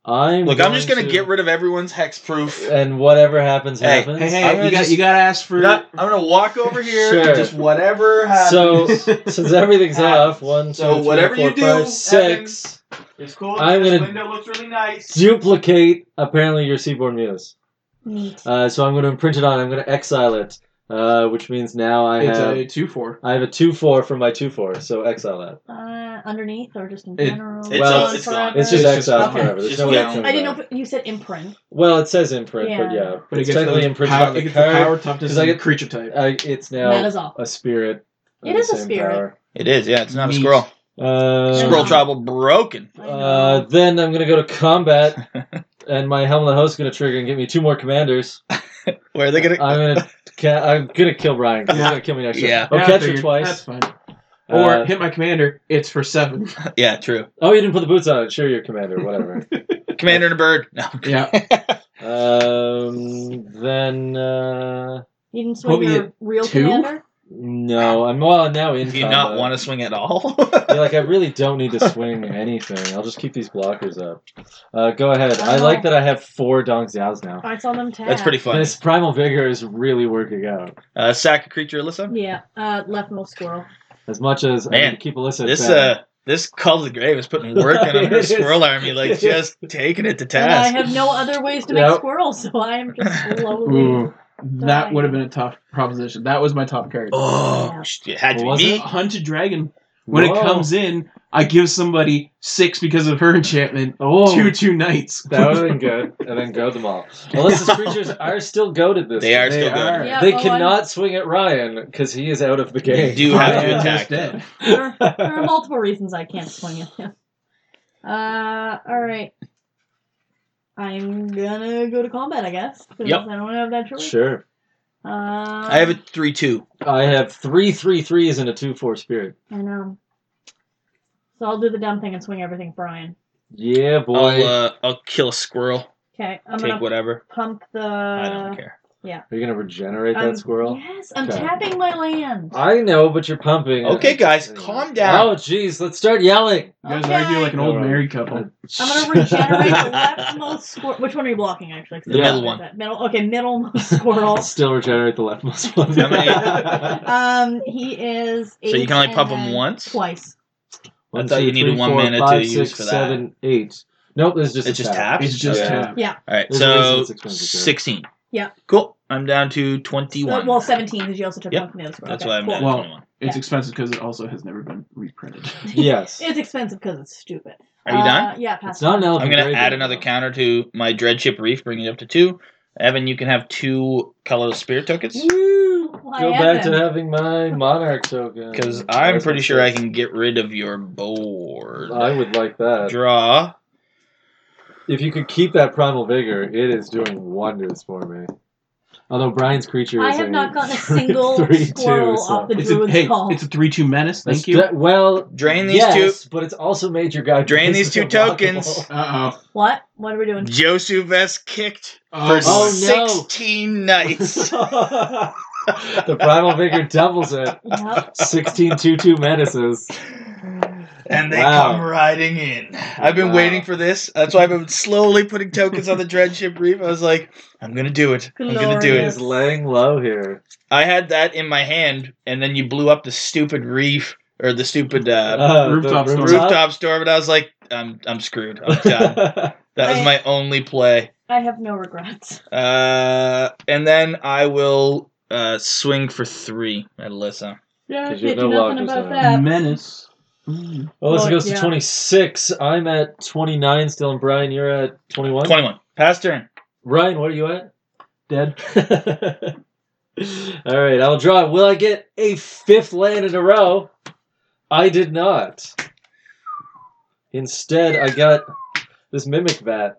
[SPEAKER 4] I'm.
[SPEAKER 2] Look, I'm just gonna
[SPEAKER 4] going to-
[SPEAKER 2] get rid of everyone's hexproof.
[SPEAKER 4] And whatever happens,
[SPEAKER 2] Hey,
[SPEAKER 4] happens.
[SPEAKER 1] hey, hey,
[SPEAKER 2] I'm gonna
[SPEAKER 1] you got
[SPEAKER 2] just-
[SPEAKER 1] you got to ask for.
[SPEAKER 2] Not- I'm gonna walk over here.
[SPEAKER 4] Sure.
[SPEAKER 2] and Just whatever happens.
[SPEAKER 4] So, since everything's
[SPEAKER 2] Happens.
[SPEAKER 4] off, one, two,
[SPEAKER 2] So
[SPEAKER 4] three,
[SPEAKER 2] whatever
[SPEAKER 4] four,
[SPEAKER 2] you do,
[SPEAKER 4] five, six,
[SPEAKER 2] it's cool.
[SPEAKER 4] I'm
[SPEAKER 2] this
[SPEAKER 4] gonna-
[SPEAKER 2] window looks really nice.
[SPEAKER 4] duplicate apparently your Seaborn Muse.
[SPEAKER 5] Neat.
[SPEAKER 4] Uh, so I'm going to imprint it on. I'm going to exile it, uh, which means now I
[SPEAKER 1] it's
[SPEAKER 4] have
[SPEAKER 1] a two four.
[SPEAKER 4] I have a two four from my two four. So exile that.
[SPEAKER 5] Uh, underneath or just in
[SPEAKER 1] It-
[SPEAKER 5] general?
[SPEAKER 2] it's
[SPEAKER 4] Well,
[SPEAKER 2] it's
[SPEAKER 5] forever?
[SPEAKER 4] It's just
[SPEAKER 1] It's just-
[SPEAKER 4] exiled
[SPEAKER 5] okay.
[SPEAKER 4] forever. There's
[SPEAKER 2] Just
[SPEAKER 4] no way.
[SPEAKER 2] down.
[SPEAKER 4] it's
[SPEAKER 5] I didn't
[SPEAKER 4] coming
[SPEAKER 5] know if- you said imprint.
[SPEAKER 4] back. Well, it says imprint, but
[SPEAKER 5] Yeah.
[SPEAKER 4] yeah,
[SPEAKER 1] But it
[SPEAKER 4] it's
[SPEAKER 1] gets
[SPEAKER 4] technically
[SPEAKER 1] the
[SPEAKER 4] imprinted
[SPEAKER 1] power,
[SPEAKER 4] on
[SPEAKER 1] it
[SPEAKER 4] the
[SPEAKER 1] gets the
[SPEAKER 4] card.
[SPEAKER 1] power toughness
[SPEAKER 4] Because I
[SPEAKER 1] and
[SPEAKER 4] get-
[SPEAKER 1] creature type.
[SPEAKER 4] Uh, it's
[SPEAKER 5] That
[SPEAKER 4] now
[SPEAKER 5] is all.
[SPEAKER 4] a spirit. of
[SPEAKER 5] It
[SPEAKER 4] the
[SPEAKER 5] is a
[SPEAKER 4] same
[SPEAKER 5] spirit.
[SPEAKER 4] power.
[SPEAKER 2] It is, yeah. It's not a
[SPEAKER 1] Neat.
[SPEAKER 2] scroll.
[SPEAKER 4] Uh,
[SPEAKER 2] Scroll
[SPEAKER 5] Yeah.
[SPEAKER 2] tribal broken.
[SPEAKER 5] I
[SPEAKER 4] Uh,
[SPEAKER 5] know.
[SPEAKER 4] then I'm gonna go to combat, and my helm of the host is gonna trigger and get me two more commanders.
[SPEAKER 2] Where are they gonna?
[SPEAKER 4] I'm gonna ca- I'm gonna kill Ryan. 'cause He's
[SPEAKER 1] Yeah.
[SPEAKER 4] gonna kill me next turn.
[SPEAKER 2] Yeah.
[SPEAKER 4] I'll
[SPEAKER 1] Yeah, I
[SPEAKER 4] Oh, catch her
[SPEAKER 1] figured.
[SPEAKER 4] twice.
[SPEAKER 1] That's fine. Or
[SPEAKER 4] Uh,
[SPEAKER 1] hit my commander. It's for seven.
[SPEAKER 2] yeah, true.
[SPEAKER 4] Oh, you didn't put the boots on it. Sure, you're commander. Whatever.
[SPEAKER 2] Commander and a bird. No.
[SPEAKER 1] Yeah.
[SPEAKER 4] um, then uh,
[SPEAKER 5] you didn't swing
[SPEAKER 1] Probably
[SPEAKER 5] your
[SPEAKER 1] at
[SPEAKER 5] real
[SPEAKER 1] two?
[SPEAKER 5] commander.
[SPEAKER 4] no, I'm well now in.
[SPEAKER 2] Do you not
[SPEAKER 4] combat.
[SPEAKER 2] want to swing at all?
[SPEAKER 4] Yeah, like I really don't need to swing anything. I'll just keep these blockers up. Uh, go ahead. I
[SPEAKER 5] Wow.
[SPEAKER 4] like that I have four Dong Xiaos now.
[SPEAKER 5] I saw them tag.
[SPEAKER 2] That's pretty funny.
[SPEAKER 4] This primal vigor is really working out.
[SPEAKER 2] Uh, sack a creature, Alyssa.
[SPEAKER 5] Yeah, uh, leftmost squirrel.
[SPEAKER 4] As much as I
[SPEAKER 2] Man,
[SPEAKER 4] need to keep Alyssa. at
[SPEAKER 2] This
[SPEAKER 4] bay.
[SPEAKER 2] uh, this call of the grave is putting work in on
[SPEAKER 4] It
[SPEAKER 2] her
[SPEAKER 4] is.
[SPEAKER 2] squirrel army, like
[SPEAKER 4] It
[SPEAKER 2] just taking it to
[SPEAKER 5] And I
[SPEAKER 2] task.
[SPEAKER 5] have no other ways to make
[SPEAKER 4] Yep.
[SPEAKER 5] squirrels, so I am just slowly.
[SPEAKER 1] Ooh, that
[SPEAKER 5] Dying.
[SPEAKER 1] would have been a tough proposition. That was my top card.
[SPEAKER 2] Oh,
[SPEAKER 5] Yeah.
[SPEAKER 2] sh- it had to
[SPEAKER 4] What was
[SPEAKER 2] be
[SPEAKER 4] it?
[SPEAKER 2] me.
[SPEAKER 1] Hunted dragon. When
[SPEAKER 4] Whoa.
[SPEAKER 1] it comes in, I give somebody six because of her enchantment.
[SPEAKER 4] oh,
[SPEAKER 1] Two two knights.
[SPEAKER 4] that would have been good. And then goad them all. Alyssa's creatures are still goaded this.
[SPEAKER 2] They are
[SPEAKER 4] turn.
[SPEAKER 2] still
[SPEAKER 1] are.
[SPEAKER 2] good.
[SPEAKER 5] Yeah,
[SPEAKER 4] They
[SPEAKER 5] oh, I'm-
[SPEAKER 4] cannot swing at Ryan because he is out of the
[SPEAKER 2] You
[SPEAKER 4] game.
[SPEAKER 2] do have to
[SPEAKER 1] Ryan
[SPEAKER 2] attack
[SPEAKER 1] is dead.
[SPEAKER 5] There, there are multiple reasons I can't swing at him. Uh, all right. I'm gonna go to combat, I guess. 'cause
[SPEAKER 2] Yep.
[SPEAKER 5] I don't have that choice.
[SPEAKER 4] Sure.
[SPEAKER 5] Uh,
[SPEAKER 2] I have a three-two.
[SPEAKER 4] I have three three threes and a two four spirit.
[SPEAKER 5] I know. So I'll do the dumb thing and swing everything, Brian.
[SPEAKER 4] Yeah, boy.
[SPEAKER 2] I'll uh, I'll kill a squirrel.
[SPEAKER 5] Okay, I'm
[SPEAKER 2] take
[SPEAKER 5] gonna uh,
[SPEAKER 2] whatever.
[SPEAKER 5] pump the.
[SPEAKER 2] I don't care.
[SPEAKER 4] Are you gonna regenerate
[SPEAKER 5] I'm-
[SPEAKER 4] that squirrel?
[SPEAKER 5] Yes, I'm
[SPEAKER 4] Okay.
[SPEAKER 5] tapping my land.
[SPEAKER 2] Ah,
[SPEAKER 4] I know, but you're pumping.
[SPEAKER 2] Okay, guys, calm down.
[SPEAKER 4] Oh, jeez, let's start yelling.
[SPEAKER 1] You guys argue like an old married couple.
[SPEAKER 5] I'm gonna regenerate the leftmost squirrel. Which one are you blocking, actually? 'Cause
[SPEAKER 4] The
[SPEAKER 5] I don't
[SPEAKER 2] middle
[SPEAKER 5] know
[SPEAKER 2] one.
[SPEAKER 5] that Middle. Okay, middlemost squirrel.
[SPEAKER 4] Still regenerate the leftmost one.
[SPEAKER 2] How many-
[SPEAKER 5] Um, he is.
[SPEAKER 2] So you
[SPEAKER 5] eight
[SPEAKER 2] can only
[SPEAKER 5] and
[SPEAKER 2] pump him
[SPEAKER 5] then
[SPEAKER 2] once?
[SPEAKER 5] Twice.
[SPEAKER 4] One,
[SPEAKER 2] I thought
[SPEAKER 4] two,
[SPEAKER 2] you needed
[SPEAKER 4] three,
[SPEAKER 2] one
[SPEAKER 4] four,
[SPEAKER 2] mana to
[SPEAKER 4] five,
[SPEAKER 2] use
[SPEAKER 4] six,
[SPEAKER 2] for that.
[SPEAKER 4] seven, eight. Nope, it's just
[SPEAKER 2] It's
[SPEAKER 4] a
[SPEAKER 2] just
[SPEAKER 4] tap.
[SPEAKER 2] tap?
[SPEAKER 1] It's just
[SPEAKER 4] Yeah.
[SPEAKER 1] tap.
[SPEAKER 2] All right,
[SPEAKER 4] There's a reason
[SPEAKER 2] so
[SPEAKER 4] it's expensive, sir.
[SPEAKER 2] sixteen.
[SPEAKER 5] Yeah.
[SPEAKER 2] Cool. I'm down to
[SPEAKER 5] So-
[SPEAKER 2] twenty-one.
[SPEAKER 5] well, seventeen because you also took
[SPEAKER 2] Yep,
[SPEAKER 5] one from the other squirrel.
[SPEAKER 2] That's
[SPEAKER 5] okay,
[SPEAKER 2] why I'm
[SPEAKER 5] cool.
[SPEAKER 2] down
[SPEAKER 1] Well-
[SPEAKER 2] to twenty-one.
[SPEAKER 1] It's expensive because it also has never been reprinted.
[SPEAKER 4] Yes.
[SPEAKER 5] It's expensive because it's stupid.
[SPEAKER 2] Are you
[SPEAKER 5] Uh,
[SPEAKER 2] done?
[SPEAKER 5] Yeah, pass.
[SPEAKER 4] It's not an
[SPEAKER 2] I'm
[SPEAKER 4] elephant.
[SPEAKER 2] gonna
[SPEAKER 4] gravy,
[SPEAKER 2] add another
[SPEAKER 4] though.
[SPEAKER 2] counter to my dreadship reef, bringing it up to two. Evan, you can have two colorless spirit tokens
[SPEAKER 5] Woo! Why
[SPEAKER 4] Go back to
[SPEAKER 5] Evan?
[SPEAKER 4] having my monarch token.
[SPEAKER 2] because I'm
[SPEAKER 4] That's
[SPEAKER 2] pretty
[SPEAKER 4] my
[SPEAKER 2] sure I
[SPEAKER 4] choice.
[SPEAKER 2] can get rid of your board.
[SPEAKER 4] I would like that.
[SPEAKER 2] Draw.
[SPEAKER 4] If you could keep that primal vigor, it is doing wonders for me. Although Brian's creature
[SPEAKER 5] I
[SPEAKER 4] is
[SPEAKER 5] have
[SPEAKER 4] a
[SPEAKER 5] not gotten a single
[SPEAKER 4] three, two,
[SPEAKER 5] squirrel
[SPEAKER 4] so-
[SPEAKER 5] off the
[SPEAKER 1] It's a,
[SPEAKER 5] druid's
[SPEAKER 1] hey,
[SPEAKER 5] call.
[SPEAKER 1] it's a three-two menace. Thank
[SPEAKER 4] That's
[SPEAKER 1] you.
[SPEAKER 4] de- well,
[SPEAKER 2] Drain these
[SPEAKER 4] yes, but it's also made your guy
[SPEAKER 2] Drain these two tokens.
[SPEAKER 1] Uh oh.
[SPEAKER 5] what? What are we
[SPEAKER 2] two.
[SPEAKER 5] doing?
[SPEAKER 2] Josuves kicked
[SPEAKER 1] Uh,
[SPEAKER 2] for
[SPEAKER 4] Oh, no.
[SPEAKER 2] 16 nights.
[SPEAKER 4] the primal vigor doubles it.
[SPEAKER 5] Yep.
[SPEAKER 4] 16 two two menaces.
[SPEAKER 2] and they
[SPEAKER 4] Wow.
[SPEAKER 2] come riding in. I've been
[SPEAKER 4] Wow.
[SPEAKER 2] waiting for this. That's why I've been slowly putting tokens on the dreadship reef. I was like, I'm gonna do it. I'm gonna do
[SPEAKER 4] It
[SPEAKER 2] it.
[SPEAKER 5] Glorious.
[SPEAKER 4] is laying low here.
[SPEAKER 2] I had that in my hand, and then you blew up the stupid reef or the stupid uh,
[SPEAKER 4] Uh,
[SPEAKER 1] Rooftop
[SPEAKER 4] the
[SPEAKER 1] storm.
[SPEAKER 2] rooftop storm, and I was like, I'm I'm screwed. I'm done. that was
[SPEAKER 5] I-
[SPEAKER 2] my only play.
[SPEAKER 5] I have no regrets.
[SPEAKER 2] Uh, and then I will uh, swing for three, Alyssa.
[SPEAKER 5] Yeah, I
[SPEAKER 4] 'Cause you have
[SPEAKER 5] bet you
[SPEAKER 4] no
[SPEAKER 5] nothing
[SPEAKER 4] lockers
[SPEAKER 5] about
[SPEAKER 4] on.
[SPEAKER 5] that.
[SPEAKER 1] Menace. Mm.
[SPEAKER 4] Alyssa
[SPEAKER 5] Oh,
[SPEAKER 4] goes to
[SPEAKER 5] yeah.
[SPEAKER 4] 26. I'm at 29 still, and Brian, you're at 21.
[SPEAKER 2] Twenty-one. Pass turn.
[SPEAKER 4] Ryan, what are you at?
[SPEAKER 1] Dead.
[SPEAKER 4] All right, I'll draw. Will I get a fifth land in a row? I did not. Instead, I got this mimic bat.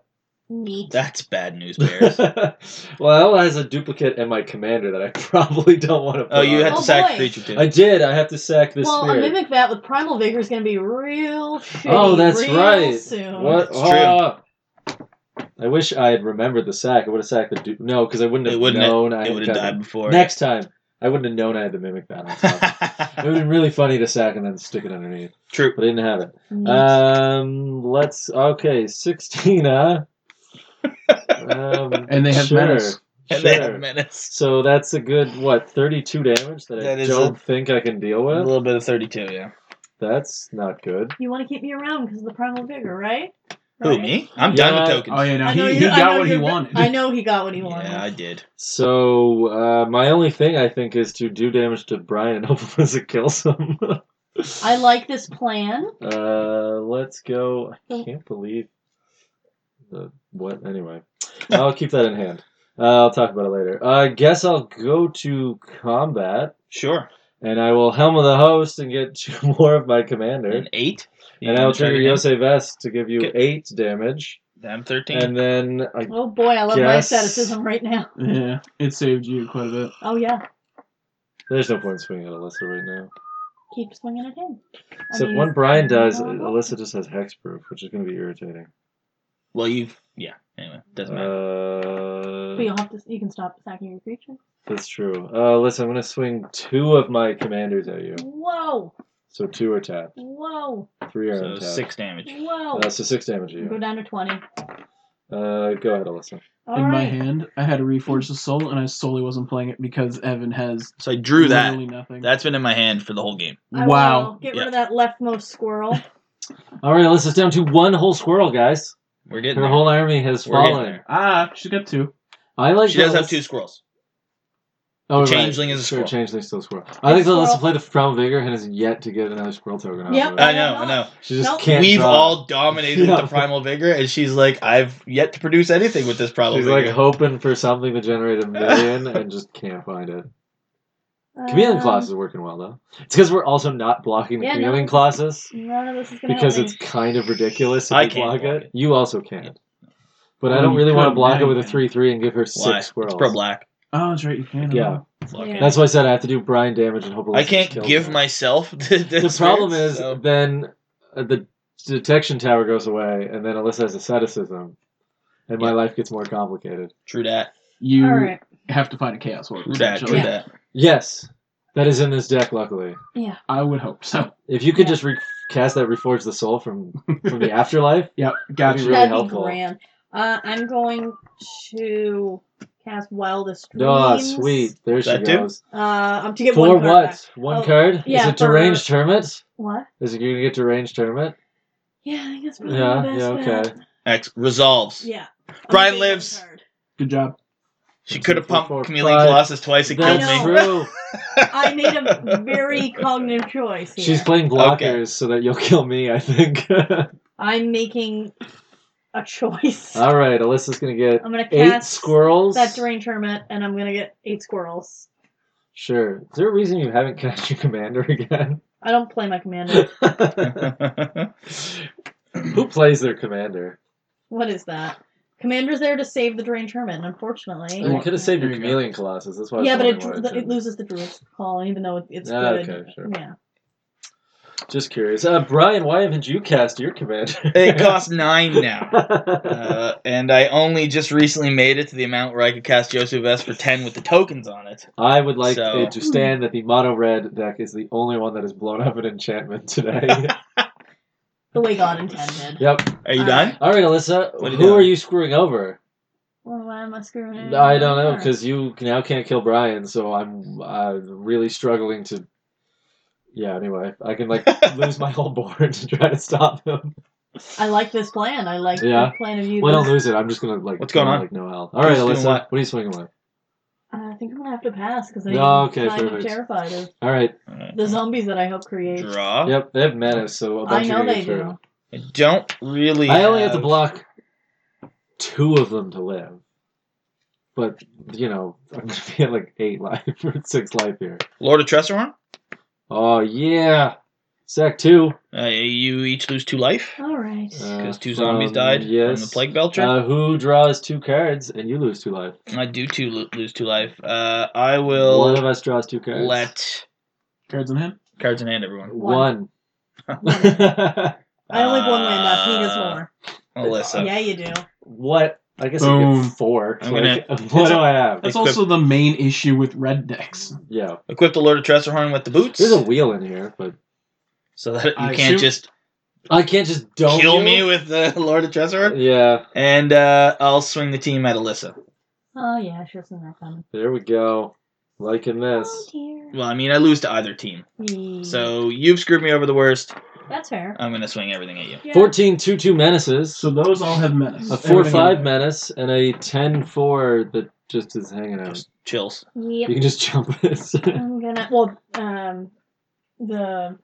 [SPEAKER 5] Neat.
[SPEAKER 2] That's bad news, Bears.
[SPEAKER 4] well, it has a duplicate and my commander that I probably don't want to. Put
[SPEAKER 2] oh, you
[SPEAKER 4] on.
[SPEAKER 2] had to
[SPEAKER 5] Oh,
[SPEAKER 2] sack
[SPEAKER 5] boy.
[SPEAKER 2] creature too.
[SPEAKER 4] I did. I have to sack this
[SPEAKER 5] well,
[SPEAKER 4] spirit.
[SPEAKER 5] a mimic bat with primal vigor is going to be real shitty.
[SPEAKER 4] Oh, that's
[SPEAKER 5] real
[SPEAKER 4] right.
[SPEAKER 5] Soon.
[SPEAKER 4] What?
[SPEAKER 2] It's
[SPEAKER 4] Ah. I wish I had remembered the sack. I would have sacked the du- no, because I wouldn't
[SPEAKER 2] It
[SPEAKER 4] have
[SPEAKER 2] wouldn't have-
[SPEAKER 4] known. I
[SPEAKER 2] it
[SPEAKER 4] had
[SPEAKER 2] would have
[SPEAKER 4] gotten-
[SPEAKER 2] died before.
[SPEAKER 4] Next time, I wouldn't have known I had the mimic bat on top. it would have been really funny to sack and then stick it underneath,
[SPEAKER 2] True.
[SPEAKER 4] but I didn't have it.
[SPEAKER 5] Neat.
[SPEAKER 4] Um, let's okay, sixteen, huh? um,
[SPEAKER 1] And they have
[SPEAKER 4] sure,
[SPEAKER 1] menace.
[SPEAKER 2] And
[SPEAKER 4] sure.
[SPEAKER 2] they have menace.
[SPEAKER 4] So that's a good what thirty-two damage that,
[SPEAKER 2] That
[SPEAKER 4] I
[SPEAKER 2] is
[SPEAKER 4] don't
[SPEAKER 2] a-
[SPEAKER 4] think I can deal
[SPEAKER 2] A
[SPEAKER 4] with.
[SPEAKER 2] little bit of 32, yeah.
[SPEAKER 4] That's not good.
[SPEAKER 5] You want to keep me around because of the primal vigor, right?
[SPEAKER 2] Who,
[SPEAKER 5] Right?
[SPEAKER 2] me? I'm
[SPEAKER 4] Yeah.
[SPEAKER 2] done with tokens.
[SPEAKER 1] Oh yeah, no,
[SPEAKER 5] I know
[SPEAKER 1] he, he
[SPEAKER 5] you- I
[SPEAKER 1] got
[SPEAKER 5] know
[SPEAKER 1] what he
[SPEAKER 5] you're-
[SPEAKER 1] wanted.
[SPEAKER 5] I know he got what he wanted.
[SPEAKER 2] Yeah, I did.
[SPEAKER 4] So uh, my only thing I think is to do damage to Brian and hopefully it kills him.
[SPEAKER 5] I like this plan.
[SPEAKER 4] Uh, let's go.
[SPEAKER 5] Oh.
[SPEAKER 4] I can't believe the what. Anyway, I'll keep that in hand. Uh, I'll talk about it later. I guess I'll go to combat,
[SPEAKER 2] Sure.
[SPEAKER 4] and I will helm of the host and get two more of my commander,
[SPEAKER 2] An 8?
[SPEAKER 4] and I'll trigger Yosei Vest to give you
[SPEAKER 2] Okay.
[SPEAKER 4] eight damage,
[SPEAKER 2] I'm 13.
[SPEAKER 4] and then I
[SPEAKER 5] Oh boy, I love my
[SPEAKER 4] Guess.
[SPEAKER 5] asceticism right now.
[SPEAKER 1] yeah, it saved you quite a bit.
[SPEAKER 5] Oh yeah,
[SPEAKER 4] there's no point in swinging at Alyssa right now.
[SPEAKER 5] keep swinging at him. I
[SPEAKER 4] Except
[SPEAKER 5] mean,
[SPEAKER 4] when
[SPEAKER 5] he's-
[SPEAKER 4] Brian
[SPEAKER 5] he's
[SPEAKER 4] dies,
[SPEAKER 5] going well.
[SPEAKER 4] Alyssa just has hexproof, which is going to be irritating.
[SPEAKER 2] well, you. Yeah, anyway. Doesn't matter.
[SPEAKER 4] Uh,
[SPEAKER 5] But you'll have to. You can stop attacking your creature.
[SPEAKER 4] That's true. Uh, listen, I'm gonna swing two of my commanders at you.
[SPEAKER 5] Whoa,
[SPEAKER 4] So two are tapped,
[SPEAKER 5] whoa,
[SPEAKER 4] three are
[SPEAKER 2] So
[SPEAKER 4] untapped.
[SPEAKER 2] 6 damage.
[SPEAKER 5] whoa.
[SPEAKER 4] Uh, so six damage to
[SPEAKER 5] Go
[SPEAKER 4] you.
[SPEAKER 5] down to twenty.
[SPEAKER 4] Uh, go ahead, Alyssa.
[SPEAKER 5] All
[SPEAKER 1] In my
[SPEAKER 5] right.
[SPEAKER 1] hand, I had a Reforged Soul, and I solely wasn't playing it because Evan has
[SPEAKER 2] So I drew that.
[SPEAKER 1] literally nothing.
[SPEAKER 2] That's been in my hand for the whole game.
[SPEAKER 5] I
[SPEAKER 1] wow.
[SPEAKER 5] will. Get
[SPEAKER 2] Yeah.
[SPEAKER 5] rid of that leftmost squirrel.
[SPEAKER 4] All right, Alyssa's down to one whole squirrel, guys.
[SPEAKER 2] We're getting
[SPEAKER 4] Her
[SPEAKER 2] there.
[SPEAKER 4] whole army has
[SPEAKER 2] We're getting
[SPEAKER 4] fallen.
[SPEAKER 2] there.
[SPEAKER 1] Ah, she got two.
[SPEAKER 4] I like.
[SPEAKER 2] She does
[SPEAKER 4] that
[SPEAKER 2] have
[SPEAKER 4] Alyssa-
[SPEAKER 2] two squirrels.
[SPEAKER 4] Oh, right.
[SPEAKER 2] Changeling is a
[SPEAKER 4] Sure,
[SPEAKER 2] squirrel.
[SPEAKER 4] changeling's still a squirrel. I like that
[SPEAKER 5] squirrel.
[SPEAKER 4] Alyssa played a Primal Vigor and has yet to get another squirrel token out.
[SPEAKER 5] Yep.
[SPEAKER 4] of it.
[SPEAKER 2] I know, I know.
[SPEAKER 4] She just
[SPEAKER 5] Nope.
[SPEAKER 4] can't.
[SPEAKER 2] Uh, We've
[SPEAKER 4] draw.
[SPEAKER 2] all dominated
[SPEAKER 4] Yeah.
[SPEAKER 2] with the primal vigor, and she's like, I've yet to produce anything with this problem.
[SPEAKER 4] She's like hoping for something to generate a million and just can't find it. Chameleon
[SPEAKER 5] Um,
[SPEAKER 4] Colossus is working well though. It's because we're also not blocking the
[SPEAKER 5] Yeah, no.
[SPEAKER 4] Chameleon Colossus.
[SPEAKER 5] None of this is gonna
[SPEAKER 4] because
[SPEAKER 5] help
[SPEAKER 4] it's kind of ridiculous if
[SPEAKER 2] I
[SPEAKER 4] you
[SPEAKER 2] can't
[SPEAKER 4] block,
[SPEAKER 2] block
[SPEAKER 4] it.
[SPEAKER 2] it.
[SPEAKER 4] You also can't. But I
[SPEAKER 1] Well,
[SPEAKER 4] don't
[SPEAKER 1] you
[SPEAKER 4] really want to
[SPEAKER 1] could,
[SPEAKER 4] block
[SPEAKER 1] now
[SPEAKER 4] it
[SPEAKER 1] you
[SPEAKER 4] with a
[SPEAKER 1] can.
[SPEAKER 4] 3 3 and give her six
[SPEAKER 2] Why? It's
[SPEAKER 4] squirrels.
[SPEAKER 2] pro black.
[SPEAKER 1] Oh, that's right. You can.
[SPEAKER 4] Yeah.
[SPEAKER 2] Fuck
[SPEAKER 5] Yeah.
[SPEAKER 2] it.
[SPEAKER 4] That's why I said I have to do Brian damage and hope Alyssa
[SPEAKER 2] I can't
[SPEAKER 4] kills
[SPEAKER 2] give
[SPEAKER 4] her.
[SPEAKER 2] myself the,
[SPEAKER 4] The problem is
[SPEAKER 2] so-
[SPEAKER 4] then uh, the detection tower goes away, and then Alyssa has asceticism, and my
[SPEAKER 2] Yeah.
[SPEAKER 4] life gets more complicated.
[SPEAKER 2] True that.
[SPEAKER 5] me.
[SPEAKER 1] You
[SPEAKER 5] All right.
[SPEAKER 1] have to find a chaos orb.
[SPEAKER 2] True that. True
[SPEAKER 1] essentially.
[SPEAKER 2] that.
[SPEAKER 4] Yes, that is in this deck. Luckily,
[SPEAKER 5] Yeah.
[SPEAKER 1] I would hope so.
[SPEAKER 4] if you could
[SPEAKER 5] Yeah.
[SPEAKER 4] just recast that reforge the soul from from the afterlife,
[SPEAKER 1] Yep. Got
[SPEAKER 4] That'd be
[SPEAKER 1] you.
[SPEAKER 4] really
[SPEAKER 5] That'd
[SPEAKER 4] helpful.
[SPEAKER 5] be grand. Uh, I'm going to cast Wildest Dreams.
[SPEAKER 4] oh sweet, there she
[SPEAKER 2] That too?
[SPEAKER 4] goes.
[SPEAKER 5] Uh, I'm to get
[SPEAKER 4] For
[SPEAKER 5] one card
[SPEAKER 4] what?
[SPEAKER 5] back.
[SPEAKER 4] One
[SPEAKER 5] Oh,
[SPEAKER 4] card?
[SPEAKER 5] yeah,
[SPEAKER 4] is it
[SPEAKER 5] for-
[SPEAKER 4] deranged hermit?
[SPEAKER 5] What?
[SPEAKER 4] Is it going to get deranged hermit?
[SPEAKER 5] Yeah, I think that's probably
[SPEAKER 4] Yeah,
[SPEAKER 5] the best
[SPEAKER 4] yeah, okay.
[SPEAKER 5] bet.
[SPEAKER 2] X resolves.
[SPEAKER 5] Yeah. I'm
[SPEAKER 2] Brian
[SPEAKER 5] gonna get one
[SPEAKER 2] lives.
[SPEAKER 5] card.
[SPEAKER 1] Good job.
[SPEAKER 2] She
[SPEAKER 4] Two,
[SPEAKER 2] could have
[SPEAKER 4] three,
[SPEAKER 2] pumped
[SPEAKER 4] four,
[SPEAKER 2] Chameleon
[SPEAKER 4] five.
[SPEAKER 2] Colossus twice and
[SPEAKER 5] I
[SPEAKER 2] killed
[SPEAKER 4] That's
[SPEAKER 5] know.
[SPEAKER 2] me.
[SPEAKER 4] true.
[SPEAKER 5] I made a very cognitive choice here.
[SPEAKER 4] She's playing blockers so that you'll kill me, I think.
[SPEAKER 5] I'm making a choice.
[SPEAKER 4] All right, Alyssa's going to get
[SPEAKER 5] I'm gonna cast
[SPEAKER 4] Uh, eight squirrels.
[SPEAKER 5] that deranged hermit, and I'm gonna get eight squirrels.
[SPEAKER 4] Sure. Is there a reason you haven't cast your commander again?
[SPEAKER 5] I don't play my commander.
[SPEAKER 4] Who plays their commander?
[SPEAKER 5] what is that? Commander's there to save the deranged hermit, unfortunately.
[SPEAKER 4] You could have saved your
[SPEAKER 1] There you go.
[SPEAKER 4] chameleon colossus. That's why. I was
[SPEAKER 5] yeah, but it,
[SPEAKER 4] wondering why
[SPEAKER 5] it loses the druid's call, even though it, it's
[SPEAKER 4] Ah,
[SPEAKER 5] good.
[SPEAKER 4] okay, sure.
[SPEAKER 5] Yeah.
[SPEAKER 4] Just curious, uh, Brian. Why haven't you cast your commander?
[SPEAKER 2] It costs nine now. Uh, and I only just recently made it to the amount where I could cast Yosu Vest for 10 with the tokens on it.
[SPEAKER 4] I would like
[SPEAKER 2] So-
[SPEAKER 4] it to stand that the mono red deck is the only one that has blown up an enchantment today.
[SPEAKER 5] The way God intended.
[SPEAKER 4] yep.
[SPEAKER 2] Are you
[SPEAKER 5] Uh,
[SPEAKER 2] done?
[SPEAKER 4] All right, Alyssa.
[SPEAKER 2] What are you
[SPEAKER 4] who
[SPEAKER 2] doing?
[SPEAKER 4] are you screwing over?
[SPEAKER 5] Well, why am I screwing it?
[SPEAKER 4] I don't know because you now can't kill Brian, so I'm uh, really struggling to. Yeah. Anyway, I can like lose my whole board to try to stop him.
[SPEAKER 5] I like this plan. I like
[SPEAKER 4] Yeah.
[SPEAKER 5] the plan of you.
[SPEAKER 4] Well, I don't lose it. I'm just gonna like.
[SPEAKER 2] What's going on?
[SPEAKER 4] Like Noel. All
[SPEAKER 2] Who's
[SPEAKER 4] right,
[SPEAKER 2] doing
[SPEAKER 4] Alyssa.
[SPEAKER 2] what?
[SPEAKER 4] What? are you swinging with?
[SPEAKER 5] uh, I think I'm gonna have to pass because I'm
[SPEAKER 4] No, okay,
[SPEAKER 5] kind of
[SPEAKER 4] perfect.
[SPEAKER 5] terrified of
[SPEAKER 4] All right.
[SPEAKER 5] the zombies that I help create.
[SPEAKER 2] Uh, Draw.
[SPEAKER 4] Yep. They have mana, so a bunch
[SPEAKER 5] I know
[SPEAKER 4] are gonna
[SPEAKER 5] they
[SPEAKER 4] get through.
[SPEAKER 5] do.
[SPEAKER 2] I don't really.
[SPEAKER 4] I only have to
[SPEAKER 2] have-
[SPEAKER 4] block two of them to live. But, you know, I'm going to be at like eight life or six life here.
[SPEAKER 2] Lord of Tressorhorn.
[SPEAKER 4] Oh, yeah. Sec two.
[SPEAKER 2] Uh, you each lose two life
[SPEAKER 5] All right.
[SPEAKER 2] because two
[SPEAKER 4] Uh,
[SPEAKER 2] zombies
[SPEAKER 4] from-
[SPEAKER 2] died
[SPEAKER 4] yes.
[SPEAKER 2] from the Plague Belcher.
[SPEAKER 4] Uh, who draws two cards and you lose two life?
[SPEAKER 2] I do two lo- lose two life. Uh, I will
[SPEAKER 4] One of us draws two cards.
[SPEAKER 2] let
[SPEAKER 1] Cards in hand.
[SPEAKER 2] cards in hand, everyone.
[SPEAKER 4] One.
[SPEAKER 5] I only have one win left. He gets
[SPEAKER 2] Uh,
[SPEAKER 5] more.
[SPEAKER 2] Alyssa.
[SPEAKER 5] yeah, you do.
[SPEAKER 4] what? I guess I
[SPEAKER 1] Boom.
[SPEAKER 4] get four.
[SPEAKER 2] I'm
[SPEAKER 4] Like, what do I have?
[SPEAKER 1] That's
[SPEAKER 2] Equip-
[SPEAKER 1] also the main issue with red decks.
[SPEAKER 4] Yeah.
[SPEAKER 2] Equip the Lord of Tressorhorn with the boots,
[SPEAKER 4] There's a wheel in here, but
[SPEAKER 2] so that you
[SPEAKER 1] I
[SPEAKER 2] can't
[SPEAKER 1] assume-
[SPEAKER 2] just
[SPEAKER 4] I can't just don't
[SPEAKER 2] kill me with the Lord of Tressorhorn.
[SPEAKER 4] Yeah.
[SPEAKER 2] And uh, I'll swing the team at Alyssa.
[SPEAKER 5] Oh yeah, she'll send that coming.
[SPEAKER 4] There we go. Liking
[SPEAKER 5] Oh
[SPEAKER 4] this.
[SPEAKER 5] dear.
[SPEAKER 2] Well, I mean, I lose to either team.
[SPEAKER 5] Hmm.
[SPEAKER 2] So uh, you've screwed me over the worst.
[SPEAKER 5] that's fair.
[SPEAKER 2] I'm gonna swing everything at you.
[SPEAKER 5] Yeah.
[SPEAKER 4] 14 2 2 menaces,
[SPEAKER 1] So those all have menace.
[SPEAKER 4] a 4
[SPEAKER 1] Everything
[SPEAKER 4] 5
[SPEAKER 1] in there.
[SPEAKER 4] menace, and a 10 4 that just is hanging out.
[SPEAKER 2] Just chills.
[SPEAKER 5] Yep.
[SPEAKER 4] You can just jump it.
[SPEAKER 5] I'm gonna. Well, um, the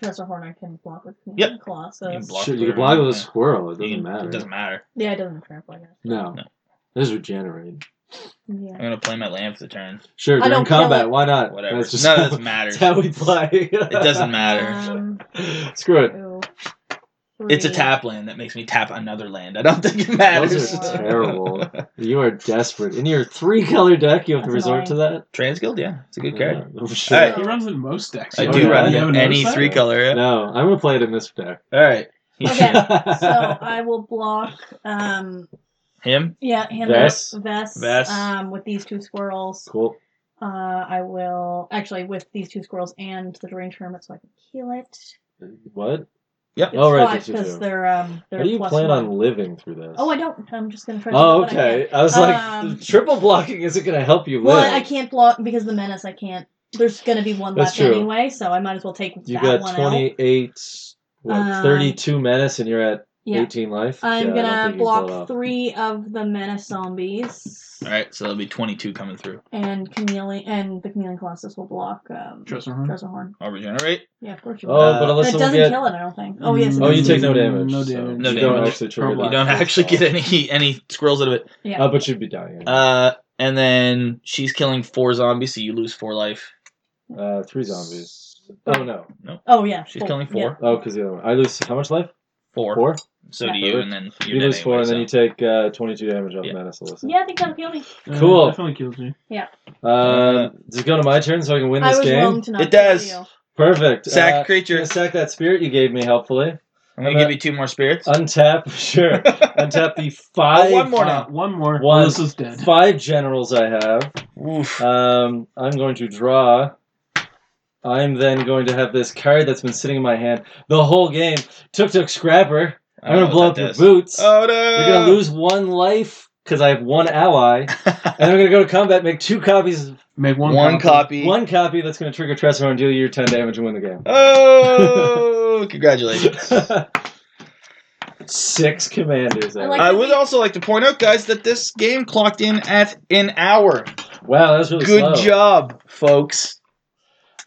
[SPEAKER 5] dresser horn I can block with command
[SPEAKER 2] Yep.
[SPEAKER 5] claw. So
[SPEAKER 2] You
[SPEAKER 5] it's-
[SPEAKER 2] block
[SPEAKER 4] Shit, you
[SPEAKER 2] with
[SPEAKER 4] can block
[SPEAKER 2] her,
[SPEAKER 4] with a
[SPEAKER 2] yeah.
[SPEAKER 4] squirrel, it
[SPEAKER 2] You
[SPEAKER 4] doesn't
[SPEAKER 2] can-
[SPEAKER 4] matter.
[SPEAKER 2] It doesn't matter.
[SPEAKER 5] yeah, it doesn't trample. I guess.
[SPEAKER 4] No.
[SPEAKER 2] No.
[SPEAKER 4] This is regenerate.
[SPEAKER 5] Yeah.
[SPEAKER 2] I'm gonna play my land for the turn.
[SPEAKER 4] Sure,
[SPEAKER 5] I
[SPEAKER 4] during
[SPEAKER 5] don't kill
[SPEAKER 4] combat,
[SPEAKER 5] it.
[SPEAKER 4] why not?
[SPEAKER 2] Whatever.
[SPEAKER 4] That's just
[SPEAKER 2] None
[SPEAKER 4] how,
[SPEAKER 2] of this matters.
[SPEAKER 4] that's how we play. it
[SPEAKER 2] It doesn't matter.
[SPEAKER 5] Um,
[SPEAKER 4] Screw it.
[SPEAKER 5] two,
[SPEAKER 2] It's a
[SPEAKER 5] three.
[SPEAKER 2] tap land that makes me tap another land. I don't think it matters.
[SPEAKER 4] Those are terrible. You are desperate. In your three color deck, you have to
[SPEAKER 5] That's
[SPEAKER 4] resort to that?
[SPEAKER 2] Trans Guild, yeah, it's a good card.
[SPEAKER 4] Yeah, I'm sure.
[SPEAKER 2] Alright.
[SPEAKER 1] He runs in most decks.
[SPEAKER 2] I
[SPEAKER 4] Oh,
[SPEAKER 2] do
[SPEAKER 4] yeah,
[SPEAKER 2] run
[SPEAKER 4] you
[SPEAKER 2] them
[SPEAKER 1] in
[SPEAKER 2] any three
[SPEAKER 4] that?
[SPEAKER 2] color. Yeah.
[SPEAKER 4] No, I'm going to play it in this deck.
[SPEAKER 2] All right,
[SPEAKER 5] Okay. So I will block. Um,
[SPEAKER 2] him.
[SPEAKER 5] yeah, hand
[SPEAKER 4] Vess.
[SPEAKER 5] Vess,
[SPEAKER 2] Vess.
[SPEAKER 5] Um, with these two squirrels.
[SPEAKER 4] Cool.
[SPEAKER 5] Uh, I will actually with these two squirrels and the deranged hermit, so I can kill it.
[SPEAKER 4] What?
[SPEAKER 5] It's
[SPEAKER 4] Oh, right, that's what you
[SPEAKER 5] because
[SPEAKER 4] do.
[SPEAKER 5] they're um. They're
[SPEAKER 4] How do you
[SPEAKER 5] plus
[SPEAKER 4] plan
[SPEAKER 5] one.
[SPEAKER 4] on living through this?
[SPEAKER 5] Oh, I don't. I'm just gonna try. To
[SPEAKER 4] Oh,
[SPEAKER 5] do what I can.
[SPEAKER 4] okay. I, was like,
[SPEAKER 5] Um,
[SPEAKER 4] triple blocking isn't going to help you
[SPEAKER 5] Well,
[SPEAKER 4] live.
[SPEAKER 5] I, I can't block because the menace. I can't. There's gonna be one
[SPEAKER 4] That's
[SPEAKER 5] left
[SPEAKER 4] true.
[SPEAKER 5] anyway, so I might as well take
[SPEAKER 4] You
[SPEAKER 5] that
[SPEAKER 4] got
[SPEAKER 5] one out.
[SPEAKER 4] 28, what,
[SPEAKER 5] Um,
[SPEAKER 4] 32 menace, and you're at
[SPEAKER 5] Yeah,
[SPEAKER 4] 18 life.
[SPEAKER 5] I'm
[SPEAKER 4] Yeah, I don't
[SPEAKER 5] gonna
[SPEAKER 4] think you can pull it
[SPEAKER 5] block
[SPEAKER 4] off.
[SPEAKER 5] three of the menace zombies,
[SPEAKER 2] All right, so that'll be twenty-two coming through.
[SPEAKER 5] and chameleon and the chameleon colossus will block um,
[SPEAKER 1] Tressorhorn.
[SPEAKER 5] Treasure Horn.
[SPEAKER 2] I'll regenerate.
[SPEAKER 5] Yeah, of course you
[SPEAKER 4] Oh,
[SPEAKER 5] will.
[SPEAKER 2] Uh,
[SPEAKER 4] but
[SPEAKER 5] But
[SPEAKER 4] Alyssa
[SPEAKER 5] it
[SPEAKER 4] will
[SPEAKER 5] doesn't
[SPEAKER 4] get.
[SPEAKER 5] kill it, I don't think. Oh yes. it
[SPEAKER 4] Oh, you
[SPEAKER 5] does.
[SPEAKER 4] take no damage.
[SPEAKER 1] No
[SPEAKER 4] so
[SPEAKER 1] damage.
[SPEAKER 2] No
[SPEAKER 4] you don't
[SPEAKER 2] damage.
[SPEAKER 4] actually trigger
[SPEAKER 1] Pro
[SPEAKER 4] that
[SPEAKER 2] You don't
[SPEAKER 4] first
[SPEAKER 2] actually get
[SPEAKER 4] off.
[SPEAKER 2] any any squirrels out of it.
[SPEAKER 5] Yeah.
[SPEAKER 4] Oh, but you'd be dying. Uh,
[SPEAKER 2] Uh, and then she's killing four zombies, so you lose four life.
[SPEAKER 4] Uh, three zombies. Oh, no.
[SPEAKER 5] oh yeah.
[SPEAKER 2] She's
[SPEAKER 5] four.
[SPEAKER 2] killing
[SPEAKER 5] Yeah.
[SPEAKER 2] four.
[SPEAKER 4] Oh, because the other one. I lose how much life?
[SPEAKER 2] Four.
[SPEAKER 4] Four?
[SPEAKER 2] So
[SPEAKER 5] Yeah.
[SPEAKER 2] do you, and then you're
[SPEAKER 4] you
[SPEAKER 2] dead
[SPEAKER 4] lose four,
[SPEAKER 2] anyway,
[SPEAKER 4] and then you
[SPEAKER 2] so.
[SPEAKER 4] take uh, 22 damage off
[SPEAKER 2] Yeah.
[SPEAKER 4] menace, Alyssa.
[SPEAKER 5] Yeah, I think that'll kill me.
[SPEAKER 1] Uh,
[SPEAKER 4] Cool.
[SPEAKER 1] definitely kills me.
[SPEAKER 4] Uh, does it go to my turn so I can win
[SPEAKER 5] I
[SPEAKER 4] this
[SPEAKER 5] was
[SPEAKER 4] game?
[SPEAKER 5] wrong to not
[SPEAKER 2] It does.
[SPEAKER 5] kill you.
[SPEAKER 4] Perfect.
[SPEAKER 2] sack
[SPEAKER 4] Uh,
[SPEAKER 2] a creature.
[SPEAKER 4] Gonna sack that spirit you gave me, helpfully.
[SPEAKER 2] I'm gonna
[SPEAKER 4] I'm
[SPEAKER 2] give
[SPEAKER 4] a-
[SPEAKER 2] you two more spirits.
[SPEAKER 4] Untap, sure. Untap the
[SPEAKER 2] Oh,
[SPEAKER 4] five
[SPEAKER 2] one more
[SPEAKER 1] Uh,
[SPEAKER 2] now.
[SPEAKER 1] one more.
[SPEAKER 4] One.
[SPEAKER 1] Alyssa's dead.
[SPEAKER 4] five generals I have.
[SPEAKER 2] Oof.
[SPEAKER 4] Um, I'm going to draw. I'm then going to have this card that's been sitting in my hand the whole game. Tuk Tuk Scrapper.
[SPEAKER 2] I
[SPEAKER 4] I'm
[SPEAKER 2] don't
[SPEAKER 4] gonna
[SPEAKER 2] know
[SPEAKER 4] blow up
[SPEAKER 2] what
[SPEAKER 4] your
[SPEAKER 2] that
[SPEAKER 4] boots.
[SPEAKER 2] is. Oh no!
[SPEAKER 4] You're gonna lose one life because I have one ally, and I'm gonna go to combat, make two copies,
[SPEAKER 1] Make one.
[SPEAKER 2] one, copy.
[SPEAKER 4] one copy that's gonna trigger Tresor and deal you your ten damage and win the game.
[SPEAKER 2] Oh, congratulations!
[SPEAKER 4] Six commanders.
[SPEAKER 5] I
[SPEAKER 4] out.
[SPEAKER 5] like-
[SPEAKER 2] I would also like to point out, guys, that this game clocked in at an hour.
[SPEAKER 4] wow, that was really
[SPEAKER 2] Good
[SPEAKER 4] slow.
[SPEAKER 2] job, folks.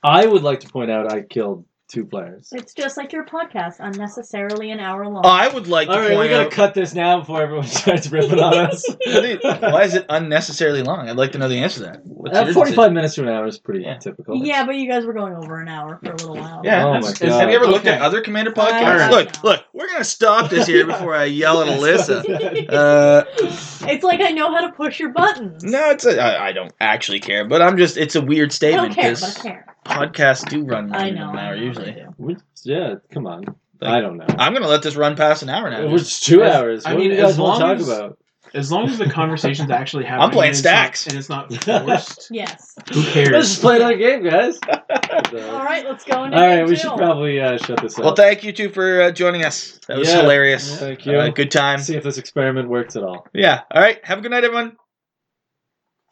[SPEAKER 4] I would like to point out I killed two players.
[SPEAKER 5] It's just like your podcast, unnecessarily an hour long.
[SPEAKER 2] I would like
[SPEAKER 4] All
[SPEAKER 2] to
[SPEAKER 4] right, we
[SPEAKER 2] point
[SPEAKER 4] gotta
[SPEAKER 2] out.
[SPEAKER 4] cut this now before everyone starts ripping on us.
[SPEAKER 2] Why is it unnecessarily long? I'd like to know the answer to that. What's
[SPEAKER 4] Uh,
[SPEAKER 2] your-
[SPEAKER 4] Forty-five minutes to an hour is pretty
[SPEAKER 2] Yeah.
[SPEAKER 4] typical.
[SPEAKER 5] yeah, but you guys were going over an hour for a little while.
[SPEAKER 2] Yeah.
[SPEAKER 4] Oh my
[SPEAKER 2] that's-
[SPEAKER 4] God.
[SPEAKER 2] Have you ever looked
[SPEAKER 1] Okay.
[SPEAKER 2] at other Commander
[SPEAKER 5] All
[SPEAKER 2] podcasts?
[SPEAKER 1] right.
[SPEAKER 2] Look, look, we're gonna stop this here
[SPEAKER 4] Yeah.
[SPEAKER 2] before I yell at Alyssa.
[SPEAKER 4] Alyssa.
[SPEAKER 2] Uh,
[SPEAKER 5] It's like I know how to push your buttons.
[SPEAKER 2] no, it's a, I, I don't actually care, but I'm just it's a weird
[SPEAKER 5] I don't
[SPEAKER 2] statement
[SPEAKER 5] care, but I
[SPEAKER 2] because
[SPEAKER 5] care.
[SPEAKER 2] podcasts do run longer
[SPEAKER 5] I
[SPEAKER 2] than
[SPEAKER 5] know.
[SPEAKER 2] an
[SPEAKER 5] I
[SPEAKER 2] hour
[SPEAKER 5] know they
[SPEAKER 2] usually.
[SPEAKER 5] do.
[SPEAKER 4] yeah, come on.
[SPEAKER 2] Like-
[SPEAKER 4] I don't know.
[SPEAKER 2] I'm gonna let this run past an hour now.
[SPEAKER 4] It was two
[SPEAKER 1] As-
[SPEAKER 4] hours.
[SPEAKER 1] I
[SPEAKER 4] what
[SPEAKER 1] mean,
[SPEAKER 4] do you guys
[SPEAKER 1] as
[SPEAKER 4] want to
[SPEAKER 1] long
[SPEAKER 4] talk
[SPEAKER 1] as-
[SPEAKER 4] about?
[SPEAKER 1] As long as the conversation's actually happening,
[SPEAKER 2] playing
[SPEAKER 1] and it's not-
[SPEAKER 2] stacks.
[SPEAKER 1] and it's not forced.
[SPEAKER 5] Yes.
[SPEAKER 1] Who
[SPEAKER 4] Let's
[SPEAKER 1] cares?
[SPEAKER 4] just play another game, guys.
[SPEAKER 5] All
[SPEAKER 4] All
[SPEAKER 5] right, let's go. Into
[SPEAKER 4] right, we
[SPEAKER 5] two.
[SPEAKER 4] should probably uh, shut this
[SPEAKER 2] Well,
[SPEAKER 4] up.
[SPEAKER 2] thank you two for uh, joining us. That was
[SPEAKER 4] Yeah.
[SPEAKER 2] hilarious.
[SPEAKER 4] Thank you.
[SPEAKER 2] Uh, good time.
[SPEAKER 4] See if this experiment works at all.
[SPEAKER 2] Yeah. All right. Have a good night, everyone.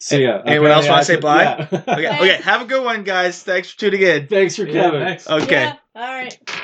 [SPEAKER 4] See ya.
[SPEAKER 2] Anyone else wanna say bye?
[SPEAKER 4] Yeah.
[SPEAKER 2] Okay.
[SPEAKER 5] Thanks.
[SPEAKER 2] Okay. Have a good one, guys. Thanks for tuning in.
[SPEAKER 4] Thanks for
[SPEAKER 1] Yeah,
[SPEAKER 4] coming.
[SPEAKER 1] thanks.
[SPEAKER 2] Okay.
[SPEAKER 5] Yeah, all right.